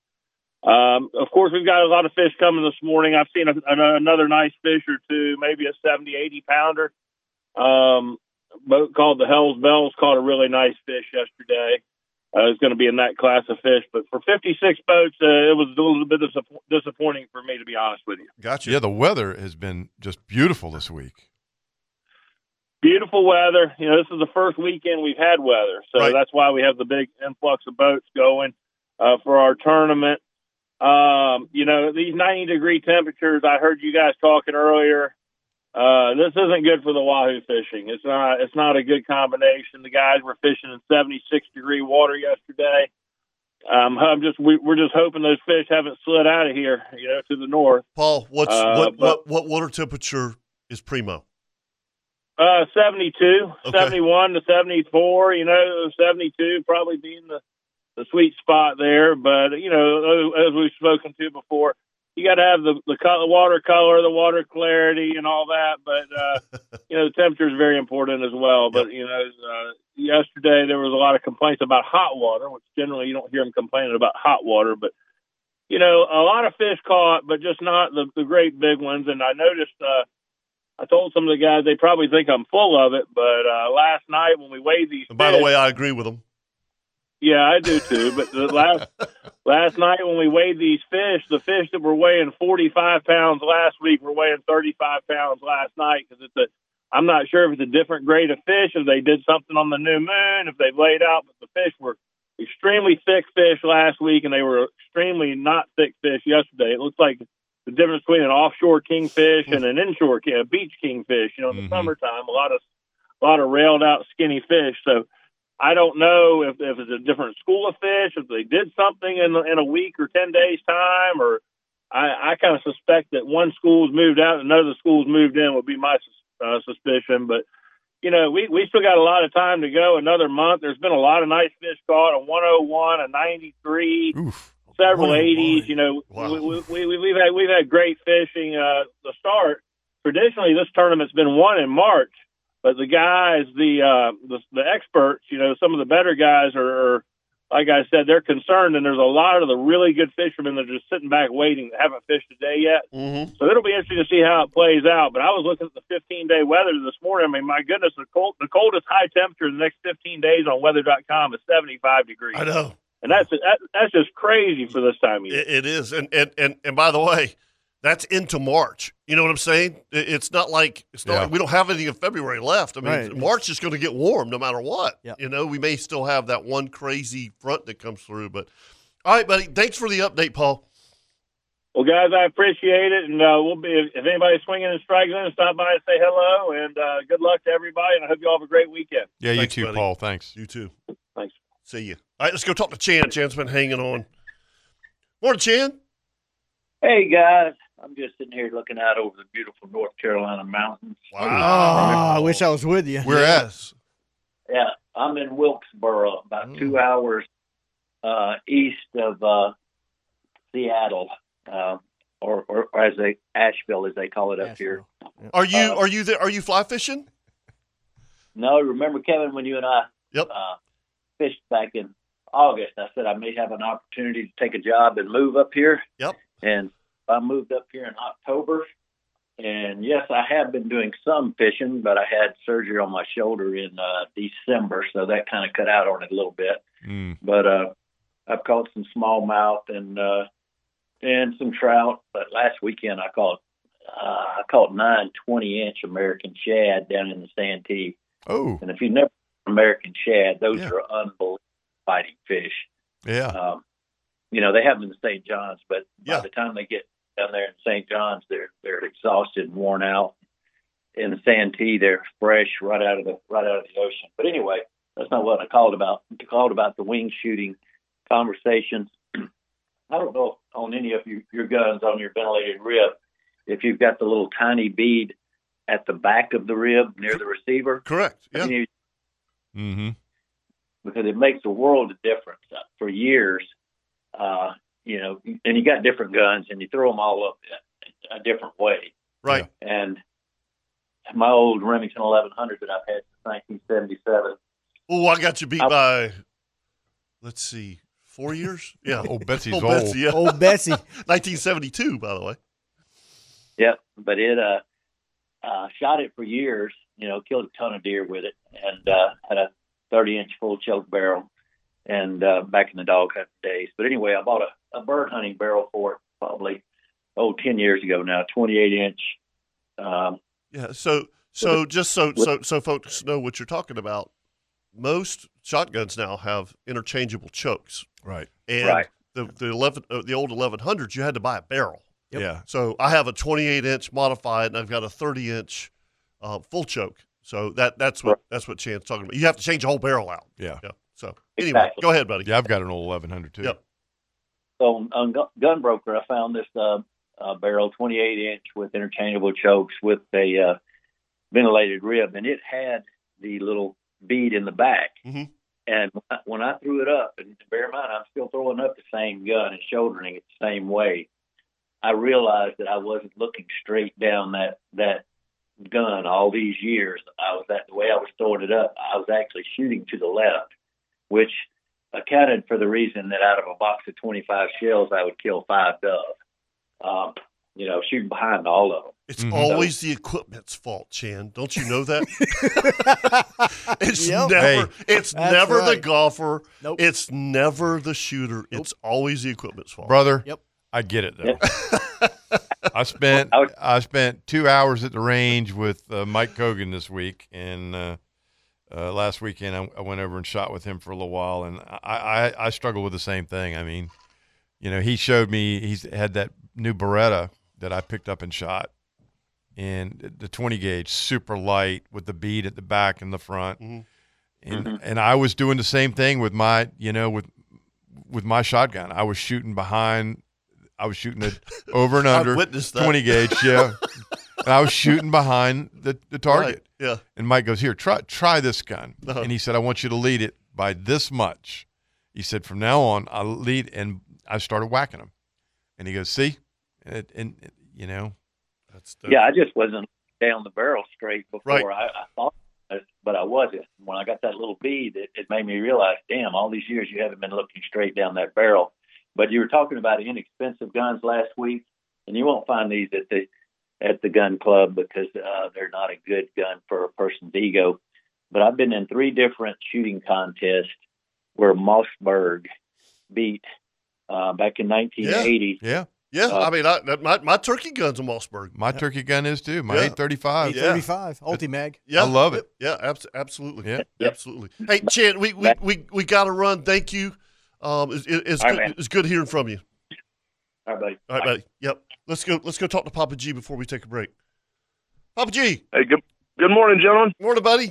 L: Um, of course, we've got a lot of fish coming this morning. I've seen a, an, another nice fish or two, maybe a 70, 80 pounder. Um, a boat called the Hell's Bells caught a really nice fish yesterday. Uh, it's going to be in that class of fish, but for 56 boats, uh, it was a little bit disapp- disappointing for me, to be honest with you.
B: Gotcha.
D: Yeah, the weather has been just beautiful this week.
L: beautiful weather. You know, this is the first weekend we've had weather, so
B: Right.
L: that's why we have the big influx of boats going uh, for our tournament. Um, you know, these 90 degree temperatures. I heard you guys talking earlier. Uh, this isn't good for the wahoo fishing. It's not. It's not a good combination. The guys were fishing in 76 degree water yesterday. Um, I'm just we, we're just hoping those fish haven't slid out of here, you know, to the north.
B: Paul, what's
L: Uh,
B: what, what
L: but-
B: what water temperature is primo?
L: Uh, 72, 71 to 74, you know, 72 probably being the, the sweet spot there. But, you know, as as we've spoken to before, you got to have the, the co- water color, the water clarity, and all that. But, uh, you know, the temperature is very important as well. But, you know, uh, yesterday there was a lot of complaints about hot water, which generally you don't hear them complaining about hot water. But, you know, a lot of fish caught, but just not the, the great big ones. And I noticed, uh, I told some of the guys they probably think I'm full of it, but uh, last night when we weighed these,
B: And by the way, I agree with him.
L: yeah, I do too. But the last last night when we weighed these fish, the fish that were weighing 45 pounds last week were weighing 35 pounds last night because it's a I'm not sure if it's a different grade of fish, if they did something on the new moon, if they've laid out, but the fish were extremely thick fish last week and they were extremely not thick fish yesterday. It looks like the difference between an offshore kingfish and an inshore ki- a beach kingfish. You know, in the summertime, a lot of a lot of railed out skinny fish. So I don't know if, if it's a different school of fish, if they did something in in a week or ten days time, or I, I kind of suspect that one school's moved out and another school's moved in would be my sus- uh, suspicion. But you know, we we still got a lot of time to go. Another month. There's been a lot of nice fish caught. A 101, a 93, several 80s. You know, we, we, we, we've had we've had great fishing. Uh, the start traditionally this tournament's been won in March, but the guys, the uh, the, the experts, you know, some of the better guys are, are like I said, they're concerned, and there's a lot of the really good fishermen that are just sitting back waiting that haven't fished a day yet.
B: Mm-hmm.
L: So it'll be interesting to see how it plays out. But I was looking at the 15 day weather this morning. I mean, my goodness, the, cold, the coldest high temperature in the next 15 days on weather.com is 75 degrees.
B: I know.
L: And that's that, that's just crazy for this time of year.
B: It, it is, and, and and and by the way, that's into March. You know what I'm saying? It- it's not like it's not
D: Yeah.
B: like we don't have anything in February left. I mean,
D: Right.
B: March is going to get warm no matter what. You know, we may still have that one crazy front that comes through, but all right, buddy. Thanks for the update, Paul.
L: Well, guys, I appreciate it, and uh, we'll be if, if anybody's swinging and striking, stop by and say hello, and uh, good luck to everybody, and I hope you all have a great weekend.
D: Yeah,
B: Thanks,
D: you too,
B: buddy.
D: Paul. Thanks.
B: You too.
L: Thanks.
B: See you. All right, let's go talk to Chan. Chan's been hanging on. Morning, Chan.
M: Hey guys, I'm just in here looking out over the beautiful North Carolina mountains.
F: Ah, I wish I was with you.
M: We're
B: Oh, at?
M: Yeah, I'm in Wilkesboro, about two hours uh, east of uh, Seattle, uh, or, or, or as they Asheville as they call it up here. Uh,
B: Are you are you there? Are you fly fishing?
M: No, remember Kevin when you and I uh, fished back in August? I said I may have an opportunity to take a job and move up here.
B: Yep.
M: And I moved up here in October. And yes, I have been doing some fishing, but I had surgery on my shoulder in uh, December, so that kind of cut out on it a little bit. But uh, I've caught some smallmouth and uh, and some trout. But last weekend I caught uh, I caught nine 20 inch American shad down in the Santee.
D: Oh,
M: And if you never American shad, those are unbelievable fighting fish.
D: yeah.
M: Um, you know, they have them in St. John's, but by the time they get down there in St. John's, they're they're exhausted and worn out. In the Santee, they're fresh right out of the right out of the ocean. But anyway, that's not what I called about. I called about the wing shooting conversations. I don't know if on any of your, your guns on your ventilated rib if you've got the little tiny bead at the back of the rib near the receiver.
B: Correct.
M: Yeah
D: Mm-hmm.
M: because it makes a world of difference. Uh, For years, uh, you know, and you got different guns and you throw them all up a- a different way.
B: Right.
M: And my old Remington 1100 that I've had since 1977,
B: Oh, I got you beat by. Let's see, four years. Yeah.
D: Old Betsy's
B: old.
D: old.
B: Betsy, yeah.
F: Old Betsy.
B: 1972, by the way.
M: Yep, but it uh, uh, shot it for years. You know, killed a ton of deer with it, and uh, had a 30-inch full choke barrel, and uh, back in the dog hunt days. But anyway, I bought a, a bird hunting barrel for it probably oh 10 years ago now, 28-inch. Um,
B: Yeah. So so just so so so folks know what you're talking about. Most shotguns now have interchangeable chokes.
D: Right.
B: And
M: Right.
B: the the eleven uh, the old 1100s, you had to buy a barrel. Yeah. So I have a 28 inch modified, and I've got a 30 inch uh, full choke. So that that's what that's what Chan's talking about. You have to change the whole barrel out.
D: Yeah.
B: Yeah. So anyway,
M: Exactly.
B: go ahead, buddy.
D: Yeah, I've got an old 1100 too.
B: Yep.
M: So on, on Gu- Gunbroker, I found this uh, uh, barrel, 28 inch, with interchangeable chokes, with a uh, ventilated rib, and it had the little bead in the back.
B: Mhm.
M: And when I- when I threw it up, and bear in mind, I'm still throwing up the same gun and shouldering it the same way. I realized that I wasn't looking straight down that that gun all these years. I was that the way I was throwing it up, I was actually shooting to the left, which accounted for the reason that out of a box of 25 shells, I would kill five doves. Um, you know, shooting behind all of them.
B: It's
D: Mm-hmm.
B: always the equipment's fault, Chan. Don't you know that? it's
M: Yep.
B: never
M: Hey.
B: it's
M: That's
B: never the
M: right.
B: golfer. It's never the shooter. It's always the equipment's fault.
D: Brother, I get it though. I spent I spent two hours at the range with uh, Mike Cogan this week, and uh, uh, last weekend I, I went over and shot with him for a little while, and I, I I struggle with the same thing. I mean, you know, he showed me he's had that new Beretta that I picked up and shot, and the 20 gauge, super light with the bead at the back and the front,
B: Mm-hmm.
D: and
G: Mhm.
D: and I was doing the same thing with my you know with with my shotgun. I was shooting behind. I was shooting it over and
B: I've
D: under
B: witnessed that.
D: 20 gauge. Yeah. and I was shooting behind the, the target.
B: Yeah.
D: And Mike goes, Here, try, try this gun.
B: Uh-huh.
D: And he said, I want you to lead it by this much. He said, From now on, I'll lead. And I started whacking him. And he goes, See? And, and, you know,
B: that's
M: Yeah, I just wasn't down the barrel straight before.
D: Right.
M: I, I thought, I- but I wasn't. When I got that little bead, it, it made me realize, damn, all these years you haven't been looking straight down that barrel. But you were talking about inexpensive guns last week, and you won't find these at the at the gun club because uh, they're not a good gun for a person's ego. But I've been in three different shooting contests where Mossberg beat uh, back in 1980.
D: Yeah.
B: Yeah,
M: Uh,
B: I mean, I, that- my, my turkey gun's a Mossberg.
D: my turkey gun is too. My
B: Yeah.
D: 835.
B: Yeah.
F: 35, Ultimag.
B: Yeah,
D: I love it.
B: Yeah, abs- absolutely.
D: Yeah.
B: absolutely. Hey, Chan, we we, we, we got to run. Thank you. Um, it's, it- it's
M: All right,
B: good,
M: man.
B: it's good hearing from you.
M: All right, buddy.
B: All right, buddy. Yep. Let's go. Let's go talk to Papa G before we take a break. Papa G.
N: Hey, good good morning, gentlemen.
B: Morning, buddy.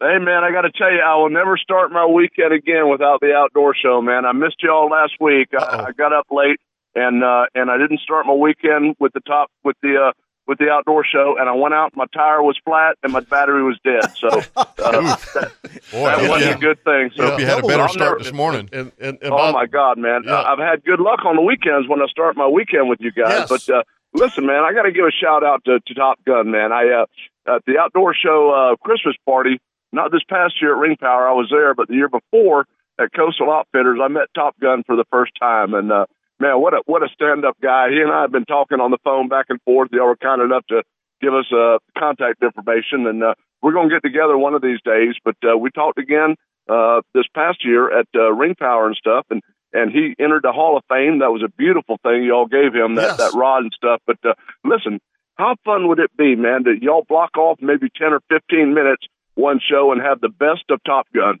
N: Hey, man, I got to tell you, I will never start my weekend again without the outdoor show, man. I missed y'all last week. I, I got up late and uh, and I didn't start my weekend with the top with the uh, with the outdoor show, and I went out. My tire was flat and my battery was dead. So uh, that, that wasn't
D: yeah.
N: a good thing. So
D: Hope you had a better
N: I'll
D: start
N: never-
D: this morning.
B: And, and,
N: oh my God, man! I, I've had good luck on the weekends when I start my weekend with you guys. But uh, listen, man, I got to give a shout out to, to Top Gun, man. I uh, at the outdoor show uh, Christmas party, not this past year at Ring Power, I was there, but the year before at Coastal Outfitters, I met Top Gun for the first time, and uh, man, what a what a stand up guy! He and I have been talking on the phone back and forth. Y'all were kind enough to give us uh, contact information, and uh, we're going to get together one of these days. But uh, we talked again uh, this past year at uh, Ring Power and stuff, and and he entered the Hall of Fame. That was a beautiful thing y'all gave him that that rod and stuff. But uh, listen, how fun would it be, man, to y'all block off maybe ten or fifteen minutes one show and have the best of Top Gun?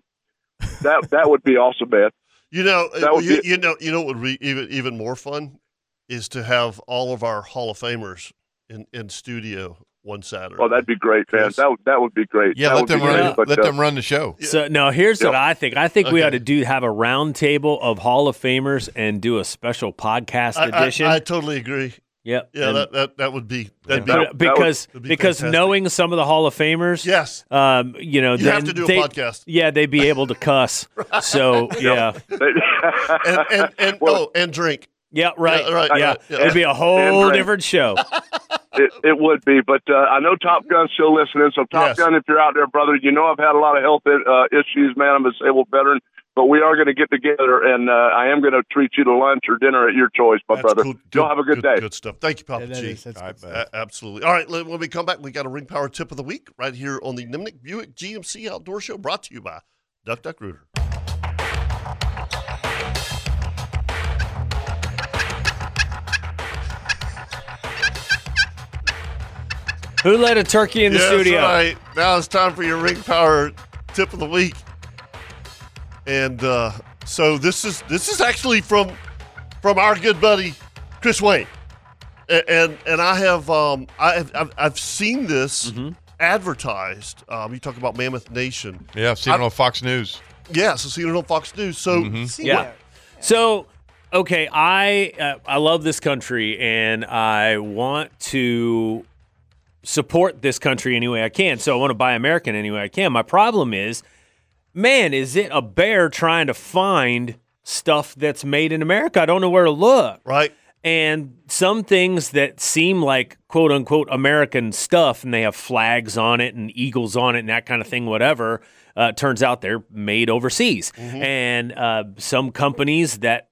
N: That that would be awesome, man.
B: You know,
N: That would
B: you,
N: be-
B: you know, you know what would be even even more fun is to have all of our Hall of Famers in, in studio one Saturday.
N: Oh, that'd be great, man. That would that would be great.
B: Yeah,
N: that
B: let
N: would
B: them
N: be
B: run
N: great,
B: it.
N: but,
D: Let
N: uh,
D: them run the show.
E: So now here's what I think. I think we
D: Okay.
E: ought to do have a round table of Hall of Famers and do a special podcast
B: I, I-
E: edition.
B: I totally agree.
E: Yep.
B: Yeah,
E: And-
B: that, that that would be that,
E: Be- because because knowing some of the Hall of Famers,
B: yes,
E: um, you know,
B: You have
E: then
B: to do a
E: they-
B: podcast.
E: Yeah, they'd be able to cuss. So yeah,
B: and and, and oh, and drink.
E: Yeah, right,
B: right.
E: yeah,
B: right, yeah.
E: it'd be a whole
N: Embrace.
E: different show.
N: it, it would be, but uh, I know Top Gun's still listening. So Top Gun, if you're out there, brother, you know I've had a lot of health uh, issues, man. I'm a disabled veteran, but we are going to get together, and uh, I am going to treat you to lunch or dinner at your choice, my brother. Y'all have a good, day.
B: Good stuff. Thank you, Papa
N: that
B: G.
N: is- that's
B: A- absolutely. All right, let- when we come back, we got a Ring Power tip of the week right here on the Nimnik Buick GMC Outdoor Show, brought to you by Duck Duck Rooter.
E: Who let a turkey in the
B: Yes,
E: studio?
B: right. Now it's time for your Ring Power tip of the week. And uh, so this is this is actually from from our good buddy Chris Wayne. and and, and I have um I have, I've, I've seen this
E: Mm-hmm.
B: advertised. Um, you talk about Mammoth Nation.
D: Yeah, I've seen it
B: I-
D: on Fox News.
B: Yeah, so seen it on Fox News. So
E: Mm-hmm. Yeah. So okay, I uh, I love this country and I want to support this country any way I can. So I want to buy American any way I can. My problem is, man, is it a bear trying to find stuff that's made in America? I don't know where to look.
B: Right.
E: And some things that seem like quote unquote American stuff, and they have flags on it and eagles on it and that kind of thing, whatever, uh, turns out they're made overseas. And uh, some companies that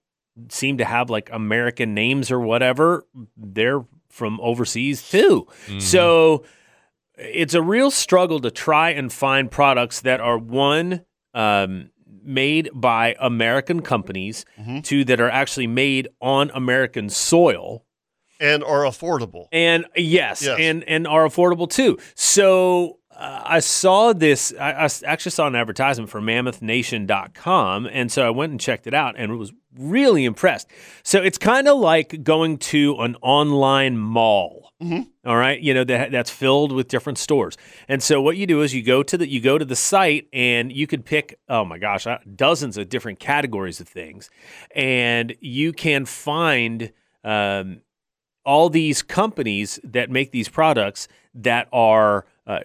E: seem to have like American names or whatever, they're from overseas too. So it's a real struggle to try and find products that are one um, made by American companies, two that are actually made on American soil,
B: and are affordable.
E: and yes,
B: Yes.
E: and and are affordable too. So uh, I saw this. I, I s- actually saw an advertisement for MammothNation.com, and so I went and checked it out, and was really impressed. So it's kind of like going to an online mall. All right, you know that that's filled with different stores, and so what you do is you go to the you go to the site and you could pick oh my gosh uh, dozens of different categories of things, and you can find um, all these companies that make these products that are uh,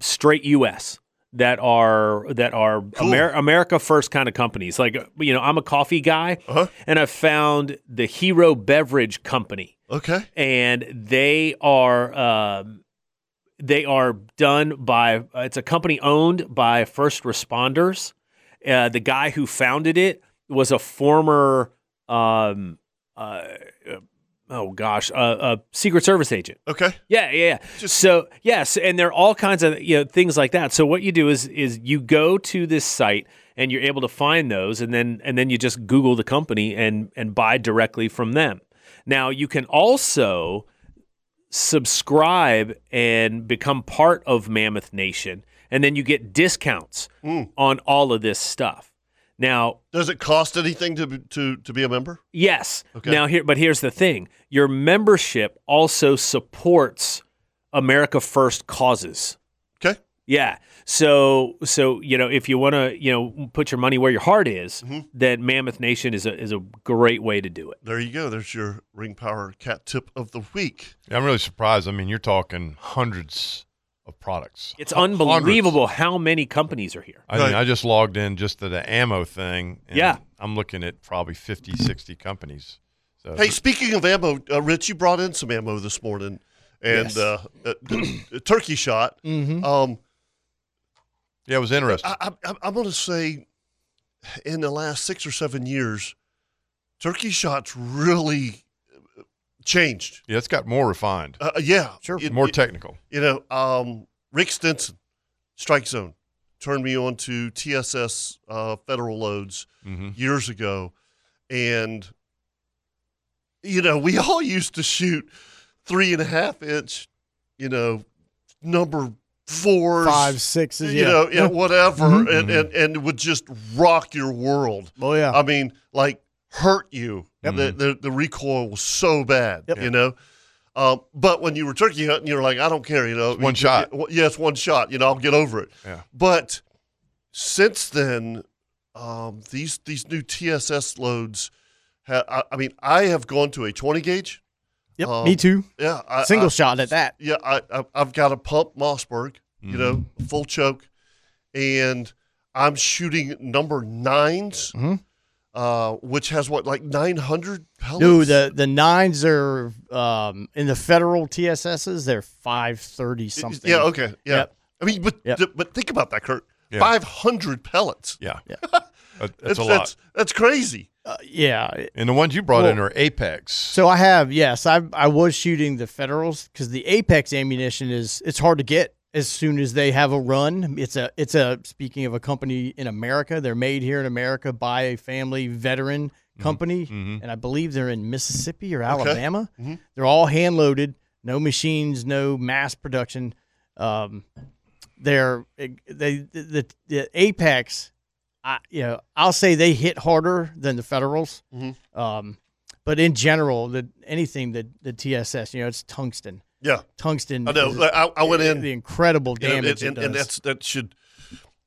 E: straight U.S. that are that are Amer- America first kind of companies. Like uh, you know, I'm a coffee guy,
D: Uh-huh.
E: and I found the Hero Beverage Company,
B: Okay.
E: and they are. Um, they are done by uh, it's a company owned by first responders uh, the guy who founded it was a former um, uh, oh gosh a, a secret service agent
B: okay
E: yeah yeah, yeah. so yes and there are all kinds of you know things like that so what you do is is you go to this site and you're able to find those and then and then you just google the company and and buy directly from them now you can also subscribe and become part of Mammoth Nation, and then you get discounts on all of this stuff. Now,
B: Does it cost anything to to to be a member?
E: yes.
B: Okay.
E: Now here, but here's the thing: your membership also supports America First causes.
B: Okay.
E: Yeah. So so you know if you want to you know put your money where your heart is,
B: Mm-hmm.
E: then Mammoth Nation is a is a great way to do it.
B: There you go. There's your Ring Power Cat Tip of the Week.
D: Yeah, I'm really surprised. I mean, you're talking hundreds of products.
E: It's
D: H- hundreds.
E: unbelievable how many companies are here.
D: I mean, I just logged in just to the ammo thing. and
E: Yeah.
D: I'm looking at probably 50, 60 companies. So
B: Hey, speaking of ammo, uh, Rich, you brought in some ammo this morning, and
D: Yes. Mm-hmm.
B: uh, uh, a turkey shot. Um,
D: yeah, it was interesting.
B: I, I, I'm going to say, in the last six or seven years, turkey shots really changed.
D: yeah, it's got more refined.
B: Uh, yeah,
D: Sure.
B: It-
D: More
B: it-
D: technical.
B: You know, um, Rick Stinson, Strike Zone, turned me on to TSS uh, Federal Loads
D: Mhm.
B: years ago, and you know, we all used to shoot three and a half inch, you know, number fours,
F: Five, sixes,
B: you
F: yeah.
B: know, yeah, whatever,
F: Mhm.
B: and, and and would just rock your world.
F: Oh yeah,
B: I mean, like hurt you. The, the the recoil was so bad, you know. Um, but when you were turkey hunting, you're like, I don't care, you know.
D: one
B: You-
D: shot.
B: you- Yeah, it's one shot. You know, I'll get over it.
D: Yeah.
B: But since then, um, these these new TSS loads. Ha- I, I mean, I have gone to a 20 gauge.
F: Yep,
B: Um,
F: me too.
B: Yeah,
F: Single shot at that.
B: Yeah, I, I I've got a pump Mossberg, you know,
F: Mm-hmm.
B: full choke, and I'm shooting number 9s
F: Mm-hmm.
B: uh, which has what like 900 pellets.
F: Dude, the the nines are um, in the federal TSSs. They're five thirty something.
B: Yeah. Okay. Yeah.
F: Yep.
B: I mean, but th- but think about that, Kurt.
F: Yeah.
B: Five hundred pellets.
D: Yeah.
F: Yeah. Uh,
D: That-
B: That's
D: that's a lot.
B: That's, that's crazy.
F: Yeah.
D: And the ones you brought in
F: Well-
D: are Apex.
F: So I have yes, I I was shooting the Federals because the Apex ammunition is it's hard to get as soon as they have a run. It's a it's a speaking of a company in America, they're made here in America by a family veteran
D: Mm-hmm.
F: company, and I believe they're in Mississippi or Alabama.
B: Mhm.
D: Mm-hmm.
F: They're all hand loaded, no machines, no mass production. Um, they're they the, the
B: Mm-hmm.
F: Apex, I you know I'll say they hit harder than the Federals. Um, but But in general, the anything that the TSS, you know, it's tungsten.
B: Yeah.
F: Tungsten.
B: I know.
F: is-
B: I, I went in
F: The incredible
B: and- and-
F: damage.
B: and,
F: it
B: and
F: does.
B: that's that should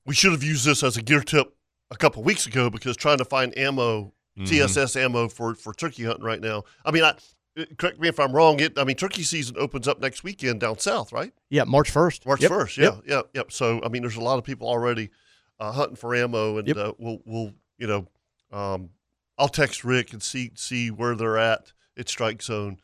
B: we should have used this as a gear tip a couple weeks ago because trying to find ammo,
D: Mhm.
B: TSS ammo for for turkey hunting right now. I mean, I correct me if I'm wrong. It, I mean, turkey season opens up next weekend down south, right?
F: yeah, March 1st.
B: March
F: Yep.
B: first.
F: Yep.
B: Yeah, Uh, yeah, yep. So I mean, there's a lot of people already uh, hunting for ammo, and uh, we'll we'll you know, um, I'll text Rick and see see where they're at at strike zone.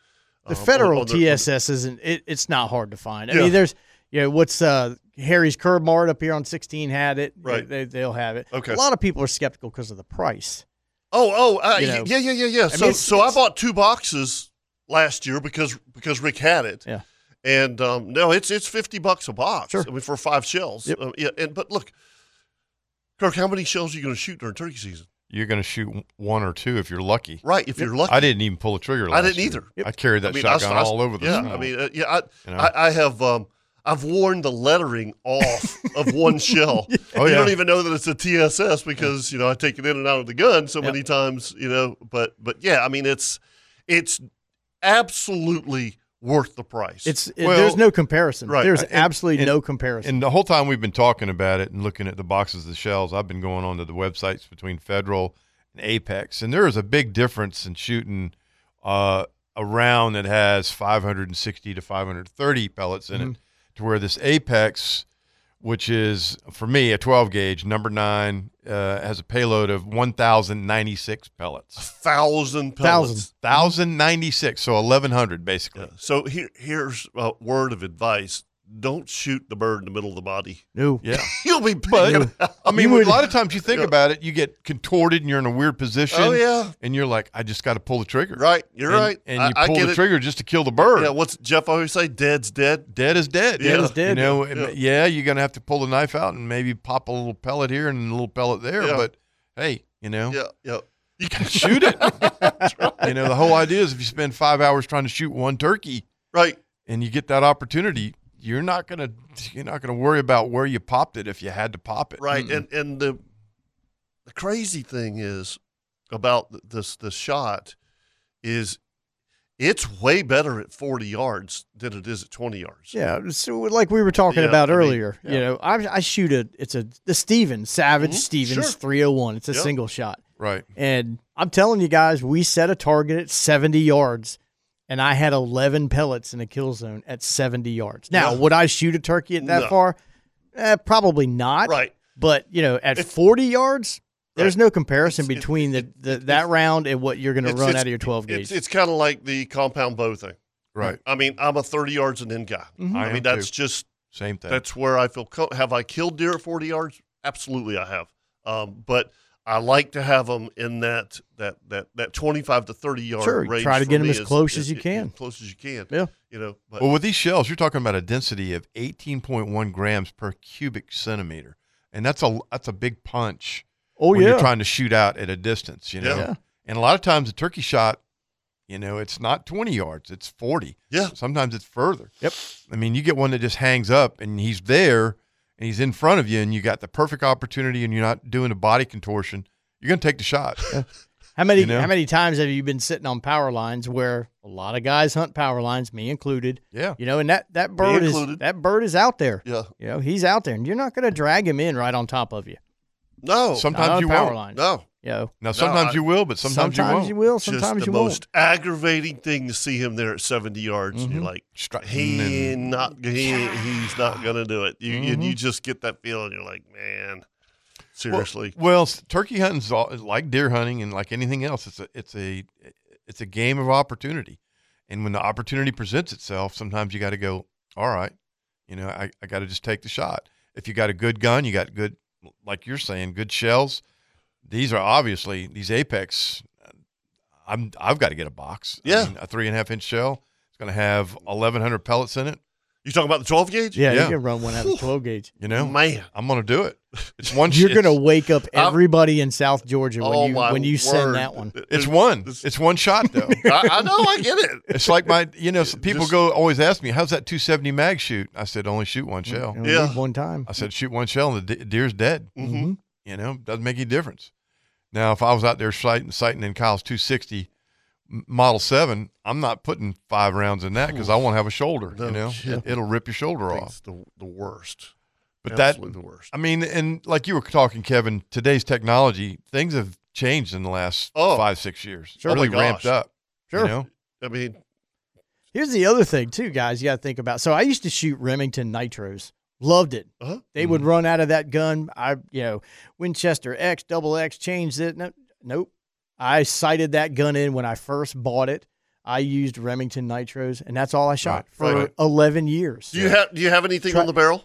F: The
B: um, on-
F: federal
B: on their- on their-
F: TSS isn't. It, it's not hard to find. I
B: Yeah.
F: mean, there's you know what's uh Harry's Curb Mart up here on 16 had it.
B: Right.
F: They, they, will have it.
B: Okay.
F: A lot of people are skeptical because of the price.
B: Oh, oh, uh,
F: You
B: y-
F: know.
B: yeah, yeah, yeah, yeah.
F: I mean,
B: so,
F: it's-
B: so I bought two boxes last year because because Rick had it.
F: Yeah.
B: And um, no, it's it's fifty bucks a box. I mean, for five shells. Uh, yeah. And but look, Kirk, how many shells are you going to shoot during turkey season?
D: You're going to shoot one or two if you're lucky.
B: Right, if you're lucky.
D: I didn't even pull a trigger. Last
B: I didn't
D: year.
B: either.
D: I carried that
B: I mean, I-
D: shotgun
B: I-
D: all over the
B: Yeah.
D: snow.
B: I mean, uh, yeah. I,
D: You know?
B: I, I have um, I've worn the lettering off of one shell.
D: Oh,
B: You don't
D: yeah.
B: even know that it's a TSS because you know I take it in and out of the gun so many times. You know, but but yeah, I mean it's it's absolutely worth the price.
F: It's it- there's no comparison. There's
D: And-
F: absolutely
D: and-
F: no comparison.
D: And the whole time we've been talking about it and looking at the boxes, the shells, I've been going on to the websites between Federal and Apex, and there is a big difference in shooting uh, a round that has 560 to 530 pellets in
O: Mhm.
D: it,
F: Mm-hmm.
D: to where this Apex, which is for me a 12 gauge number nine, uh, has a payload of 1,096 pellets.
B: thousand pellets.
D: Thousand. 1,096, so 1,100 basically.
B: So here here's a word of advice: don't shoot the bird in the middle of the body.
F: No.
D: Yeah.
B: You'll be
D: But I mean,
B: You would-
D: a lot of times you think
B: Yeah.
D: about it, you get contorted and you're in a weird position.
B: Oh, yeah.
D: and you're like, I just got to pull the trigger.
B: Right, you're
D: And-
B: right.
D: And
B: I-
D: you
B: I
D: pull
B: get
D: the
B: it.
D: trigger just to kill the bird.
B: Yeah, what's Jeff always say? Dead's dead.
D: Dead is dead.
B: Dead
D: yeah.
B: is dead.
D: You know,
B: Yeah.
D: and- yeah. you're gonna have to pull the knife out and maybe pop a little pellet here and a little pellet there.
B: Yeah.
D: But hey, you know,
B: Yeah, yeah. You
D: can shoot it. You know, the whole idea is if you spend five hours trying to shoot one turkey,
B: right,
D: and you get that opportunity, you're not gonna you're not gonna worry about where you popped it if you had to pop it.
B: Right, and and the the crazy thing is about th- this the shot is it's way better at 40 yards than it is at 20 yards.
F: Yeah, so like we were talking
B: Yeah,
F: about
B: I mean,
F: earlier, you know, I, I shoot a it's a the Stevens Savage
B: Mhm,
F: Stevens
B: sure.
F: 301. It's a
B: Yep.
F: single shot.
D: Right.
F: And I'm telling you guys, we set a target at 70 yards and I had 11 pellets in a kill zone at 70 yards. Now,
B: Yeah.
F: would I shoot a turkey at that
B: No.
F: far? Eh, probably not.
B: Right.
F: But, you know, at 40 yards, there's no comparison between the, the that round and what you're going to
B: It's-
F: run
B: it's-
F: out of your 12 gauge.
B: It's, it's kind of like the compound bow thing.
D: Right.
B: I mean, I'm a 30 yards and in guy.
F: Mhm.
D: I
B: I, mean,
D: am
B: that's
D: too.
B: just
D: Same thing.
B: That's where I feel. Co- have I killed deer at 40 yards? Absolutely, I have. Um, but I like to have them in that that that that 25 to 30 yard
F: Sure, you
B: range.
F: try to
B: for
F: get 'em
B: me
F: as
B: is-
F: close
B: is-
F: as you
B: is-
F: can.
B: Close as you can.
F: Yeah.
B: You know. But
D: well, with these shells, you're talking about a density of 18.1 grams per cubic centimeter, and that's a that's a big punch.
F: Oh,
D: when
F: yeah.
D: you're trying to shoot out at a distance, you know.
F: Yeah.
D: And a lot of times, a turkey shot, you know, it's not 20 yards, it's 40.
B: Yeah.
D: Sometimes it's further.
F: Yep.
D: I mean, you get one that just hangs up, and he's there, and he's in front of you, and you got the perfect opportunity, and you're not doing a body contortion. You're gonna take the shot.
F: How many
D: You know?
F: how many times have you been sitting on power lines where a lot of guys hunt power lines, me included?
D: Yeah.
F: You know, and that, that bird is
B: included.
F: that bird is out there.
B: Yeah.
F: You know, he's out there and you're not gonna drag him in right on top of you.
B: no.
F: Not on
D: Sometimes you
F: power
D: won't.
F: lines.
B: No.
F: You know.
D: Now, sometimes
B: I-
D: you will, but sometimes, you won't.
F: Sometimes you will,
B: Just
F: sometimes
B: the
F: you won't. Mm-hmm.
B: most aggravating thing to see him there at 70 yards. and You're like, he
D: and-
B: not he, he's not gonna do it. You and
F: Mm-hmm.
B: you just get that feeling. You're like, man, seriously.
D: Well, well, s- turkey hunting is like deer hunting and like anything else. It's a it's a it's a game of opportunity, and when the opportunity presents itself, sometimes you got to go. All right, you know, I, I got to just take the shot. If you got a good gun, you got good, like you're saying, good shells. These are obviously these apex. uh, I'm I've got to get a box. I
B: Yeah.
D: mean, a three and a half inch shell. It's going to have 1,100 pellets in it.
B: You talking about the 12 gauge?
F: Yeah, you can run one out of twelve gauge.
D: You know,
B: Man.
D: I'm going to do it. It's one.
F: You're
D: it's-
F: gonna wake up everybody in South Georgia when
B: Oh,
F: you
B: my
F: when you send
B: word.
F: that one.
D: It's one. It's one shot though.
B: I, I know, I get it.
D: It's like my, you know, some people go always ask me, "How's that 270 mag shoot?" I said, "Only shoot one shell."
F: Mm-hmm. only Yeah. one time.
D: I said, "Shoot one shell, and the de- deer's dead."
B: Mm-hmm.
F: Mhm.
D: You know, doesn't make any difference. Now, if I was out there sighting, sighting in Kyle's 260 Model Seven, I'm not putting five rounds in that because I won't have a shoulder. you know,
B: kidding.
D: it, will rip your shoulder off.
B: The, the worst.
D: But
B: Absolutely
D: that,
B: the worst.
D: I mean, and like you were talking, Kevin, today's technology, things have changed in the last
B: Oh.
D: five, six years.
B: Sure.
D: really
B: Oh my gosh.
D: ramped up.
B: Sure.
D: You know?
B: I mean,
F: Here's the other thing too, guys. You got to think about. So I used to shoot Remington nitros. Loved it.
B: Uh-huh.
F: They
B: Mm-hmm.
F: would run out of that gun. I, you know, Winchester X, double X, changed it. No, nope. I sighted that gun in when I first bought it. I used Remington nitros, and that's all I shot for
B: right.
F: 11 years.
B: do you have do you have anything on the barrel?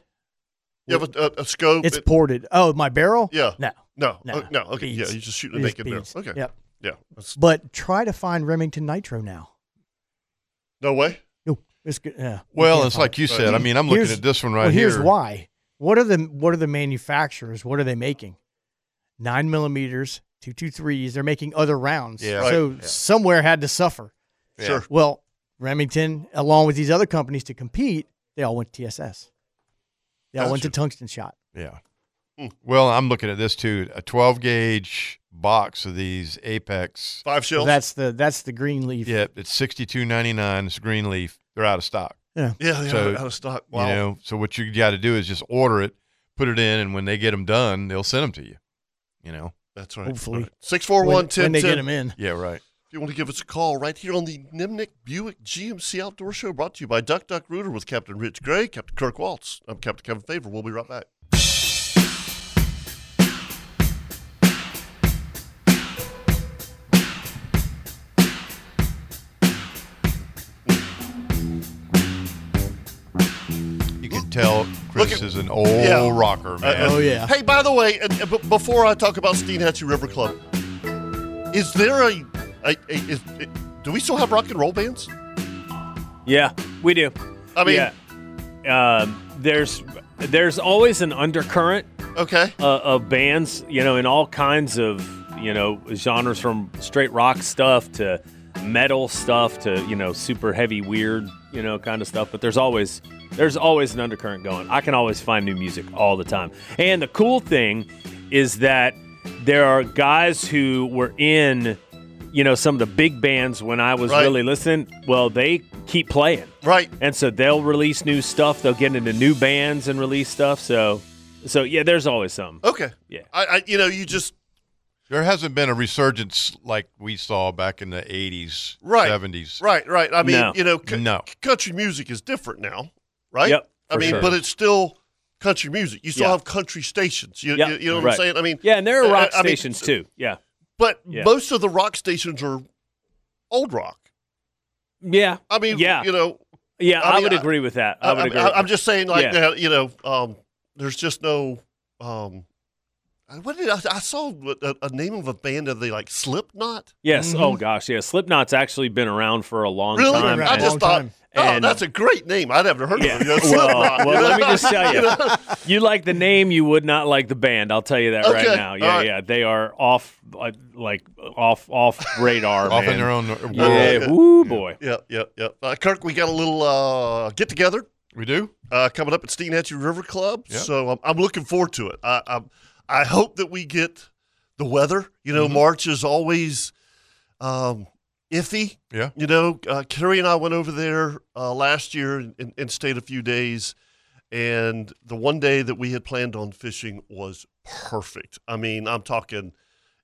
B: You have a, a, a scope.
F: It's ported. Oh, my barrel?
B: Yeah.
F: No.
B: No.
F: No.
B: No. no. Okay. Yeah. You just shoot the
F: It is
B: naked barrel.
F: beads.
B: Okay.
F: Yep.
B: Yeah. That's-
F: But try to find Remington nitro now.
B: no way.
F: No, it's good. Yeah.
D: Well,
F: can't
D: it's
F: find
D: like
F: it.
D: you said. I mean, I'm looking at this one right
F: well, Here's
D: here.
F: why. What are the What are the manufacturers? What are they making? Nine millimeters, two two threes. They're making other rounds.
D: Yeah.
F: So
D: Right. Yeah.
F: somewhere had to suffer.
D: Yeah. Sure.
F: Well, Remington, along with these other companies to compete, they all went to TSS. They all went to tungsten shot.
D: Yeah. Hmm. Well, I'm looking at this too. A 12 gauge box of these Apex
B: five
F: So that's the that's the green leaf.
D: Yeah, it's 62.99. It's Greenleaf. They're out of stock.
F: Yeah.
B: Yeah, they are out of stock. Wow.
D: You know, so what you got to do is just order it, put it in, and when they get them done, they'll send them to you. You know.
B: That's right. Hopefully. All right. 641 When- when they 1010. get 'em in.
D: Yeah. Right.
B: If you want to give us a call right here on the Nimnik Buick GMC Outdoor Show, brought to you by Duck Duck Rooter with Captain Rich Gray, Captain Kirk Waltz. I'm Captain Kevin Favor. We'll be right back.
D: You can tell Chris is an old
B: Yeah.
D: rocker, man.
B: Uh, uh, Hey, by the way, and, and b- before I talk about Steenhatchee River Club, is there a, a, a is, uh, do we still have rock and roll bands?
E: Yeah, we do.
B: I mean-
E: yeah. Um, there's there's always an undercurrent.
B: Okay.
E: Uh, of bands, you know, in all kinds of you know genres, from straight rock stuff to metal stuff to you know super heavy weird you know kind of stuff. But there's always there's always an undercurrent going. I can always find new music all the time. And the cool thing is that there are guys who were in you know some of the big bands when I was
D: Right.
E: really listening. Well, they keep playing,
B: right?
E: And so they'll release new stuff. They'll get into new bands and release stuff. So, so yeah, there's always some.
B: Okay.
E: Yeah.
B: I, I you know, you just
D: There hasn't been a resurgence like we saw back in the 80s,
B: Right.
D: 70s.
B: Right, right. I mean,
D: No.
B: you know, c-
D: No.
B: country music is different now, right?
D: Yep,
B: I
D: for
B: mean,
D: sure.
B: but it's still country music. You still
E: Yeah.
B: have country stations. You,
E: Yeah,
B: you, you know what
E: right.
B: I'm saying? I mean,
E: Yeah, and there are
B: uh,
E: rock
B: I mean,
E: stations too. Yeah.
B: But
E: Yeah.
B: most of the rock stations are old rock.
E: Yeah.
B: I mean,
E: Yeah.
B: you know.
E: Yeah, I,
B: mean,
E: would agree with that. I,
B: I,
E: would agree. with
B: am
E: that.
B: just saying, like,
E: Yeah.
B: uh, you know, um, there's just no. Um, I- what did I, I saw a, a name of a band of the like Slipknot?
E: Yes.
D: Mm-hmm.
E: Oh gosh. Yeah. Slipknot's actually been around for a long
B: Mm-hmm. really?
E: time.
B: I
E: and-
B: just thought, oh,
E: and-
B: that's a great name. I'd never heard
E: Yeah.
B: of it. You know,
E: Well,
B: Slipknot,
E: well,
B: you
E: let me
B: know?
E: just tell you,
B: know?
E: you like the name, you would not like the band. I'll tell you that
B: Okay,
E: right now. Yeah,
B: all right.
E: yeah, they are off, uh, like off, off radar,
D: Off in
E: man.
D: their own world.
E: Yeah, woo boy.
B: Yeah, yeah, yeah. Uh, Kirk, we got a little uh, get together.
D: We do
B: uh, coming up at Steenhatchee River Club.
D: Yeah.
B: So I'm, I'm looking forward to it. I, I'm, I hope that we get the weather. You know,
D: Mhm.
B: March is always um, iffy.
D: Yeah.
B: You know, uh, Carrie and I went over there uh, last year and, and stayed a few days. And the one day that we had planned on fishing was perfect. I mean, I'm talking,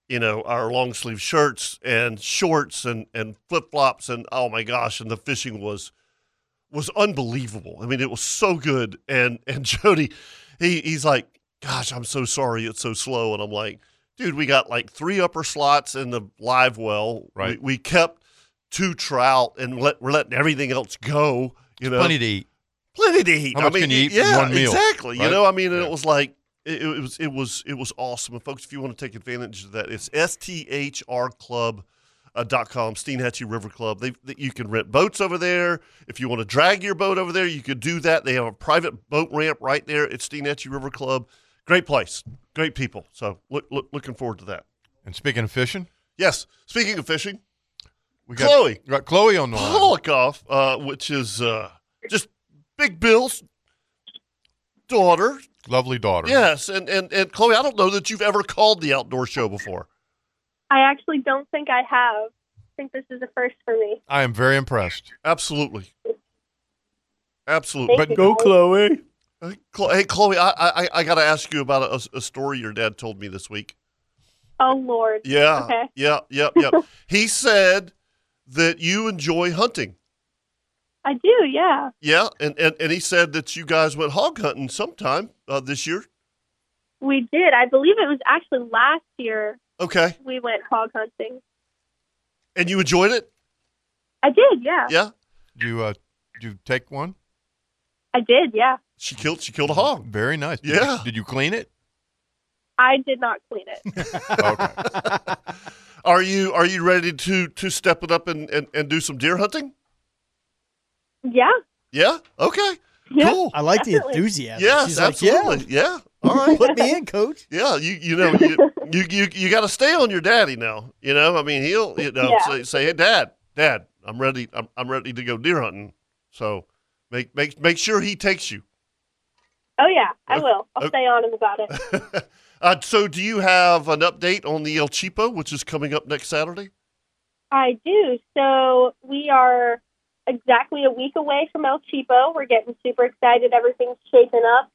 B: you know, our long sleeve shirts and shorts and, and flip flops. And oh my gosh, and the fishing was was unbelievable. I mean, it was so good. And and Jody, he he's like, "Gosh, I'm so sorry, it's so slow." And I'm like, "Dude, we got like three upper slots in the live well.
D: Right.
B: We, we kept two trout, and let, we're letting everything else go. You know,
D: plenty to eat.
B: plenty to eat.
D: How
B: I
D: much
B: mean,
D: can you eat in
B: yeah,
D: one meal,
B: Exactly. You
D: right?
B: know, I mean, and it was like it, it was it was it was awesome. And folks, if you want to take advantage of that, it's sthr club. Uh, dot com Steenhatchee River Club. They, they you can rent boats over there. If you want to drag your boat over there, you could do that. They have a private boat ramp right there at Steenhatchee River Club. Great place, great people. So look, look looking forward to that.
D: And speaking of fishing,
B: Yes. Speaking of fishing,
D: we got
B: Chloe.
D: we got Chloe on the line.
B: Polikoff, uh, which is uh, just Big Bill's daughter.
D: Lovely daughter.
B: Yes, and, and and Chloe, I don't know that you've ever called the outdoor show before.
O: I actually don't think I have. think this is a first for me.
D: I am very impressed.
B: Absolutely. Absolutely.
O: Thank But- you, Go, guys.
B: Chloe. Hey, Chloe, I, I, I got to ask you about a, a story your dad told me this week.
O: Oh Lord.
B: Yeah.
O: Okay.
B: Yeah. Yeah. Yeah. he said that you enjoy hunting.
O: I do. Yeah.
B: Yeah. And, and, and he said that you guys went hog hunting sometime uh, this year.
O: We did. I believe it was actually last year
B: Okay.
O: we went hog hunting.
B: And you enjoyed it?
O: I did. Yeah.
B: Yeah.
D: Do you, uh, do you take one?
O: I did. Yeah.
B: She killed. She killed a hog.
D: Very nice. Did
B: Yeah.
D: You, did you clean it?
O: I did not clean it.
B: Are you Are you ready to to step it up and and, and do some deer hunting?
O: yeah.
B: Yeah. Okay.
O: Yeah,
B: cool.
F: I like the definitely. enthusiasm.
B: Yes,
F: She's like, yeah.
B: absolutely. yeah. All right.
F: Put me in, coach.
B: Yeah, you you know you you you, you got to stay on your daddy now. You know, I mean, he'll you know
F: Yeah.
B: say, say, hey, dad, dad, I'm ready. I'm, I'm ready to go deer hunting. So make make make sure he takes you.
O: Oh yeah. I will. I'll
B: Okay.
O: stay on him about it.
B: Uh, so, do you have an update on the El Chipo, which is coming up next Saturday?
O: I do. So we are exactly a week away from El Cheapo. We're getting super excited. Everything's shaping up.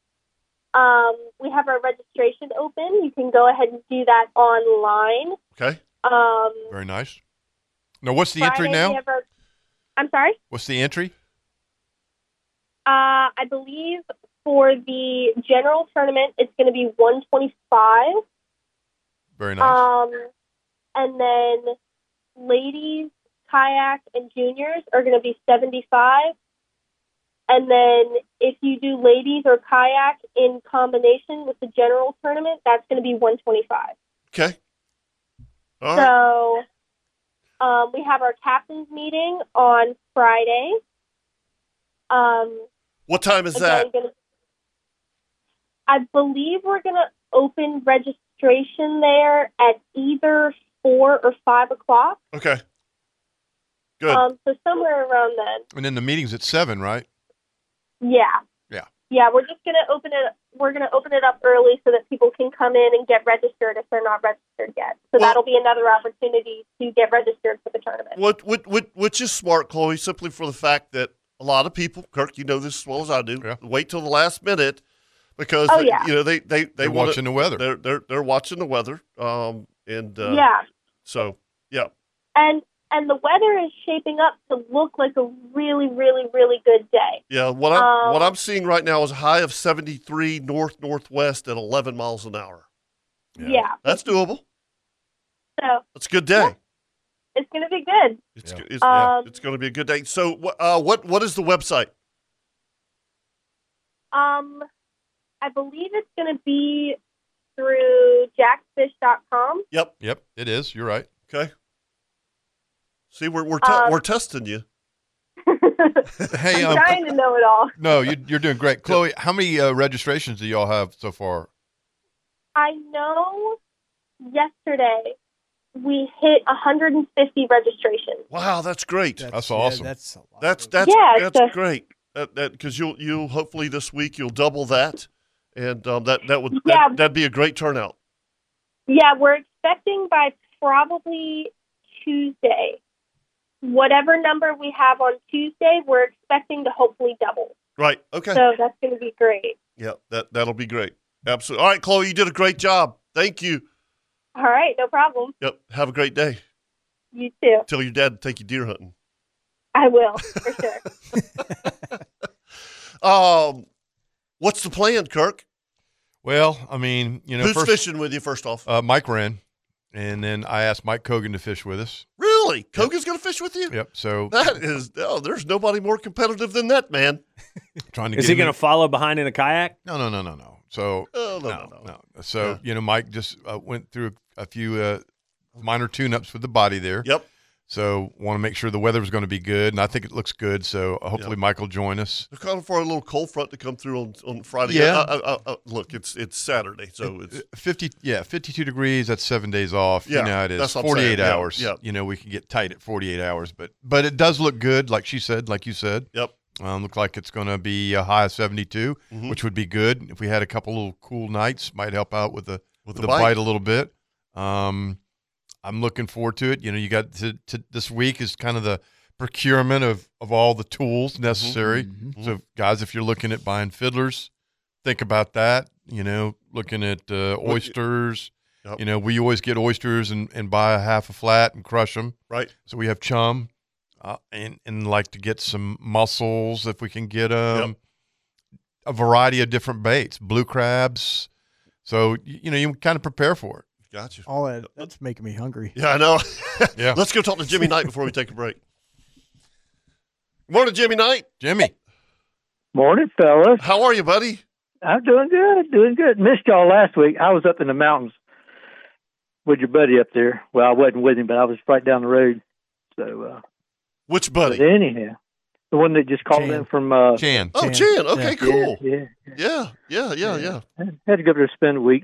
O: Um, we have our registration open. You can go ahead and do that online.
B: Okay.
O: Um,
D: Very nice. Now, what's the
O: Friday
D: entry now?
O: we have our- I'm sorry.
D: What's the entry?
O: Uh, I believe for the general tournament, it's going to be 125.
D: Very nice.
O: Um, and then ladies, kayak, and juniors are going to be 75. And then if you do ladies or kayak in combination with the general tournament, that's going to be 125.
B: Okay. All right.
O: so um, we have our captain's meeting on Friday. Um,
B: What time is
O: again,
B: that?
O: gonna- I believe we're going to open registration there at either 4 or 5 o'clock.
B: Okay. Good.
O: Uh, Um, so somewhere around then.
D: and then the meeting's at seven, right?
O: Yeah.
D: Yeah.
O: Yeah, we're just gonna open it. We're gonna open it up early so that people can come in and get registered if they're not registered yet. So that'll be another opportunity to get registered for the tournament.
B: What, what, what, which is smart, Chloe, simply for the fact that a lot of people, Kirk, you know this as well as I do, wait till the last minute because
O: Oh,
B: they-
O: yeah.
B: you know they they they
D: They're
B: wanna-
D: watching the weather.
B: They're they're, they're watching the weather. Um, and uh,
O: Yeah.
B: So yeah,
O: And and the weather is shaping up to look like a really, really, really good day.
B: yeah. What I'm
O: Um,
B: what I'm seeing right now is a high of 73 north northwest at 11 miles an hour.
O: Yeah.
B: That's doable.
O: So
B: That's a good day.
O: it's gonna be good.
B: It's go- it's,
O: Um,
B: it's going to be a good day. So, wh- uh, what what is the website?
O: Um, I believe it's gonna be through jackfish.com.
B: Yep.
D: Yep. It is. You're right.
B: Okay. See, we're we're, te-
O: Um,
B: we're testing you.
D: Hey,
O: I'm
D: um,
O: trying to know it all.
D: no, you, you're doing great, Chloe. How many uh, registrations do y'all have so far?
O: I know yesterday we hit 150 registrations.
B: Wow, that's great. That's, awesome.
F: that's a lot
B: that's that's
O: Yeah,
B: that's
O: it's a-
B: great. That that because you'll you'll hopefully this week you'll double that, and um, that that would that,
O: Yeah.
B: that'd be a great turnout.
O: Yeah, we're expecting by probably Tuesday. Whatever number we have on Tuesday, we're expecting to hopefully double.
B: Right. Okay.
O: So that's going to be great.
B: yeah. That that'll be great. Absolutely. All right, Chloe, you did a great job. Thank you.
O: All right, no problem.
B: Yep. Have a great day.
O: You too.
B: Tell your dad to take you deer hunting.
O: I will for sure.
B: Um, what's the plan, Kirk?
D: Well, I mean, you know,
B: Who's
D: first,
B: fishing with you? First off,
D: Uh, Mike Wren, and then I asked Mike Cogan to fish with us.
B: really? Koga's going to fish with you?
D: Yep. So
B: That is. Oh, there's nobody more competitive than that man.
D: trying to
E: Is
D: get
E: he going
D: him-
E: to follow behind in a kayak?
D: No, no, no, no, no. So
B: Oh, no,
D: no, no. So you know, Mike just uh, went through a, a few uh, minor tune-ups with the body there.
B: Yep.
D: So want to make sure the weather was going to be good, and I think it looks good. So uh, hopefully Mike will join us.
B: They're calling for a little cold front to come through on, on Friday.
D: Yeah.
B: I, I, I, I- look, it's it's Saturday, so it's
D: Fifty, yeah, fifty-two degrees. That's seven days off.
B: Yeah,
D: you know it is.
B: that's what I'm
D: Forty-eight
B: saying. Yeah,
D: hours.
B: yeah.
D: you know we can get tight at forty-eight hours, but but it does look good, like she said, like you said.
B: Yep.
D: Um, look like it's going to be a high of 72,
B: Mhm.
D: which would be good if we had a couple little cool nights. Might help out with the with
B: the
D: the
B: bite.
D: bite a little bit. Um, I'm looking forward to it. You know, you got to, to this week is kind of the procurement of of all the tools
B: Mm-hmm,
D: necessary. So, guys, if you're looking at buying fiddlers, think about that. You know, looking at uh,
B: What-
D: oysters.
B: Yep.
D: You know, we always get oysters and, and buy a half a flat and crush them.
B: Right.
D: So we have chum, uh, and and like to get some mussels if we can get them. A variety of different baits, blue crabs. So y- you know, you kind of prepare for it.
B: Gotcha.
F: All that that's making me hungry.
B: Yeah, I know.
D: Yeah.
B: Let's go talk to Jimmy Knight before we take a break. Morning, Jimmy Knight.
D: Jimmy.
P: Morning, fellas.
B: How are you, buddy?
P: I'm doing good, doing good. Missed y'all last week. I was up in the mountains with your buddy up there. Well, I wasn't with him, but I was right down the road. So, uh,
B: which buddy?
P: But anyhow, the one that just called in from uh,
D: Chan.
B: Oh, Chan. Okay, cool.
P: Yeah, yeah.
B: Yeah, yeah, yeah, yeah.
P: Had to go up there to spend a week,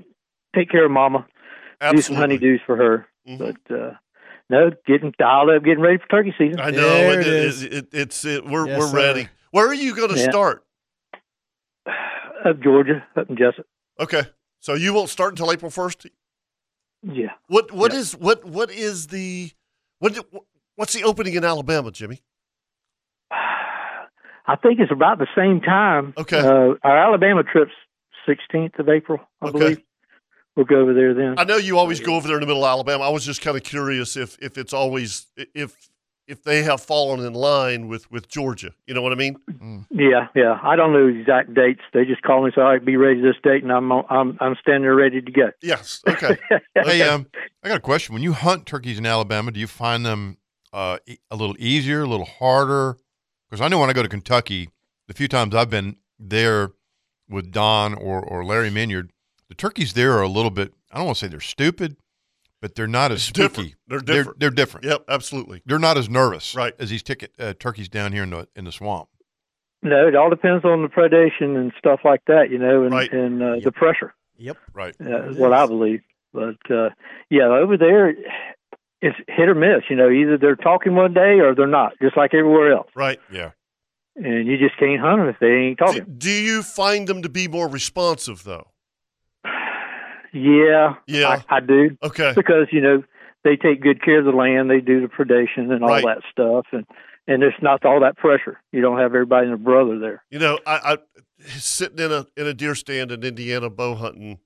P: take care of Mama, do some
B: Absolutely. Mm-hmm.
P: honeydews for her. But uh, no, getting dialed up, getting ready for turkey season.
B: I know it is. It, it's it, we're
P: Yes,
B: we're
P: sir.
B: ready. Where are you going to
P: Yeah.
B: start?
P: Up Georgia, up in Jessup.
B: Okay, so you won't start until April first.
P: Yeah.
B: What what is what what is the what what's the opening in Alabama, Jimmy?
P: I think it's about the same time.
B: Okay.
P: Uh, our Alabama trip's 16th of April, I
B: Okay.
P: believe. We'll go over there then.
B: I know you always go over there in the middle of Alabama. I was just kind of curious if if it's always if if they have fallen in line with with Georgia. You know what I mean?
D: Mm.
P: yeah, yeah. I don't know exact dates. They just call me and say, "All right, be ready this date," and I'm on- I'm I'm standing there ready to go.
B: Yes. Okay. uh,
D: hey, um, I got a question. When you hunt turkeys in Alabama, do you find them uh, e- a little easier, a little harder? Because I know when I go to Kentucky, the few times I've been there with Don or, or Larry Minyard, the turkeys there are a little bit, I don't want to say they're stupid, but they're not as spooky.
B: different. They're different.
D: They're, different.
B: Yep, absolutely.
D: They're not as nervous right. as these ticket uh, turkeys down here in the, in the swamp.
P: No, it all depends on the predation and stuff like that, you know, and and uh, the pressure.
F: Yep.
D: Right.
P: uh, is what I believe. But uh, yeah, over there, it's hit or miss. You know, either they're talking one day or they're not, just like everywhere else.
B: Right.
D: Yeah.
P: And you just can't hunt them if they ain't talking.
B: Do you find them to be more responsive though?
P: yeah,
B: Yeah.
P: I, I do.
B: Okay.
P: because you know they take good care of the land, they do the predation and all
B: Right.
P: that stuff, and and it's not all that pressure. You don't have everybody and a brother there.
B: You know, I, I sitting in a in a deer stand in Indiana bow hunting,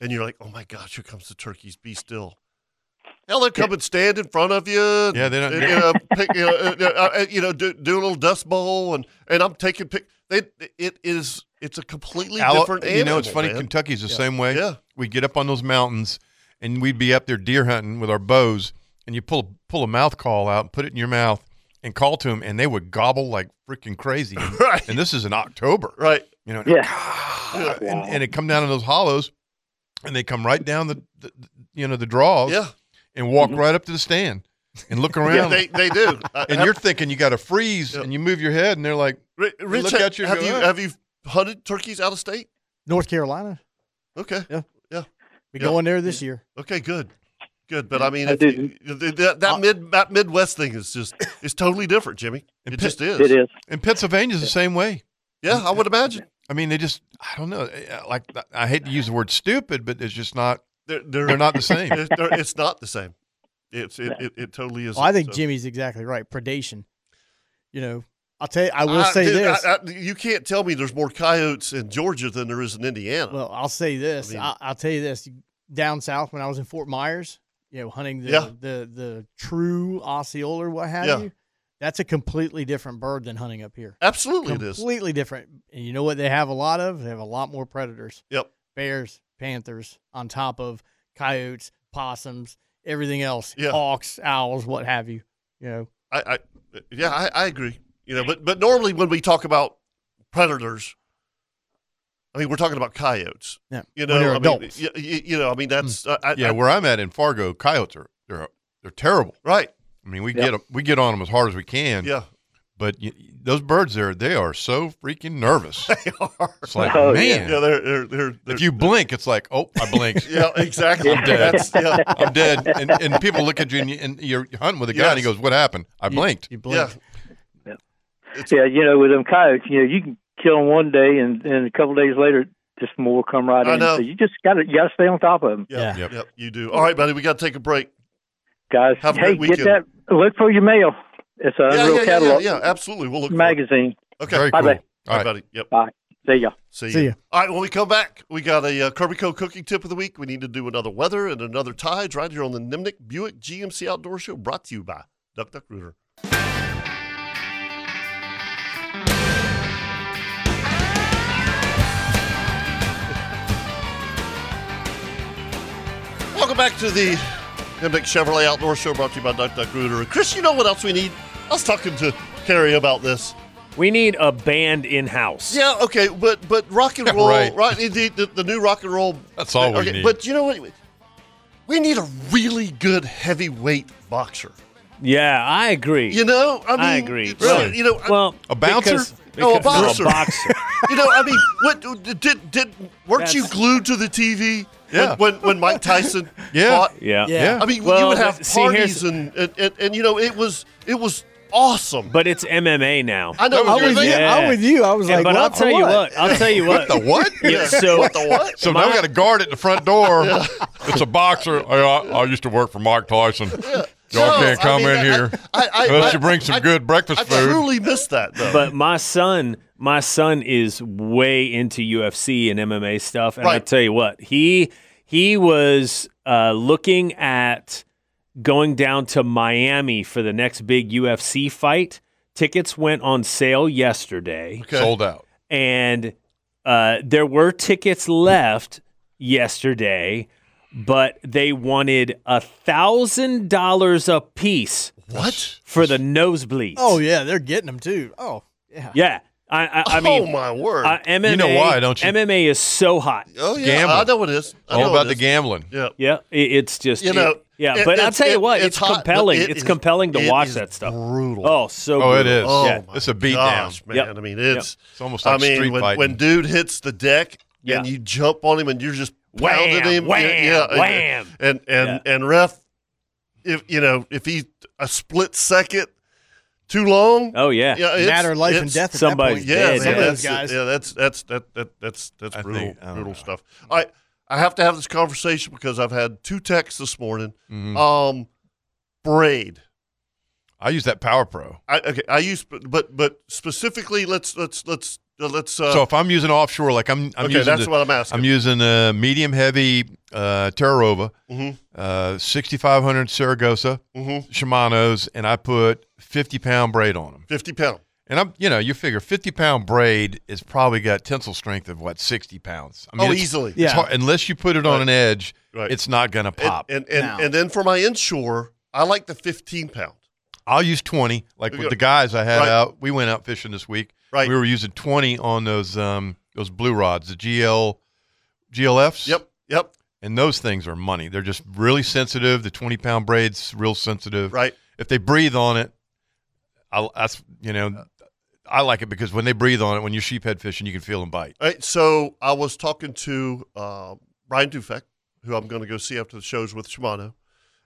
B: and you're like, oh my gosh, here comes the turkeys. Be still. Hell, they come and stand in front of you. Yeah,
D: they don't-
B: You know, pick, you know, uh, uh, uh, you know do, do a little dust bowl, and and I'm taking pic. They, it is it's a completely
D: Al-
B: different animal.
D: You know, it's funny.
B: man.
D: Kentucky's the
B: Yeah.
D: same way.
B: Yeah.
D: We'd get up on those mountains and we'd be up there deer hunting with our bows, and you pull pull a mouth call out and put it in your mouth and call to them, and they would gobble like freaking crazy. right. And this is in October.
B: Right.
D: You know.
P: Yeah.
D: And, and it come down in those hollows, and they come right down the, the the- you know the draws.
B: Yeah.
D: And walk
B: Mm-hmm.
D: right up to the stand and look
B: Yeah,
D: around.
B: they- they do. I-
D: and
B: I-
D: you're thinking you got to freeze, and you move your head, and they're like,
B: Ri-
D: they
B: Rich,
D: look
B: ha-
D: at you. and
B: have
D: go,
B: you
D: "Ah."
B: have you hunted turkeys out of state?
F: North Carolina.
B: Okay.
F: Yeah.
B: Yeah.
F: Be
B: Yeah.
F: going there this year.
B: Okay, good, good. But I mean,
F: I
B: if you- that, that mid that Midwest thing is just is totally different, Jimmy. It just is.
D: And Pennsylvania's the same way.
B: Yeah, I would imagine.
D: I mean, they just I don't know. eh, Like I hate to use the word stupid, but it's just not.
B: They're
D: they're, not the same.
B: They're- they're- it's not the same. It's it, it, it totally is.
F: Well, I think Jimmy's exactly right. Predation. You know, I'll tell you. I will say
B: Uh, dude,
F: this.
B: I- I- you can't tell me there's more coyotes in Georgia than there is in Indiana.
F: Well, I'll say this. I
B: mean-
F: I, will tell you this. Down south, when I was in Fort Myers, you know, hunting the
B: Yeah.
F: the, the true Osceola or what have
B: Yeah.
F: you, that's a completely different bird than hunting up here.
B: Absolutely, it
F: completely
B: is.
F: different. And you know what they have a lot of? They have a lot more predators.
B: Yep.
F: Bears, panthers, on top of coyotes, possums, everything else.
B: Yeah.
F: Hawks, owls, what have you. You know.
B: I, I yeah, I, I agree. You know, but but normally when we talk about predators, I mean we're talking about coyotes.
F: Yeah.
B: You
D: When
B: know,
D: they're
B: I mean,
D: adults.
B: you, you know, I mean
F: Hmm.
B: that's I- I,
D: yeah,
B: I,
D: where I'm at in Fargo, coyotes are they're they're terrible.
B: Right.
D: I mean, we
B: Yep.
D: get 'em- we get on them as hard as we can.
B: Yeah.
D: But y those birds there, they are so freaking nervous. they
B: are.
D: It's like
B: Oh, yeah.
D: man,
B: Yeah, they're- they're- they're-
D: if you blink, it's like oh, I blinked.
B: Yeah, exactly.
D: I'm dead.
B: That's- yeah.
D: I'm dead. And, and people look at you and, you and you're hunting with a guy, and he
B: Yes.
D: goes, "What happened? I
B: You-
D: blinked."
F: You
B: blinked.
P: yeah, you know, with them coyotes, you know, you can kill them one day, and and a couple days later, just more come right
B: I
P: in.
B: know.
P: So you just got to you got to stay on top of them.
B: Yeah. Yep. You do. All right, buddy. We got to take a break.
P: guys.
B: Have a
P: hey,
B: great
P: get that.
B: weekend.
P: Look for your mail. It's a
B: yeah,
P: real
B: yeah, yeah, yeah,
P: catalog.
B: yeah, absolutely. We'll look.
P: magazine.
B: Okay,
P: Bye, bye.
B: All right, buddy. Yep.
P: Bye. See ya.
B: See,
P: See ya.
B: All right, when we come back, we got a uh, Kirby Co. cooking tip of the week. We need to do another weather and another tides right here on the Nimnik Buick GMC Outdoor Show brought to you by Duck Duck Rooter. Welcome back to the Nimnik Chevrolet Outdoor Show brought to you by Duck Duck Rooter. Chris, you know what else we need? I was talking to Carrie about this.
E: We need a band in house.
B: Yeah, okay, but but rock and roll,
E: Right.
B: right? The, the, the new rock and roll.
E: That's all we
B: okay,
E: need.
B: But you know what? We need a really good heavyweight boxer.
E: Yeah, I agree.
B: You know, I mean,
E: agree.
B: so, you know, I-
E: well,
B: A bouncer?
E: because-
B: No, a
E: because-
B: boxer. You know, I mean, what did did weren't you glued to the TV?
E: Yeah.
B: When when, when Mike Tyson.
E: Yeah.
B: fought?
E: Yeah. Yeah.
B: I mean, you
E: Well,
B: would have
E: but see,
B: parties
E: here's-
B: and, and, and and you know it was it was awesome.
E: But it's MMA now.
B: I know. I'm with you. I'm with you. I was
E: And-
B: like,
E: but
B: what
E: I'll
B: the
E: tell you
B: what?
E: what. I'll tell you what.
D: What the what?
E: Yeah, so
D: What the what? So now we got a guard at the front door. It's a boxer. I, I, I used to work for Mike Tyson. Y'all
E: No,
D: can't
E: I
D: come
E: mean,
D: in
E: I-
D: here
B: I- I-
D: unless
B: I-
D: you bring some
B: I-
D: good breakfast
B: I
D: food.
B: truly missed that though.
E: But my son, my son is way into UFC and MMA stuff, and I
B: Right.
E: tell you what, he he was uh, looking at going down to Miami for the next big UFC fight. Tickets went on sale yesterday,
D: Sold out.
E: and uh, there were tickets left yesterday, but they wanted a thousand dollars a piece.
B: What
E: for the nosebleeds?
F: Oh yeah, they're getting them too. Oh yeah.
E: Yeah. I, I, I
F: Oh,
E: mean,
B: my word.
E: Uh, MMA,
D: You know why, don't you?
E: MMA is so hot.
B: Oh yeah,
E: Gambling.
B: I know what it is. I know
D: All
B: what
D: about
B: it
D: the
B: is.
D: gambling.
B: Yeah,
E: yeah, it- it's just
B: You
E: it-
B: know,
E: yeah.
B: it-
E: but I'll
B: it's-
E: tell you
B: it-
E: what,
B: it's
E: it's,
B: hot, but
E: compelling.
B: it
E: it's
B: is-
E: compelling to
B: it
E: watch
B: is
E: that stuff.
B: Brutal.
E: Oh, so
D: Oh, it
E: brutal.
D: is.
E: Yeah.
B: my
D: It's a beat
B: gosh,
D: down.
B: man.
D: Yep.
B: I mean, it's
D: Yep. It's almost like
B: I mean,
D: street
B: when,
D: fighting.
B: when dude hits the deck and you jump on him and you're just pounding
E: Wham,
B: him,
E: wham,
B: yeah, and-
E: wham.
B: and and and ref, if you know, if he a split second too long,
E: Oh yeah,
B: yeah, it's- it's-
E: Somebody's
B: yeah,
E: dead.
B: man,
E: yeah.
B: that's- Yeah, that's that's that, that that's that's brutal,
D: think- I don't
B: brutal stuff. All right, I have to have this conversation because I've had two texts this morning. Um, braid.
D: Mm-hmm. I use that Power Pro.
B: I, okay, I use but but specifically, let's let's let's uh, let's. Uh,
D: so if I'm using offshore, like I'm, I'm
B: Okay,
D: using
B: that's
D: the-
B: what I'm asking.
D: I'm using a medium heavy uh, Terrarova,
B: Mhm.
D: uh, 6500 Saragossa
B: Mhm.
D: Shimano's, and I put 50 pound braid on them.
B: 50 pound.
D: And I'm, you know, you figure 50 pound braid has probably got tensile strength of what 60 pounds. I
B: Oh,
D: it's-
B: easily.
D: it's
B: Yeah.
D: hard- unless you put it on an edge,
B: Right.
D: it's not going to pop.
B: and and, and then for my inshore, I like the 15 pound.
D: I'll use 20. Like with
B: Yeah.
D: the guys I had
B: Right.
D: out, we went out fishing this week.
B: Right.
D: We were using 20 on those um those blue rods, the GL GLFs.
B: Yep. Yep.
D: And those things are money. They're just really sensitive. The 20 pound braid's real sensitive.
B: Right.
D: If they breathe on it, I that's you know I like it because when they breathe on it, when you're sheephead fishing, you can feel them bite.
B: All right, so I was talking to uh, Brian Dufek, who I'm going to go see after the shows with Shimano,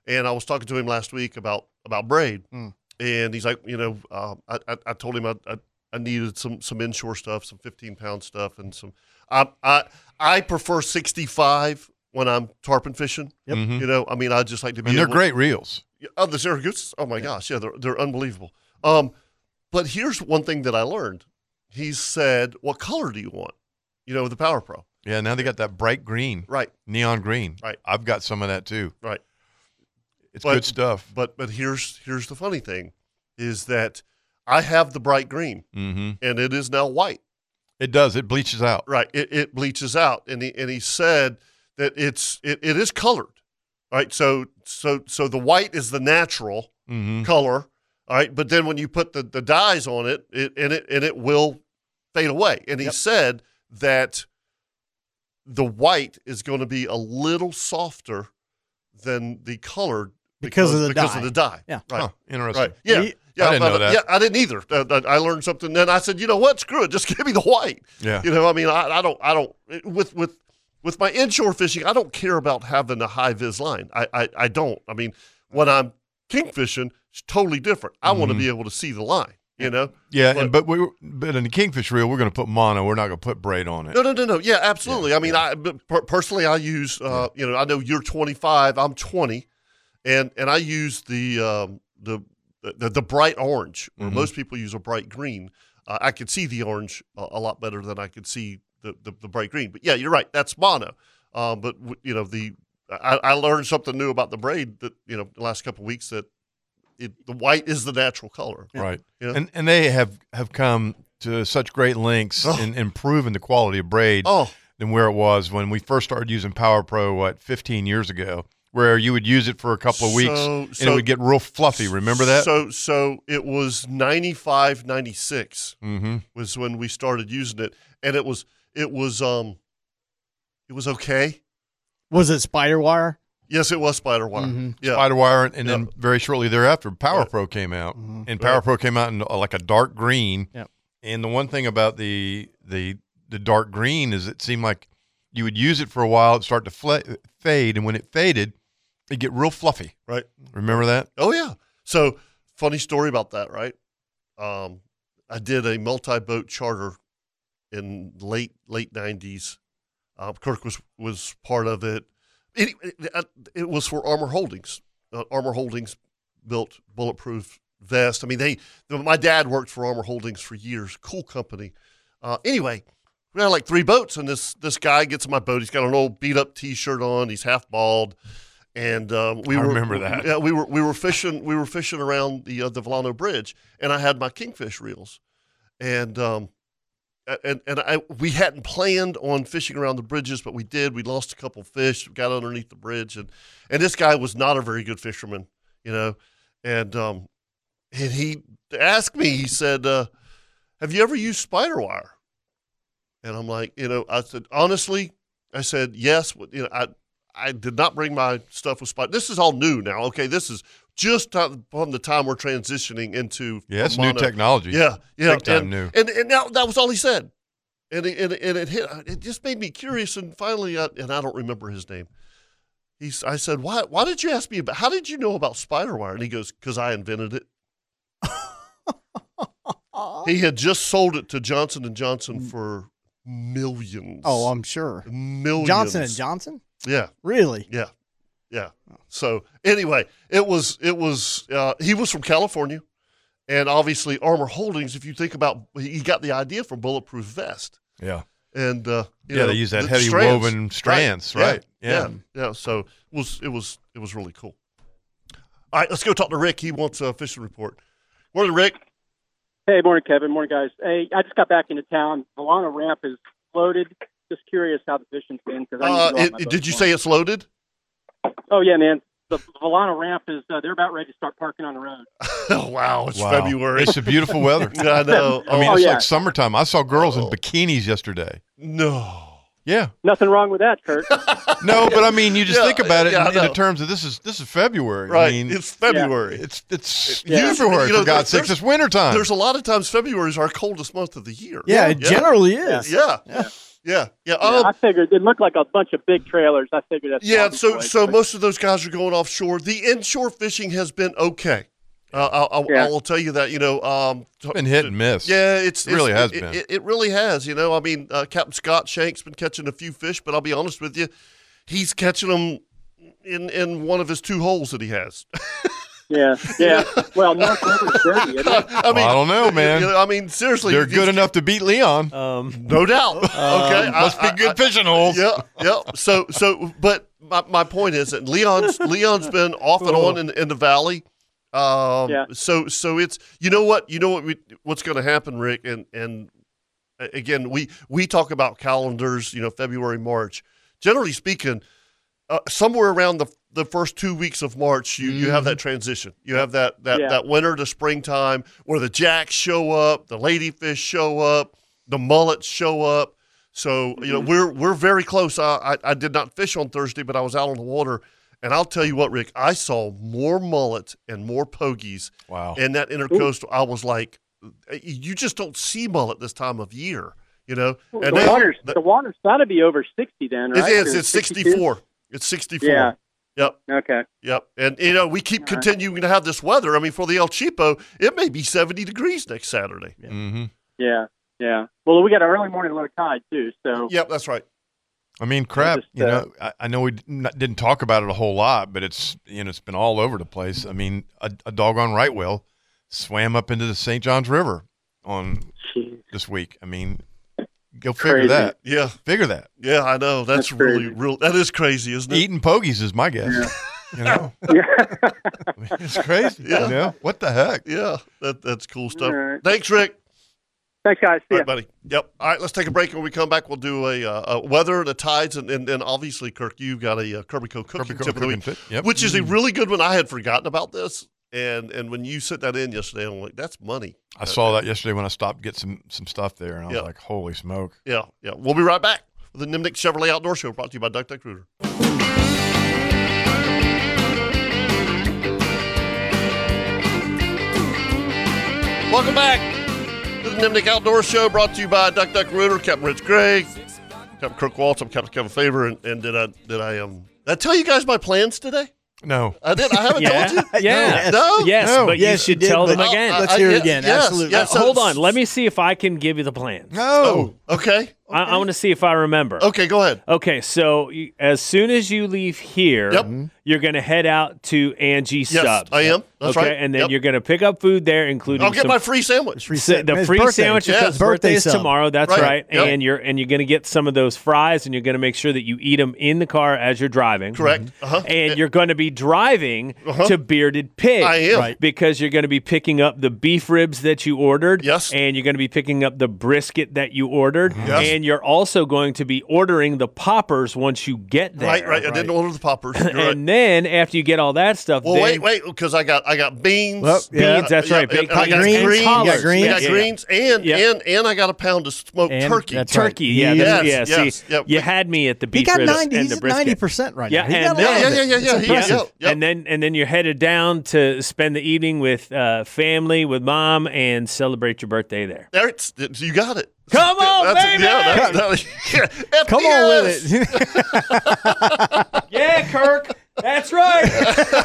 B: and I was talking to him last week about about braid, and he's like, you know, um, I, I I told him I, I I needed some some inshore stuff, some 15 pound stuff, and some I I I prefer 65 when I'm tarpon fishing.
D: Yep. Mhm.
B: You know, I mean, I just like to be.
D: And they're
B: able-
D: great reels.
B: yeah, Oh, the Zaragoozas? Oh my gosh, yeah, they're they're unbelievable. Um, but here's one thing that I learned. He said, "What color do you want?" You know, with the Power Pro.
D: Yeah, now they got that bright green.
B: Right.
D: Neon green.
B: Right.
D: I've got some of that too.
B: Right.
D: It's good stuff.
B: But but here's here's the funny thing, is that I have the bright green,
D: Mm-hmm.
B: and it is now white.
D: It does. It bleaches out.
B: Right. It, it bleaches out, and he and he said that it's it, it is colored. Right. So so so the white is the natural
D: Mhm.
B: color. All right. But then when you put the, the dyes on it, it and it and it will fade away. And he said that the white is going to be a little softer than the colored
F: Because of the
B: because
F: dye.
B: of the dye.
F: Yeah.
B: Right.
F: Huh,
D: interesting.
B: Right. Yeah.
D: He-
B: yeah,
D: I didn't
B: but-
D: know that.
B: Yeah, I didn't either. Uh, uh, I learned something. Then I said, you know what? Screw it. Just give me the white.
D: Yeah.
B: You know, I mean, I, I don't, I don't it- with with with my inshore fishing, I don't care about having a high vis line. I I, I don't. I mean, when I'm king fishing, it's totally different. I want to
D: Mhm.
B: be able to see the line. You know.
D: Yeah, and but we but in the kingfish reel, we're going to put mono. We're not going to put braid on it.
B: No, no, no, no. Yeah, absolutely. I mean, I but per- personally, I use. Uh, You know, I know you're 25. I'm 20, and and I use the um, the, the the bright orange, where
D: Mhm.
B: most people use a bright green. Uh, I could see the orange a, a lot better than I could see the, the, the bright green. But yeah, you're right. That's mono. Um, but w- you know the I, I learned something new about the braid that you know the last couple of weeks that it, the white is the natural color.
D: Right.
B: You know?
D: And and they have have come to such great lengths in improving the quality of braid
B: Oh.
D: than where it was when we first started using Power Pro what 15 years ago where you would use it for a couple of weeks
B: So-
D: and
B: so-
D: it would get real fluffy remember that
B: So so it was 95 96
D: Mhm.
B: was when we started using it and it was it was um it was okay.
F: Was it spider wire? Mm-hmm.
B: Yes, it was spider wire. Yeah.
D: Mm-hmm.
B: Mm-hmm.
D: spider wire and, and then very shortly thereafter power pro came out and power
B: Right.
D: pro came out in uh, like a dark green
F: Yep.
D: and the one thing about the the the dark green is it seemed like you would use it for a while it'd start to fla- fade and when it faded it'd get real fluffy
B: right
D: remember that
B: Oh yeah. So funny story about that, right? Um, I did a multi-boat charter in late late nineties. Um, Kirk was was part of it. It, it, it was for Armor Holdings. Uh, Armor Holdings built bulletproof vest. I mean, they. My dad worked for Armor Holdings for years. Cool company. Uh, anyway, we had like three boats, and this this guy gets in my boat. He's got an old beat up T shirt on. He's half bald, and um, we
D: I
B: were,
D: remember that.
B: Yeah, we were we were fishing we were fishing around the uh, the Volano Bridge, and I had my kingfish reels, and um, a- and and I we hadn't planned on fishing around the bridges, but we did. We lost a couple fish, got underneath the bridge, and and this guy was not a very good fisherman, you know, and um, and he asked me, he said, uh, "Have you ever used spider wire?" And I'm like, you know, I said, honestly, I said, yes. w- You know, I, I did not bring my stuff with spot. This is all new now. Okay. This is just ti- from the time we're transitioning into.
D: Yeah, it's new technology.
B: Yeah. Yeah.
D: Big time
B: and,
D: new.
B: And, and now that was all he said. And it, and, it- and it hit, it just made me curious. And finally, I, and I don't remember his name. He's, I said, why, why did you ask me about, how did you know about spider wire? And he goes, cause I invented it. He had just sold it to Johnson and Johnson for millions.
F: Mm. Oh, I'm sure.
B: Millions.
F: Johnson and Johnson.
B: Yeah.
F: Really?
B: Yeah. Yeah. So anyway, it was it was uh, he was from California, and obviously Armor Holdings. If you think about, he got the idea from Bulletproof Vest,
D: yeah
B: and uh, you
D: Yeah,
B: know,
D: they use that
B: the
D: heavy
B: strands.
D: woven strands, right.
B: Yeah.
D: Yeah.
B: yeah, yeah. So it was it was it was really cool. All right, let's go talk to Rick. He wants a fishing report. Morning, Rick.
Q: Hey, morning, Kevin. Morning, guys. Hey, I just got back into town. The Lana ramp is loaded. Just curious how the fishing's been because I need
B: Uh,
Q: to go out
B: it,
Q: my
B: it-
Q: boat
B: did you
Q: tomorrow.
B: say it's loaded?
Q: Oh yeah, man. The Volano ramp is uh, they're about ready to start parking on the road.
B: Oh, wow, it's
D: Wow.
B: February.
D: It's a beautiful weather.
B: I know. Oh.
D: I mean,
Q: Oh,
D: it's
Q: yeah.
D: like summertime. I saw girls in bikinis yesterday.
B: No.
D: Yeah.
Q: Nothing wrong with that, Kurt.
D: No, but I mean, you
B: Uh,
D: just think about it
Q: yeah, I
D: in, in the
Q: know.
D: terms of this is this is February. I
B: Right,
D: mean,
B: it's February.
D: It's it's
B: Yeah.
D: February
B: You know,
D: for God's
B: there-
D: sakes. It's winter time.
B: There's a lot of times February is our coldest month of the year.
Q: Yeah, it generally is.
B: Yeah. Yeah. Yeah. Yeah. Oh,
Q: I figured it looked like a bunch of big trailers. I figured that's
B: yeah.
Q: probably
B: So,
Q: what-
B: so most of those guys are going offshore. The inshore fishing has been okay. Uh, I'll, I'll,
D: Yeah.
B: I will tell you that. You know, um, t-
D: been hit and miss.
B: Yeah, it's
D: It really has
B: it's- it,
D: been.
B: It, it really has. You know, I mean, uh, Captain Scott Shank's been catching a few fish, but I'll be honest with you, he's catching them in in one of his two holes that he has.
Q: yeah, yeah. well, North River's dirty. Isn't it?
B: I mean,
D: I don't know, man.
B: you know, I mean, seriously,
D: They're
B: you-
D: good enough to beat Leon.
E: Um,
B: No doubt. okay,
D: um, must be good fishing holes.
B: Yeah, yeah. So, so, but my, my point is that Leon's Leon's been off and on in, in the valley. Um,
Q: Yeah.
B: So, so it's you know what you know what we, what's going to happen, Rick, and and a- again we we talk about calendars. You know, February, March. Generally speaking, uh, somewhere around the the first two weeks of March, you, you have that transition. You have that that,
Q: Mm-hmm. Yeah.
B: that winter to springtime where the jacks show up, the ladyfish show up, the mullets show up. So you know we're we're very close. I, I I did not fish on Thursday, but I was out on the water, and I'll tell you what, Rick, I saw more mullets and more pogies.
D: Wow!
B: In that intercoastal, I was like, "Uh, you just don't see mullet this time of year. You know,
Q: the
B: now-
Q: water's the water's got to be over sixty then,
B: it
Q: right?
B: is.
Q: Or
B: It's
Q: 62?
B: 64. It's 64.
Q: Yeah.
B: Yep.
Q: Okay.
B: Yep. And, you know, we keep continuing to have this weather. I mean, for the El Cheapo, it may be 70 degrees next Saturday.
D: Mm-hmm.
Q: Yeah, yeah. Well, we got an early morning low tide too, so
B: Yep, that's right.
D: I mean, crap. you know, I, I know we d- not- didn't talk about it a whole lot, but it's you know it's been all over the place. I mean, a, a doggone right whale swam up into the St. Johns River on this week. I mean, go figure
B: Crazy.
D: that.
B: Yeah.
D: figure that.
B: Yeah, I know. That's,
D: That's
B: really,
D: crazy.
B: real. That is crazy, isn't it?
D: Eating pogies is my guess. You know, it's crazy.
B: Yeah.
D: You know, what the heck?
B: Yeah, that, that's cool stuff.
D: All right.
B: Thanks, Rick.
Q: Thanks, guys.
B: All right, buddy. Yep. All right, let's take a break. When we come back, we'll do a, uh, a weather, the tides, and, and, and obviously, Kirk, you've got a uh, Kirby Co. cooking
D: Co
B: tip of the
D: cooking
B: week,
D: tip, yep.
B: which is a
D: Mm.
B: really good one. I had forgotten about this, and and when you sent that in yesterday, I'm like, that's money.
D: I saw that yesterday when I stopped to get some some stuff there, and I
B: Yeah.
D: was like, "Holy smoke!"
B: Yeah, yeah. We'll be right back with the Nimnik Chevrolet Outdoor Show brought to you by Duck Duck Rooter. Welcome back to the Nimnik Outdoor Show brought to you by Duck Duck Rooter, Captain Rich Gregg, Captain Kirk Waltz, I'm Captain Kevin Favor, and, and did I did I um did I tell you guys my plans today?
D: No,
B: I did. I haven't
E: Yeah.
B: told you.
E: Yeah.
B: No.
E: Yes,
B: No.
E: but you should tell them
B: but-
E: again.
B: I- I- yeah, yes, yes, so-
E: Hold on. Let me see if I can give you the plans.
D: No.
B: okay.
E: I, I want to see if I remember.
B: Okay, go ahead.
E: Okay, so you, as soon as you leave here, you're going to head out to Angie's
B: Yes,
E: Subs.
B: I am. That's
E: okay,
B: right.
E: and then
B: Yep.
E: you're going to pick up food there, including
B: I'll get
E: some-
B: my free sandwich.
E: Sa- the free sandwich because his birthday is tomorrow. That's right, and you're and you're going to get some of those fries, and you're going to make sure that you eat them in the car as you're driving.
B: Correct. Uh-huh.
E: And you're going to be driving
D: Uh-huh.
E: to Bearded Pig.
B: I am. Right.
E: because you're going to be picking up the beef ribs that you ordered. Yes, and you're going to be picking up the brisket that you ordered.
B: Mm-hmm. Yes.
E: and you're also going to be ordering the poppers once you get there.
B: Right, right. I didn't order the poppers. You're right.
E: And then after you get all that stuff,
B: Well,
E: then-
B: wait, wait, because I got I got beans,
E: Well, yeah. Beans, that's right.
B: and-
E: Big
B: and I got
E: greens.
B: greens,
E: You got
B: I got
E: greens.
B: greens, I got
E: Yeah.
B: greens, and and and I got a pound of smoked
E: And
B: turkey.
E: that's right. Turkey, yeah, that's-
B: yes,
E: yeah, see,
B: yes,
E: you had me at the beef
B: got
E: ribs
B: 90
E: and
B: he's
E: the brisket.
B: at 90% right
E: yeah,
B: now. He
E: and
B: got a lot
E: then,
B: of it. Yeah, yeah, yeah, yeah, It's yeah, impressive. yeah, yeah.
E: and then and then you're headed down to spend the evening with uh, family, with mom, and celebrate your birthday there.
B: There it's, it's- you got it.
E: Come on,
B: That's
E: baby!
B: Yeah, that, that, yeah.
E: Come on with yeah, Kirk, that's right,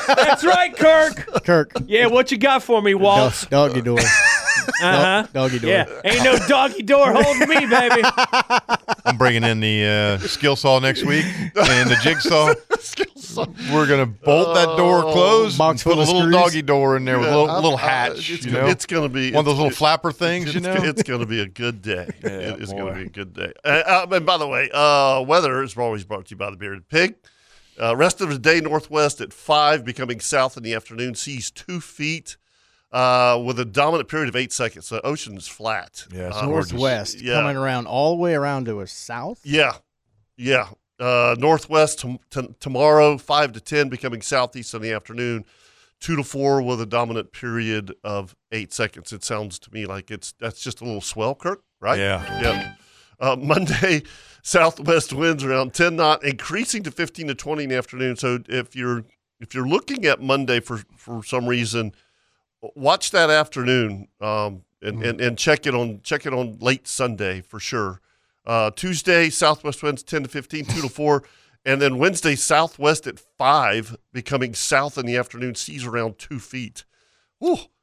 E: that's right, Kirk.
F: Kirk.
E: Yeah, what you got for me,
F: Dog,
E: Walt?
F: doggy door.
E: Uh huh.
F: Doggy door.
E: Yeah, ain't no doggy door holding me, baby.
D: I'm bringing in the uh, skill saw next week and the jigsaw. We're gonna bolt that door closed, and
B: Box
D: put a
B: full of
D: little
B: screws.
D: doggy door in there with a
B: Oh. Yeah,
D: little,
B: I'm-
D: little
B: I-
D: hatch.
B: it's
D: you
B: gonna-
D: know,
B: it's gonna be
D: one of those
B: it's-
D: little flapper
B: it's-
D: things. You
B: it's-
D: know,
B: it's gonna be a good day.
D: Yeah,
B: it is going
D: boy.
B: to be a good day. Uh, um, and by the way, uh, weather is always brought to you by the Bearded Pig. Uh, rest of the day northwest at five, becoming south in the afternoon. Seas two feet. Uh, with a dominant period of eight seconds, so ocean's flat. Uh, Yeah,
F: It's northwest coming around all the way around to us south.
B: Yeah, yeah. Uh, northwest tom t- tomorrow, five to ten, becoming southeast in the afternoon, two to four with a dominant period of eight seconds. It sounds to me like it's that's just a little swell, Kirk. Right?
D: Yeah.
B: Yeah. Uh, Monday, southwest winds around ten knot, increasing to fifteen to twenty in the afternoon. So if you're if you're looking at Monday for for some reason, watch that afternoon um, and,
D: Mm-hmm.
B: and, and check it on check it on late Sunday for sure. Uh, Tuesday southwest winds ten to 15, 2 to four, and then Wednesday southwest at five, becoming south in the afternoon, seas around two feet.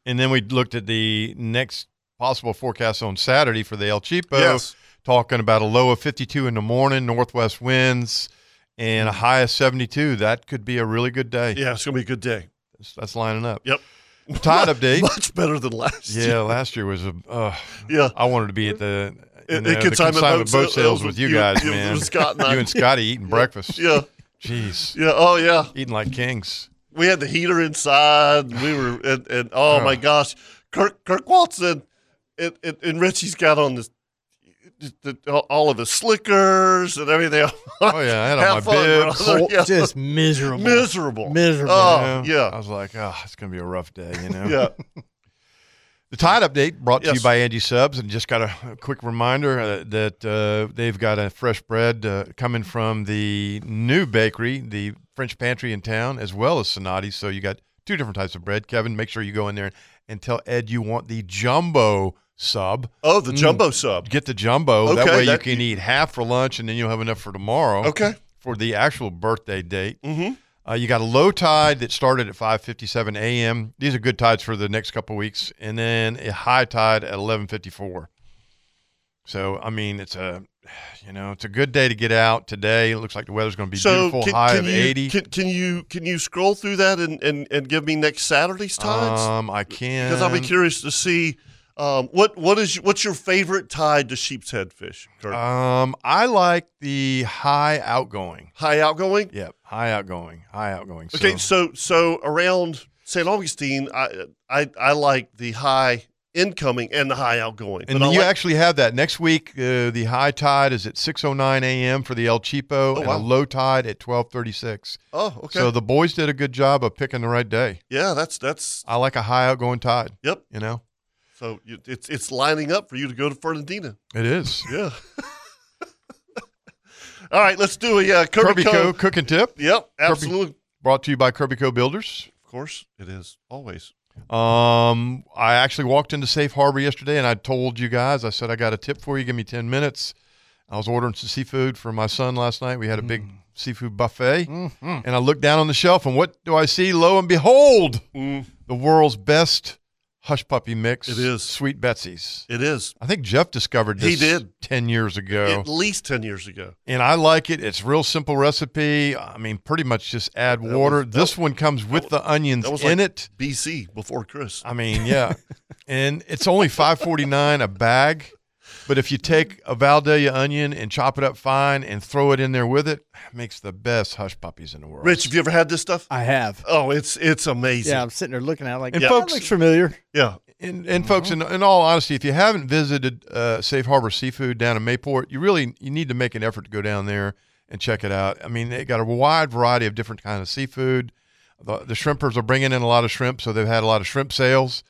D: And then we looked at the next possible forecast on Saturday for the El Cheapo,
B: Yes.
D: talking about a low of 52 in the morning, northwest winds, and a high of 72. That could be a really good day.
B: Yeah, it's gonna be a good day.
D: That's, that's lining up.
B: Yep.
D: Tide update.
B: Much better than last
D: yeah,
B: year.
D: last year was a. Uh,
B: yeah.
D: I wanted to be at the. you
B: At-
D: know,
B: at
D: the
B: consignment
D: consignment
B: boat
D: boat sales
B: sales
D: with
B: with
D: you
B: you-
D: guys,
B: you-
D: man.
B: with Scott and I.
D: you and Scotty eating
B: Yeah.
D: breakfast.
B: Yeah.
D: Jeez.
B: Yeah. Oh yeah.
D: Eating like kings.
B: We had the heater inside. We were and, and oh my gosh, Kirk Kirk Watson, and, and, and Richie's got on this. The, all of his slickers and everything.
D: Oh yeah, I had on
B: Have
D: my
B: fun,
D: bibs.
B: brother. Yeah. miserable,
D: miserable,
B: Oh
D: You know?
B: yeah,
D: I was like, oh, it's gonna be a rough day, you know.
B: Yeah.
D: The Tide Update brought to
B: Yes.
D: you by Angie Subs. And just got a, a quick reminder uh, that uh, they've got a fresh bread uh, coming from the new bakery, the French pantry in town, as well as Sonati's. So you got two different types of bread. Kevin, make sure you go in there and tell Ed you want the jumbo sub. Mm.
B: Oh, the jumbo sub.
D: Get the jumbo. that
B: Okay,
D: way
B: that-
D: you can eat half for lunch and then you'll have enough for tomorrow.
B: Okay.
D: For the actual birthday date.
B: Mm-hmm.
D: Uh, you got a low tide that started at 5:57 a.m. These are good tides for the next couple weeks, and then a high tide at 11:54. So I mean, it's a you know, it's a good day to get out today. It looks like the weather's going to be
B: So
D: beautiful,
B: can,
D: high
B: can
D: of
B: you
D: 80.
B: Can, can you can you scroll through that and, and, and give me next Saturday's tides?
D: Um, I can
B: because I'll be curious to see um, what what is what's your favorite tide to sheep's head fish? Kurt?
D: Um, I like the high outgoing.
B: High outgoing?
D: Yep, high outgoing, high outgoing.
B: okay,
D: so,
B: so so around St. Augustine, I I, I like the high incoming and the high outgoing.
D: and
B: but I
D: you
B: like-
D: actually have that next week. Uh, the high tide is at 6:09 a.m. for the El Chipo, and
B: Oh, wow.
D: a low tide at 12:36.
B: Oh, okay.
D: So the boys did a good job of picking the right day.
B: yeah, that's that's
D: I like a high outgoing tide.
B: Yep.
D: You know,
B: so you, it's it's lining up for you to go to Fernandina.
D: it is.
B: Yeah. All right, let's do a uh, Kirby,
D: Kirby Co.
B: Co.
D: cooking tip.
B: Yep,
D: Kirby-
B: absolutely.
D: brought to you by Kirby Co. Builders.
B: Of course, it is always.
D: Um, I actually walked into Safe Harbor yesterday, and I told you guys. I said I got a tip for you. Give me ten minutes. I was ordering some seafood for my son last night. We had a big
B: Mm.
D: seafood buffet,
B: Mm-hmm.
D: and I looked down on the shelf, and what do I see? Lo and behold,
B: Mm.
D: the world's best hush puppy mix. It is Sweet Betsy's.
B: It is.
D: I think Jeff discovered this.
B: He did.
D: ten years ago
B: At least ten years ago.
D: and I like it. It's real simple recipe. I mean, pretty much just add water. this one comes with the onions
B: That was
D: in
B: like
D: it.
B: BC before Chris.
D: I mean, yeah, and it's only five forty nine a bag. But if you take a Valdelia onion and chop it up fine and throw it in there with it, makes the best hush puppies in the world.
B: Rich, have you ever had this stuff?
F: I have.
B: Oh, it's it's amazing.
F: Yeah, I'm sitting there looking at it like,
D: And
F: yeah,
D: folks-
F: that looks familiar.
B: Yeah.
D: And, and folks, in, in all honesty, if you haven't visited uh, Safe Harbor Seafood down in Mayport, you really you need to make an effort to go down there and check it out. I mean, they got a wide variety of different kinds of seafood. The, the shrimpers are bringing in a lot of shrimp, so they've had a lot of shrimp sales,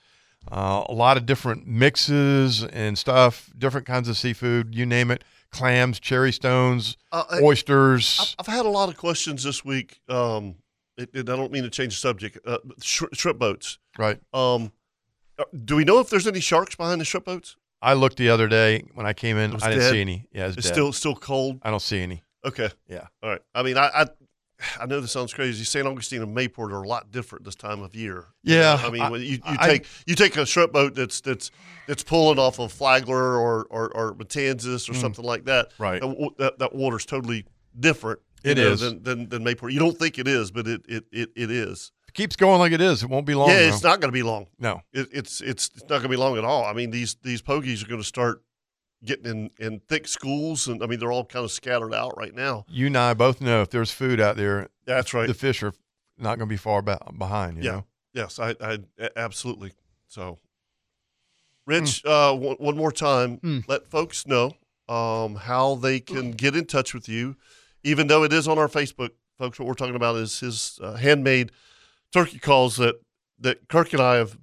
D: uh, a lot of different mixes and stuff, different kinds of seafood, you name it, clams, cherry stones,
B: Uh, I-
D: oysters.
B: I've, I've had a lot of questions this week. Um, it, it- I don't mean to change the subject. Uh, sh- shrimp boats.
D: Right.
B: Um, uh, do we know if there's any sharks behind the shrimp boats?
D: I looked the other day when I came in,
B: It was
D: I didn't
B: dead.
D: see any. Yeah, it's,
B: It's
D: dead.
B: still- still cold?
D: I don't see any.
B: Okay.
D: Yeah.
B: All right. I mean, I, I, I know this sounds crazy. St. Augustine and Mayport are a lot different this time of year. You
D: Yeah,
B: know, I mean,
D: I-
B: when you, you
D: I-
B: take you take a shrimp boat that's that's that's pulling off of Flagler or or, or Matanzas or
D: Mm.
B: something like that.
D: Right.
B: That, wa- that, that water's totally different. you
D: It
B: know,
D: is.
B: than, than than Mayport. You don't think it is, but it it it, it is.
D: It keeps going like it is. It won't be long.
B: yeah, it's
D: though.
B: not going to be long.
D: No.
B: It, it's it's it's not going to be long at all. I mean, these these pogies are going to start getting in in thick schools, and I mean they're all kind of scattered out right now.
D: you and I both know if there's food out there,
B: That's right.
D: The fish are not going to be far ba- behind. You
B: yeah.
D: know,
B: Yes, I, I a- absolutely. So,
F: Hmm.
B: Rich, uh, one, one more time, let folks know um, how they
F: Hmm.
B: can get in touch with you. Even though it is on our Facebook, folks, what we're talking about is his uh, handmade turkey calls that that Kirk and I have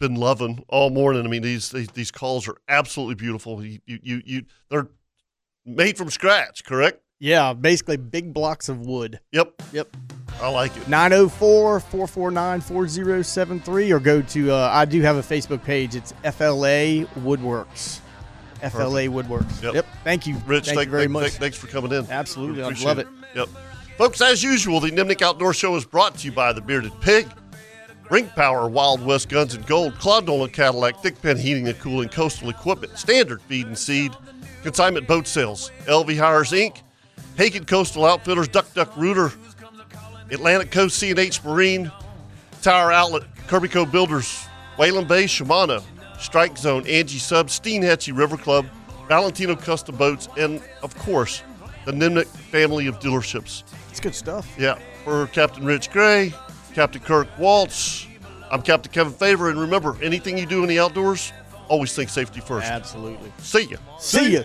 B: been loving all morning. I mean, these these, these calls are absolutely beautiful. You, you you you they're made from scratch, correct?
F: Yeah, basically big blocks of wood.
B: Yep.
F: Yep.
B: I like it.
F: 904 449 4073 or go to, uh, I do have a Facebook page. It's FLA Woodworks. FLA Woodworks. Yep. Thank you.
B: Rich,
F: Thank
B: thank-
F: you very
B: thank-
F: much.
B: thank- thanks for coming in.
F: Absolutely. I
B: Appreciate
F: love it.
B: Yep. Folks, as usual, the Nimnik Outdoor Show is brought to you by the Bearded Pig, Ring Power, Wild West Guns and Gold, Claude Nolan Cadillac, Thick Pen Heating and Cooling, Coastal Equipment, Standard Feed and Seed, Consignment Boat Sales, LV Hires Inc., Hagen Coastal Outfitters, Duck Duck Rooter, Atlantic Coast C&H Marine, Tire Outlet, Kirby Co Builders, Whalen Bay, Shimano, Strike Zone, Angie Sub, Steenhatchee River Club, Valentino Custom Boats, and of course, the Nimnik family of dealerships.
F: It's good stuff.
B: Yeah, for Captain Rich Gray, Captain Kirk Waltz, I'm Captain Kevin Favor, and remember, anything you do in the outdoors, always think safety first.
F: Absolutely.
B: See ya.
F: See ya.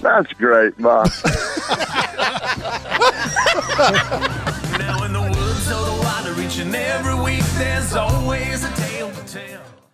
N: That's great, Mike.
C: Now in the woods or the water, each and every week, there's always a tale to tell.